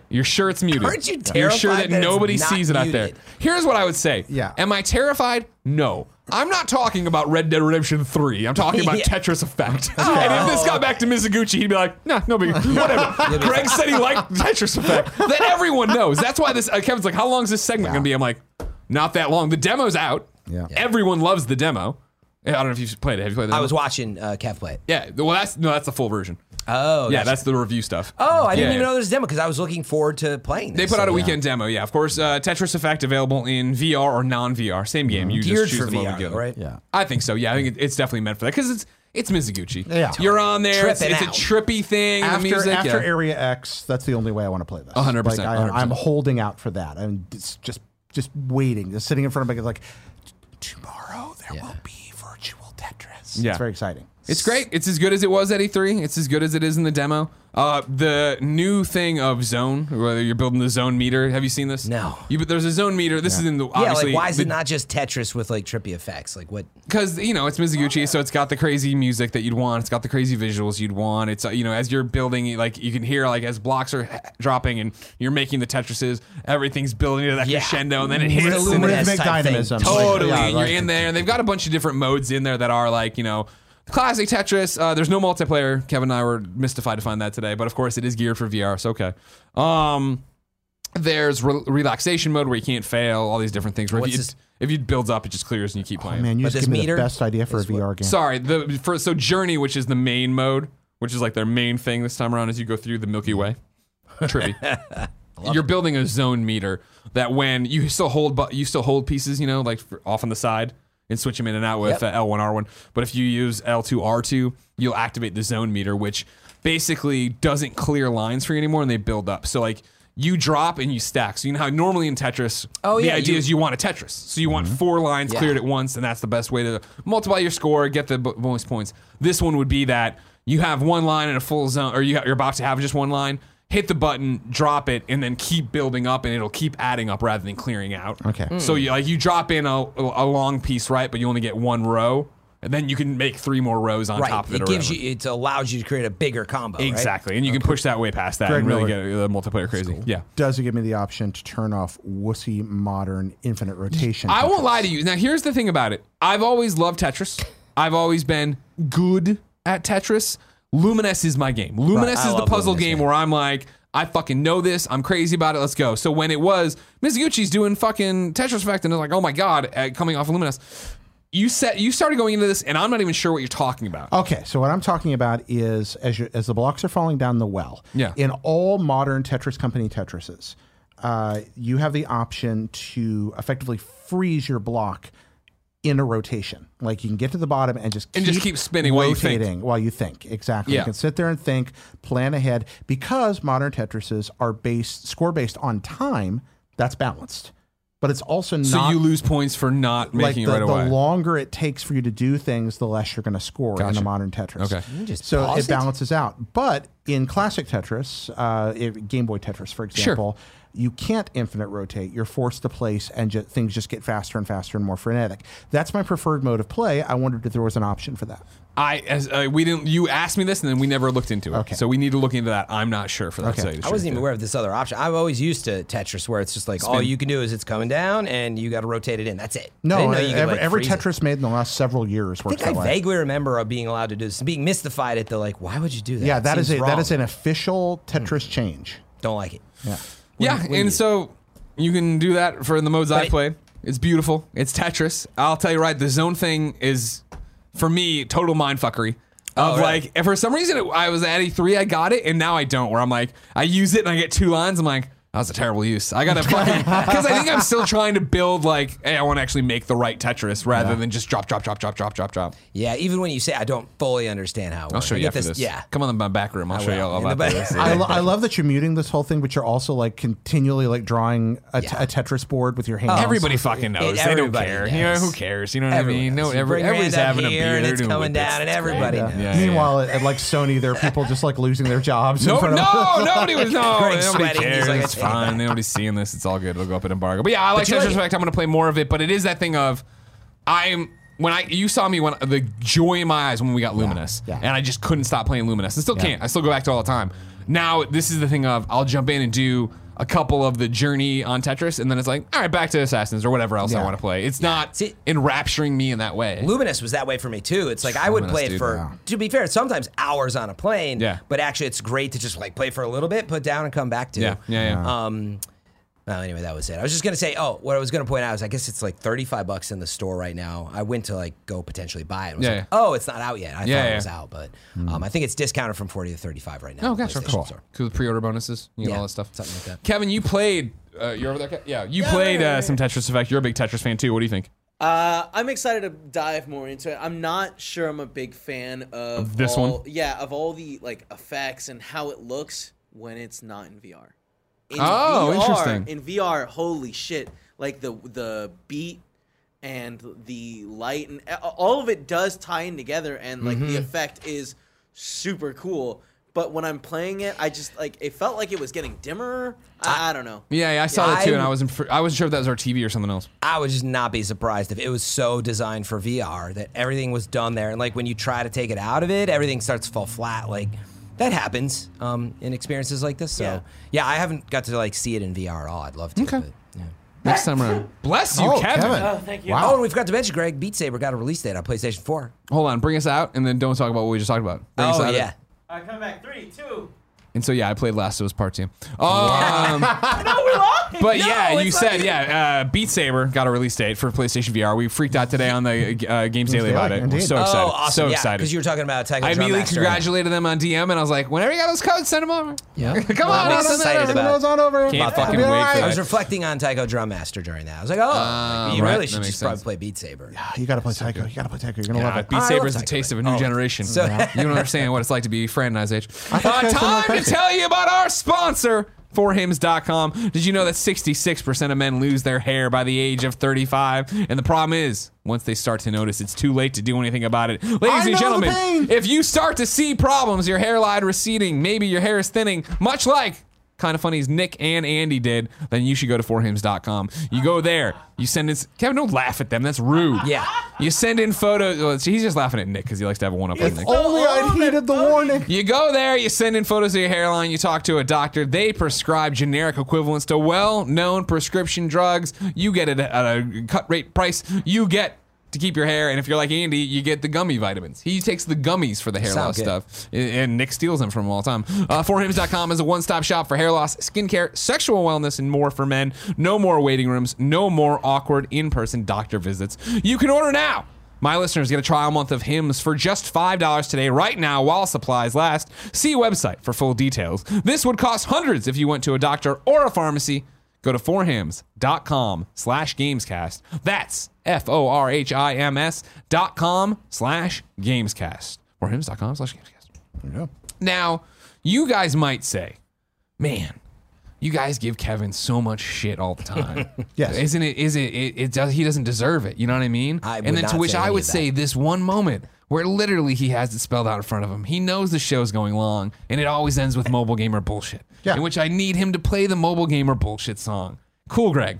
You're sure it's muted. Aren't you You're sure terrified that, that it's nobody not sees it out there. muted? Here's what I would say. Yeah. Am I terrified? No. I'm not talking about Red Dead Redemption 3. I'm talking about [LAUGHS] Yeah. Tetris Effect. And if this got back to Mizuguchi, he'd be like, nah, no [LAUGHS] big whatever. Greg said he liked Tetris Effect. Then everyone knows. That's why this, uh, Kevin's like, how long is this segment going to be? I'm like, not that long. The demo's out. Yeah. Everyone loves the demo. I don't know if you've played it. Have you played it? I was watching uh, Kev play it. Yeah. Well, that's, no, that's the full version. Oh, yeah, that's the review stuff. Oh, I didn't Yeah, even yeah. know there was a demo because I was looking forward to playing. They This, put out a so- weekend demo, yeah. Of course, uh, Tetris Effect available in VR or non-VR, same game. You Geared just choose for them over VR, together. right? Yeah. I think so. Yeah, I think it, it's definitely meant for that because it's it's Mizuguchi. Yeah. you're on there. It's, Tripping it's a out. trippy thing. the after music, after yeah. Area X, that's the only way I want to play this. 100%, Like, I, 100%. I'm holding out for that. I'm just just, just waiting, just sitting in front of me, like tomorrow there will be virtual Tetris. Yeah. it's very exciting. It's great. It's as good as it was at E3. It's as good as it is in the demo. Uh, the new thing of zone, whether you're building the zone meter. Have you seen this? No. You, but there's a zone meter. This is in the Yeah, obviously like why is the it not just Tetris with like trippy effects? Like what? because you know it's Mizuguchi, so it's got the crazy music that you'd want. It's got the crazy visuals you'd want. It's uh, you know as you're building, like you can hear like as blocks are h- dropping and you're making the Tetrises, everything's building to that Yeah. crescendo, and then it Really hits. And illuminated. it, Rhythmic type thing. dynamism. totally, Yeah, and like- you're in there, and they've got a bunch of different modes in there that are like you know. Classic Tetris. Uh, there's no multiplayer. Kevin and I were mystified to find that today, but of course it is geared for VR, so okay. Um, there's re- relaxation mode where you can't fail. All these different things. Where if What's you, this- if you builds up, it just clears and you keep playing. Man, you just But this give me the meter best idea for a VR game. Sorry, the for, so Journey, which is the main mode, which is like their main thing this time around, as you go through the Milky [LAUGHS] Way. [LAUGHS] Trippy. You're building a zone meter that when you still hold bu- you still hold pieces, you know, like for, off on the side and switch them in and out with uh, L1 R1. But if you use L2 R2, you'll activate the zone meter, which basically doesn't clear lines for you anymore, and they build up. So like. You drop and you stack. So you know how normally in Tetris, Oh, the yeah, idea you- is you want a Tetris. So you Mm-hmm. want four lines Yeah. cleared at once, and that's the best way to multiply your score, get the bo- bonus points. This one would be that you have one line in a full zone, or you ha- you're about to have just one line. Hit the button, drop it, and then keep building up, and it'll keep adding up rather than clearing out. Okay. So Mm. you like you drop in a, a long piece, right? But you only get one row, and then you can make three more rows on Right. top of it. It or gives whatever. you. It allows you to create a bigger combo. right? exactly, and you can push that way past that Greg and really Miller. get the multiplayer crazy. Yeah. Does it give me the option to turn off wussy modern infinite rotation? I won't Tetris? lie to you. Now, here's the thing about it. I've always loved Tetris. I've always been good at Tetris. Luminous is my game. Luminous I is the love puzzle Luminous, game man. where I'm like, I fucking know this. I'm crazy about it. Let's go. So when it was Mizuguchi's doing fucking Tetris Effect, and they're like, oh my god, uh, coming off of Luminous. You set you started going into this, and I'm not even sure what you're talking about. Okay, so what I'm talking about is as you, as the blocks are falling down the well. Yeah. In all modern Tetris Company Tetrises, uh, you have the option to effectively freeze your block in a rotation. Like you can get to the bottom and just And just keep spinning while you think. rotating while you think. Exactly. Yeah. You can sit there and think, plan ahead because modern Tetrises are based score based on time. That's balanced, but it's also So not you lose points for not like making the, it right the away. longer it takes for you to do things, the less you're going to score in Gotcha. a modern Tetris. Okay. just so pause it it? balances out. But in classic Tetris, uh, it, Game Boy Tetris, for example, you can't infinite rotate. You're forced to place, and ju- things just get faster and faster and more frenetic. That's my preferred mode of play. I wondered if there was an option for that. I as uh, we didn't. You asked me this, and then we never looked into it. Okay. So we need to look into that. I'm not sure for that. Okay. to tell you the I wasn't truth. even aware of this other option. I've always used to Tetris where it's just like all you can do is it's coming down and you got to rotate it in. That's it. I No, uh, didn't know you every, could, like, every freeze it. Tetris made in the last several years works I think I that way. vaguely remember of being allowed to do this, and being mystified at the like, why would you do that? yeah, It that is seems a, that wrong. Hmm. is an official Tetris change. Don't like it. Yeah. Yeah, Wouldn't- and wouldn't so you can do that for the modes I it- play. It's beautiful. It's Tetris. I'll tell you right, the zone thing is for me total mindfuckery. Of Oh, right. like, and for some reason it, I was at E3, I got it, and now I don't. Where I'm like, I use it and I get two lines. I'm like, that was a terrible use. I [LAUGHS] gotta fucking because I think I'm still trying to build like, hey, I want to actually make the right Tetris rather than just drop, drop, drop, drop, drop, drop, drop. Yeah, even when you say I don't fully understand how it works. I'll show I you get after this. Yeah. come on in my back room. I'll show you will. all In the about back- this. I, lo- I love that you're muting this whole thing, but you're also like continually like drawing a, t- a Tetris board with your hands. Oh, Everybody fucking knows. they don't Oh, everybody care. knows. You know, who cares? You know what Everyone I mean? No, knows. You every, bring your everybody's hand up having a here beer and it's doing coming whippets. down, and everybody Yeah. knows. Yeah, Meanwhile, At, at like Sony, there are people just like losing their jobs. No, in front Of no, nobody [LAUGHS] was. No, Greg's nobody sweating. He's cares. like, it's I take fine. Nobody's seeing this. It's all good. It'll go up in embargo. But yeah, I like you Tetris like it. Effect. I'm going to play more of it. But it is that thing of, I'm when I you saw me when the joy in my eyes when we got Luminous, yeah. and I just couldn't stop playing Luminous. I still can't. I still go back to it all the time. Now this is the thing of I'll jump in and do a couple of the journey on Tetris, and then it's like all right, back to Assassins or whatever else I Yeah. want to play. It's not See- enrapturing me in that way. Luminous was that way for me too. It's like I would Luminous, play it dude, for, yeah. to be fair, sometimes hours on a plane. Yeah. But actually, it's great to just like play for a little bit, put down, and come back to. Yeah, yeah, Uh, yeah. Um. Well, anyway, that was it. I was just gonna say. Oh, what I was gonna point out is, I guess it's like thirty-five bucks in the store right now. I went to like go potentially buy it. and was Yeah, like, yeah. Oh, it's not out yet. Yeah, I thought yeah. Hmm. it was out, but um, I think it's discounted from forty to thirty-five right now. Oh, on gotcha. PlayStation Cool. Store. Cool. Pre-order bonuses, you know, Yeah, all that stuff. something like that. Kevin, you played. Uh, you're over there. Kev? Yeah, you played uh, some Tetris Effect. You're a big Tetris fan too. What do you think? Uh, I'm excited to dive more into it. I'm not sure I'm a big fan of, this all, one? Yeah, of all the like effects and how it looks when it's not in VR. In Oh, VR, interesting. In VR, holy shit! Like the the beat and the light and a- all of it does tie in together, and like Mm-hmm. the effect is super cool. But when I'm playing it, I just like it felt like it was getting dimmer. I, I don't know. Yeah, yeah I saw that too, and I I'm- was in, fr- I wasn't sure if that was our TV or something else. I would just not be surprised if it was so designed for VR that everything was done there. And like when you try to take it out of it, everything starts to fall flat. Like that happens um, in experiences like this. So yeah. Yeah. I haven't got to like see it in VR at all. I'd love to. Okay. but, yeah. Next time [LAUGHS] around. Bless you, [LAUGHS] Oh, Kevin. Kevin. Oh, thank you. Oh, Wow. and we forgot to mention, Greg, Beat Saber got a release date on PlayStation 4. Hold on, bring us out, and then don't talk about what we just talked about. Bring us oh, out. yeah. All right, come back. Three, two. And so yeah, I played Last of Us Part [LAUGHS] Two. Um, But No, yeah, you it's said yeah. Uh, Beat Saber got a release date for PlayStation VR. We freaked out today on the uh, Games Daily about it. indeed. We're so Oh, excited. awesome. So yeah, excited. Because you were talking about Taiko I Drum immediately Master. congratulated them on DM, and I was like, whenever you got those codes, send them over. [LAUGHS] Yeah. Come on, I'm I'll send excited it. about it. on over. Can't It'll fucking be all wait for I that. was reflecting on Taiko Drum Master during that. I was like, oh, like, you right, really that should makes just probably sense. play Beat Saber. You gotta play Taiko. You gotta play Taiko. You're gonna Yeah, love it. Beat I Saber love is the Taco taste Bell. of a new Oh, generation. so- you don't understand what it's like to be Fran age. thought Uh, you guys don't like time to crazy. tell you about our sponsor, forhims.com. Did you know that 66% of men lose their hair by the age of 35? And the problem is, once they start to notice, it's too late to do anything about it. Ladies I and know the gentlemen, pain. if you start to see problems, your hairline receding, maybe your hair is thinning, much like kind of funny as Nick and Andy did, then you should go to forhims.com. You go there, you send in Kevin, don't laugh at them. That's rude. Yeah. You send in photos. Well, he's just laughing at Nick because he likes to have a one up on Nick. If only Oh, I'd heeded the warning. You go there, you send in photos of your hairline, you talk to a doctor, they prescribe generic equivalents to well known prescription drugs. You get it at a cut rate price. You get to keep your hair, and if you're like Andy, you get the gummy vitamins. He takes the gummies for the hair Sound loss good. stuff, and- and Nick steals them from him all the time. Uh, forhims.com is a one stop shop for hair loss, skincare, sexual wellness, and more for men. No more waiting rooms, no more awkward in person doctor visits. You can order now. My listeners get a trial month of hymns for just $5 today, right now, while supplies last. See website for full details. This would cost hundreds if you went to a doctor or a pharmacy. Go to forhims.com slash gamescast. That's F O R H I M S dot com slash gamescast. Forhims.com slash gamescast. There you go. Now, you guys might say, man, you guys give Kevin so much shit all the [LAUGHS] time. Yes. Isn't it? Is it, it? It does. He doesn't deserve it. You know what I mean? I would and then not to which say I any would of that. say this one moment where literally he has it spelled out in front of him. He knows the show's going long, and it always ends with mobile gamer bullshit. Yeah. In which I need him to play the mobile gamer bullshit song. Cool, Greg.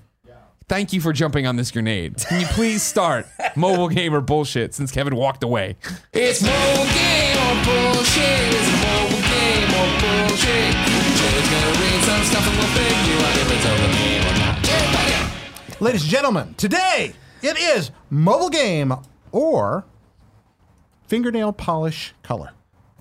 Thank you for jumping on this grenade. Can you please [LAUGHS] start mobile gamer bullshit since Kevin walked away? It's mobile gamer bullshit. It's mobile gamer bullshit. Joe's gonna read some stuff and we'll figure out if it's over game or not. Ladies and gentlemen, today it is mobile game or fingernail polish color.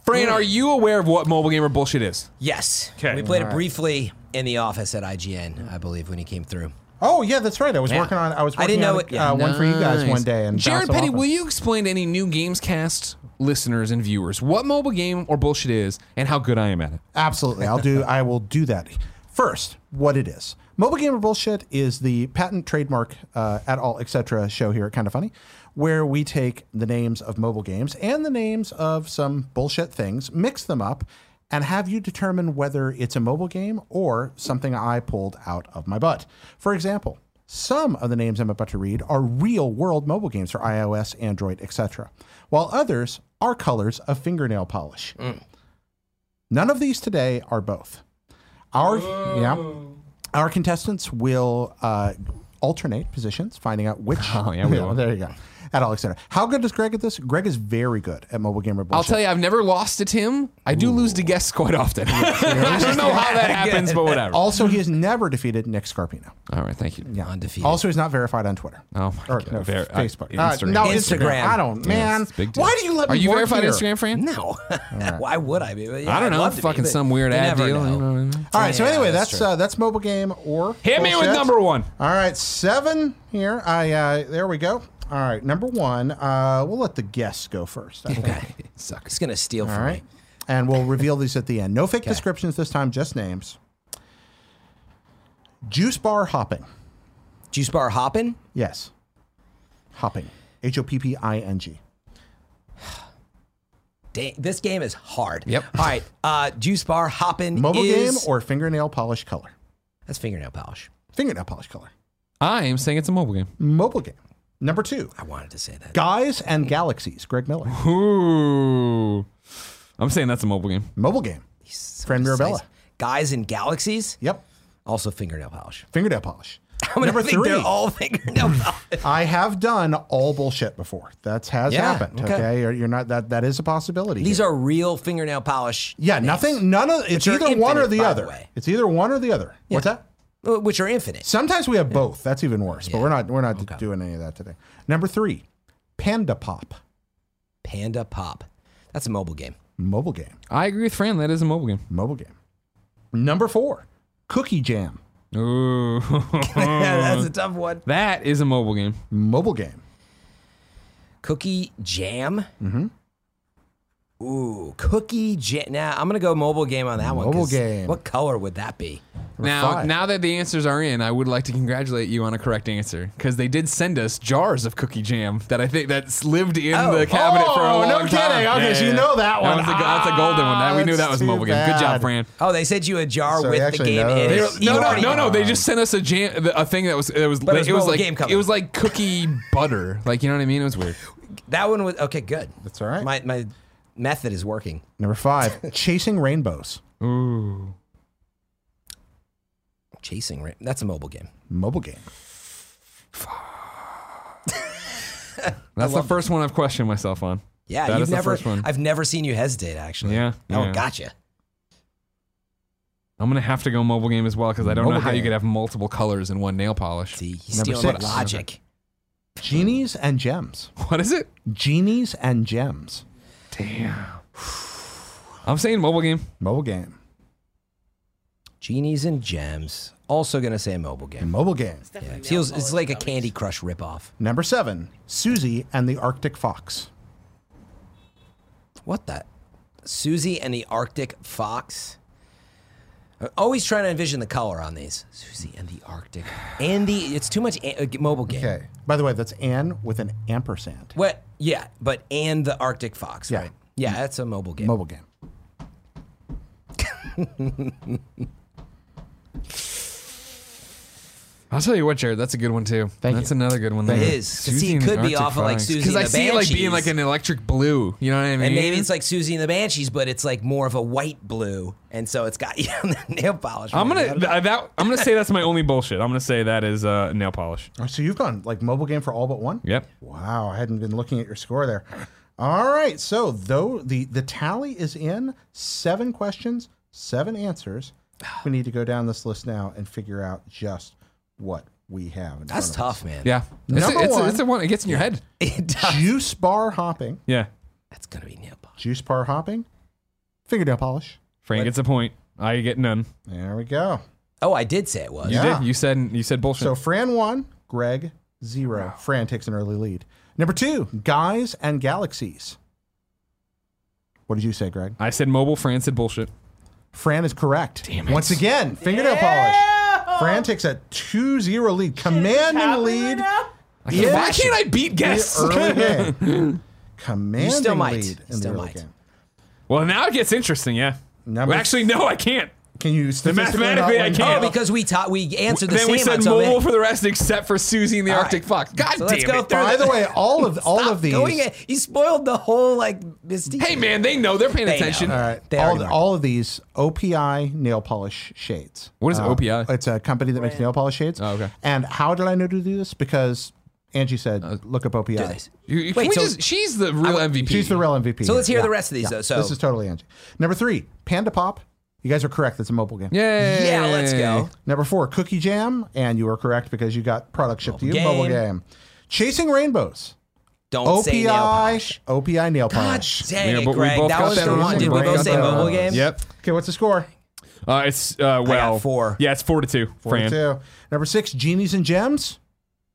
Fran, are you aware of what mobile gamer bullshit is? Yes. 'Kay. We played it briefly in the office at IGN, I believe, when he came through. Oh yeah, that's right. I was Yeah. working on I was I working didn't know on it- yeah. uh, one for you guys one day and Jared bounced it Petty, off will of- you explain to any new Gamescast listeners and viewers what mobile game or bullshit is and how good I am at it? Absolutely. I'll do I will do that. First, what it is. Mobile Gamer Bullshit is the patent trademark uh, at all etc show here at Kind of Funny where we take the names of mobile games and the names of some bullshit things, mix them up and have you determine whether it's a mobile game or something I pulled out of my butt. For example, some of the names I'm about to read are real world mobile games for iOS, Android, etc., while others are colors of fingernail polish. None of these today are both. Our yeah, our contestants will uh, alternate positions, finding out which. [LAUGHS] Oh, [LAUGHS] yeah, we will. there you go. At Alexander, how good is Greg at this? Greg is very good at mobile gamer bullshit. I'll tell you, I've never lost to Tim. I do lose to guests quite often. [LAUGHS] I don't know how that happens, but [LAUGHS] whatever. All Also, he has never defeated Nick Scarpino. right, thank you. Yeah. Undefeated. Also, he's not verified on Twitter. Oh my Or, God. no, Ver- I- Facebook. Uh, Instagram. no, Instagram. Instagram. I don't, man. it's a big deal. Why do you let Are [LAUGHS] me you work verified here? Instagram, Fran? no. Why would I be? Yeah, I don't I'd know. love to be, Fucking but some weird you ad never deal. know. You know what I mean? All right. So Yeah, anyway, that's that's uh, that's mobile game or Hit me with bullshit. number one. All right, seven here. I uh, there we go. All right, number one. Uh, we'll let the guests go first. I think. Sucks. It's going to uh, steal from All right, me. and we'll reveal these at the end. No fake descriptions this time, just names. Juice bar hopping. Juice bar hopping? Yes, hopping. H o p p i n g. Da- this game is hard. Yep. All right. Uh, juice bar hopping Mobile is, game or fingernail polish color. that's fingernail polish. Fingernail polish color. I am saying it's a mobile game. Mobile game. Number two. I wanted to say that. Guys and galaxies. Greg Miller. Ooh. I'm saying that's a mobile game. Mobile game. Fran Mirabella. Guys in galaxies, Yep. also fingernail polish. Fingernail polish. [LAUGHS] I'm gonna Number think three. They're all [LAUGHS] fingernail polish. I have done all bullshit before. That has Yeah, happened. Okay, okay. You're, you're not that. That is a possibility. These here. are real fingernail polish. yeah, nothing. None of it's are either one or infinite, the by the other. way. it's either one or the other. What's that? uh, which are infinite. Sometimes we have both. That's even worse. But Yeah. we're not. We're not doing any of that today. Number three, Panda Pop Panda Pop. That's a mobile game. mobile game. I agree with Fran. That is a mobile game. Mobile game. Number four, Cookie Jam Ooh. [LAUGHS] [LAUGHS] yeah, that's a tough one. that is a mobile game. mobile game. Cookie Jam. Mm-hmm. Ooh, Cookie Jam. Now I'm gonna go mobile game on that one. Mobile 'cause game. What color would that be? Number Now, five. now that the answers are in, I would like to congratulate you on a correct answer because they did send us jars of cookie jam that I think that's lived in Oh. the cabinet for a Oh, long no time. kidding. Okay, so you know that one. was a go- that's a golden one. That, we knew Ah, that was a that's mobile too game. Good job, bad. Fran. Oh, they sent you a jar So he with the actually game in knows. it. No, You no, already- no, no. They just sent us a jam, a thing that was it was But it was mobile like game cover. it was like cookie butter, like you know what I mean. It was weird. That one was okay. Good. That's all right. My my method is working. Number [LAUGHS] five, Chasing Rainbows Ooh, Chasing. Ra- That's a mobile game. mobile game. that's the first one I've questioned myself on. Yeah, That you've is the never. first one. I've never seen you hesitate. Actually. Yeah, Oh, yeah. gotcha. I'm gonna have to go mobile game as well because I don't know Mobile how you game. could have multiple colors in one nail polish. See, he's Number stealing six. my logic. Genies and gems. What is it? Genies and gems. I'm saying mobile game. Mobile game. Genies and gems. Also gonna say mobile game. Mobile game. Yeah, it feels it's like a Candy Crush ripoff. Number seven, Susie and the Arctic Fox. What the? Susie and the Arctic Fox. Always trying to envision the color on these. Susie and the Arctic. And the it's too much a- uh, mobile game. Okay. By the way, that's Anne with an ampersand. What? Yeah, but and the Arctic Fox, Yeah. right? Yeah, that's a mobile game. Mobile game. I'll tell you what, Jared, that's a good one too. Thank that's you. another good one. It is. 'Cause he could be off of, like, Susie Because I and the see it like being Banshees. like an electric blue. You know what I mean? And maybe it's like Susie and the Banshees, but it's like more of a white blue, and so it's got [LAUGHS] you know, the nail polish. I'm gonna th- that I'm gonna say that's my only bullshit. I'm gonna say that is uh, nail polish. Oh, so you've gone like mobile game for all but one? Yep. Wow, I hadn't been looking at your score there. All right, so though the the tally is in seven questions, seven answers. We need to go down this list now and figure out just what we have. in That's front tough, man. Yeah. It's a, Number it's, a, one. it's a one. It gets in your head. It of does. us. Juice bar hopping, Yeah. [LAUGHS] That's gonna be nail polish. juice bar hopping, fingernail polish. Frank gets a point. I get none. There we go. Oh, I did say it was. You Yeah. did. You said you said bullshit. So Fran one, Greg zero. Fran takes an early lead. Number two, guys and galaxies. What did you say, Greg? I said mobile. Fran said bullshit. Fran is correct. Once again, fingernail polish. Fran takes a 2-0 lead, commanding lead. Yeah. Why can't I beat in guests? the [LAUGHS] early [LAUGHS] game. Commanding You still might. lead in Still the early might. game. well, now it gets interesting. Yeah. Number- well, actually, no, I can't. Can you statistically not mathematically, I win? can't. Oh, because we taught we answered the then same. we said on so many- mobile for the rest, except for Susie and the All right. Arctic Fox. God damn So let's go it! through By the way, all of all Stop of these Going in. You spoiled the whole like mystique. Hey man, they know they're paying They know. attention. All right. They all, already marked. Uh, all of these OPI nail polish shades. What is Uh, OPI? It's a company that makes nail polish shades. Oh, okay. And how did I know to do this? Because Angie said, Uh, look up OPI. Do this. You- you- can Wait, we so- just- she's the real MVP. She's the real MVP. So let's here. hear the rest of these though. So this is totally Angie. Number three, Panda Pop. You guys are correct. That's a mobile game. Yay. yeah, let's go. Number four, Cookie Jam, and you were correct because you got product shipped to you. Mobile Mobile game. game. Chasing Rainbows. Don't say nail OPI. polish. OPI nail God polish. Yeah, dang but it, we Greg. both That got was that the one. one. Did we Greg both got say that one. mobile game? Yep. Okay, what's the score? Uh, it's uh, well four. Yeah, it's four to two. Four to Fran. Two. Number six, Genies and Gems.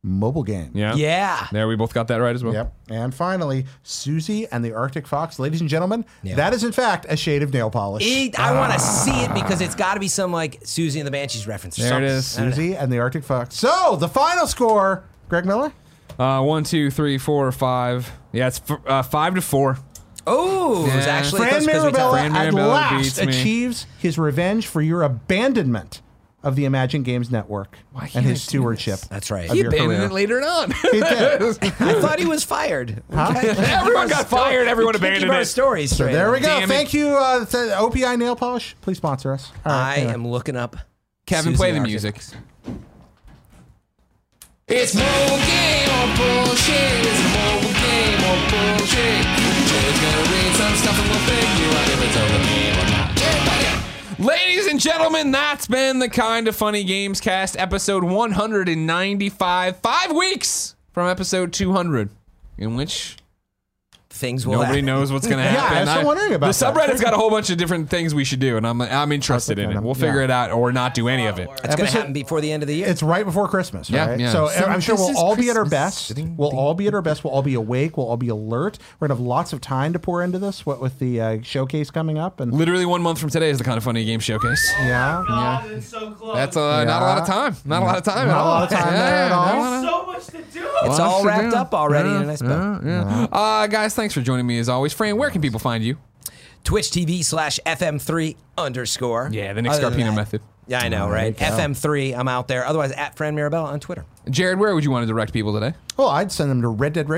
Mobile game. Yeah. Yeah. There, we both got that right as well. Yep. And finally, Susie and the Arctic Fox. Ladies and gentlemen, Nail that is in fact a shade of nail polish. It, I Ah. want to see it because it's got to be some like Susie and the Banshees reference. Or There something. it is. Susie and the Arctic Fox. So the final score, Greg Miller. Uh, one, two, three, four, five. Yeah, it's f- uh, five to four. Oh, it was Yeah. actually Fran close 'cause we Mirabella talked- Fran at Mirabella last beats me. achieves his revenge for your abandonment of the Imagine Games Network can't and I his do stewardship. That's right. of He your abandoned career. it later on. [LAUGHS] I thought he [LAUGHS] was fired. [LAUGHS] Everyone got fired. Everyone We can't keep abandoned our it. stories. So straight. there we go. Damn it. Thank you, uh, to OPI Nail Polish. Please sponsor us. All right, I anyway. am looking up. Kevin, Susie play the Argent. music. It's mobile game or bullshit. It's mobile game or bullshit. Jared's gonna read some stuff and we'll figure out if it's over game or not. Jared, play it. Ladies and gentlemen, that's been the kind of funny games cast episode 195. Five weeks from episode 200, in which Things will nobody happen. knows what's gonna [LAUGHS] Yeah, I happen. was still wondering about the that. subreddit's got a whole bunch of different things we should do, and I'm I'm interested in it. We'll figure Yeah. it out or not do any of it. It's going to Episode- happen before the end of the year. It's right before Christmas, Yeah, right? yeah. So, So I'm sure this we'll is all be at our Christmas. best. Ding, We'll ding, all be at our best. We'll all be awake. We'll all be alert. We're gonna have lots of time to pour into this. What with the uh, showcase coming up and Literally one month from today is the kind of funny game showcase. yeah, God, it's so close. That's uh, not a lot of time. Not a lot of time. at Not a all. lot of time [LAUGHS] there at all. not a lot of- so much to do. It's Well, all that's wrapped good. up already in a nice bow. Yeah. Uh, guys, thanks for joining me as always. Fran, where can people find you? Twitch TV slash FM3 underscore. Yeah, the Nick Other than Scarpino that- method. Yeah, I know, right? FM3, I'm out there. Otherwise, at Fran Mirabella on Twitter. Jared, where would you want to direct people today? Well, I'd send them to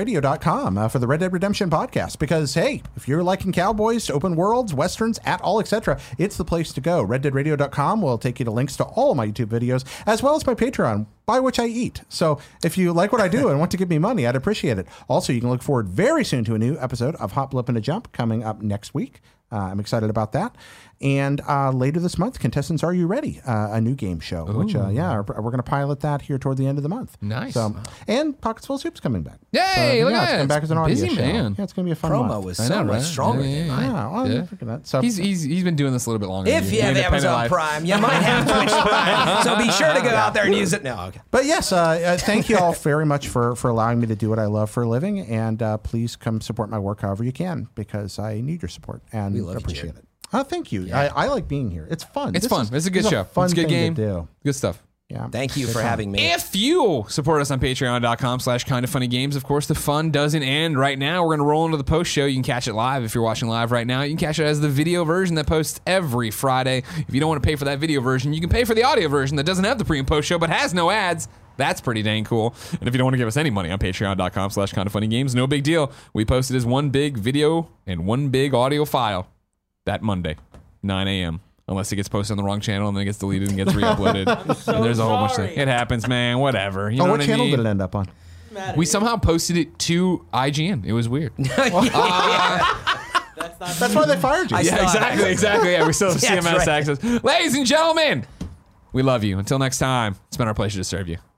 reddeadradio.com uh, for the Red Dead Redemption podcast because, hey, if you're liking cowboys, open worlds, westerns, at all, etc., it's the place to go. Reddeadradio.com will take you to links to all my YouTube videos as well as my Patreon, by which I eat. So if you like what I do and want to give me money, I'd appreciate it. Also, you can look forward very soon to a new episode of Hop, Blip, and a Jump coming up next week. Uh, I'm excited about that. And uh, later this month, contestants, are you ready? Uh, a new game show, which uh, yeah, we're, we're going to pilot that here toward the end of the month. Nice. So, and Pockets Full of Soup's coming back. Yay, look yeah, at that. it's coming back as an audio Busy show. man. Yeah, it's going to be a fun Promo month. was I so know, much right? stronger Yeah, than yeah, mine. Yeah, well, Yeah. I'm freaking out. So He's, he's, he's been doing this a little bit longer. than If you have Independent Amazon life. Prime, you [LAUGHS] might have Twitch Prime. So be sure to go out there and use it. No, okay. But yes, uh, [LAUGHS] uh, thank you all very much for for allowing me to do what I love for a living, and uh, please come support my work however you can because I need your support and love you, appreciate Jared. it. Oh, thank you. I, I like being here. It's fun. It's This fun. is- it's a good this is show. fun it's a good game. thing To do. Good stuff. Yeah. Thank you for having me. If you support us on patreon.com slash kind of funny games, of course, the fun doesn't end right now. We're going to roll into the post show. You can catch it live if you're watching live right now. You can catch it as the video version that posts every Friday. If you don't want to pay for that video version, you can pay for the audio version that doesn't have the pre and post show but has no ads. That's pretty dang cool. And if you don't want to give us any money on patreon.com slash kind of funny games, no big deal. We post it as one big video and one big audio file that Monday, 9 a.m. Unless it gets posted on the wrong channel and then it gets deleted and gets re-uploaded. and there's a whole bunch of sorry. things. It happens, man. Whatever. You Oh, know what what channel I mean? did it end up on? Matter. we somehow posted it to IGN. It was [LAUGHS] weird. yeah, That's not. That's why they fired you. I- Still have access. exactly. Yeah, we still [LAUGHS] have Yeah, CMS that's right. access. Ladies and gentlemen, we love you. Until next time, it's been our pleasure to serve you.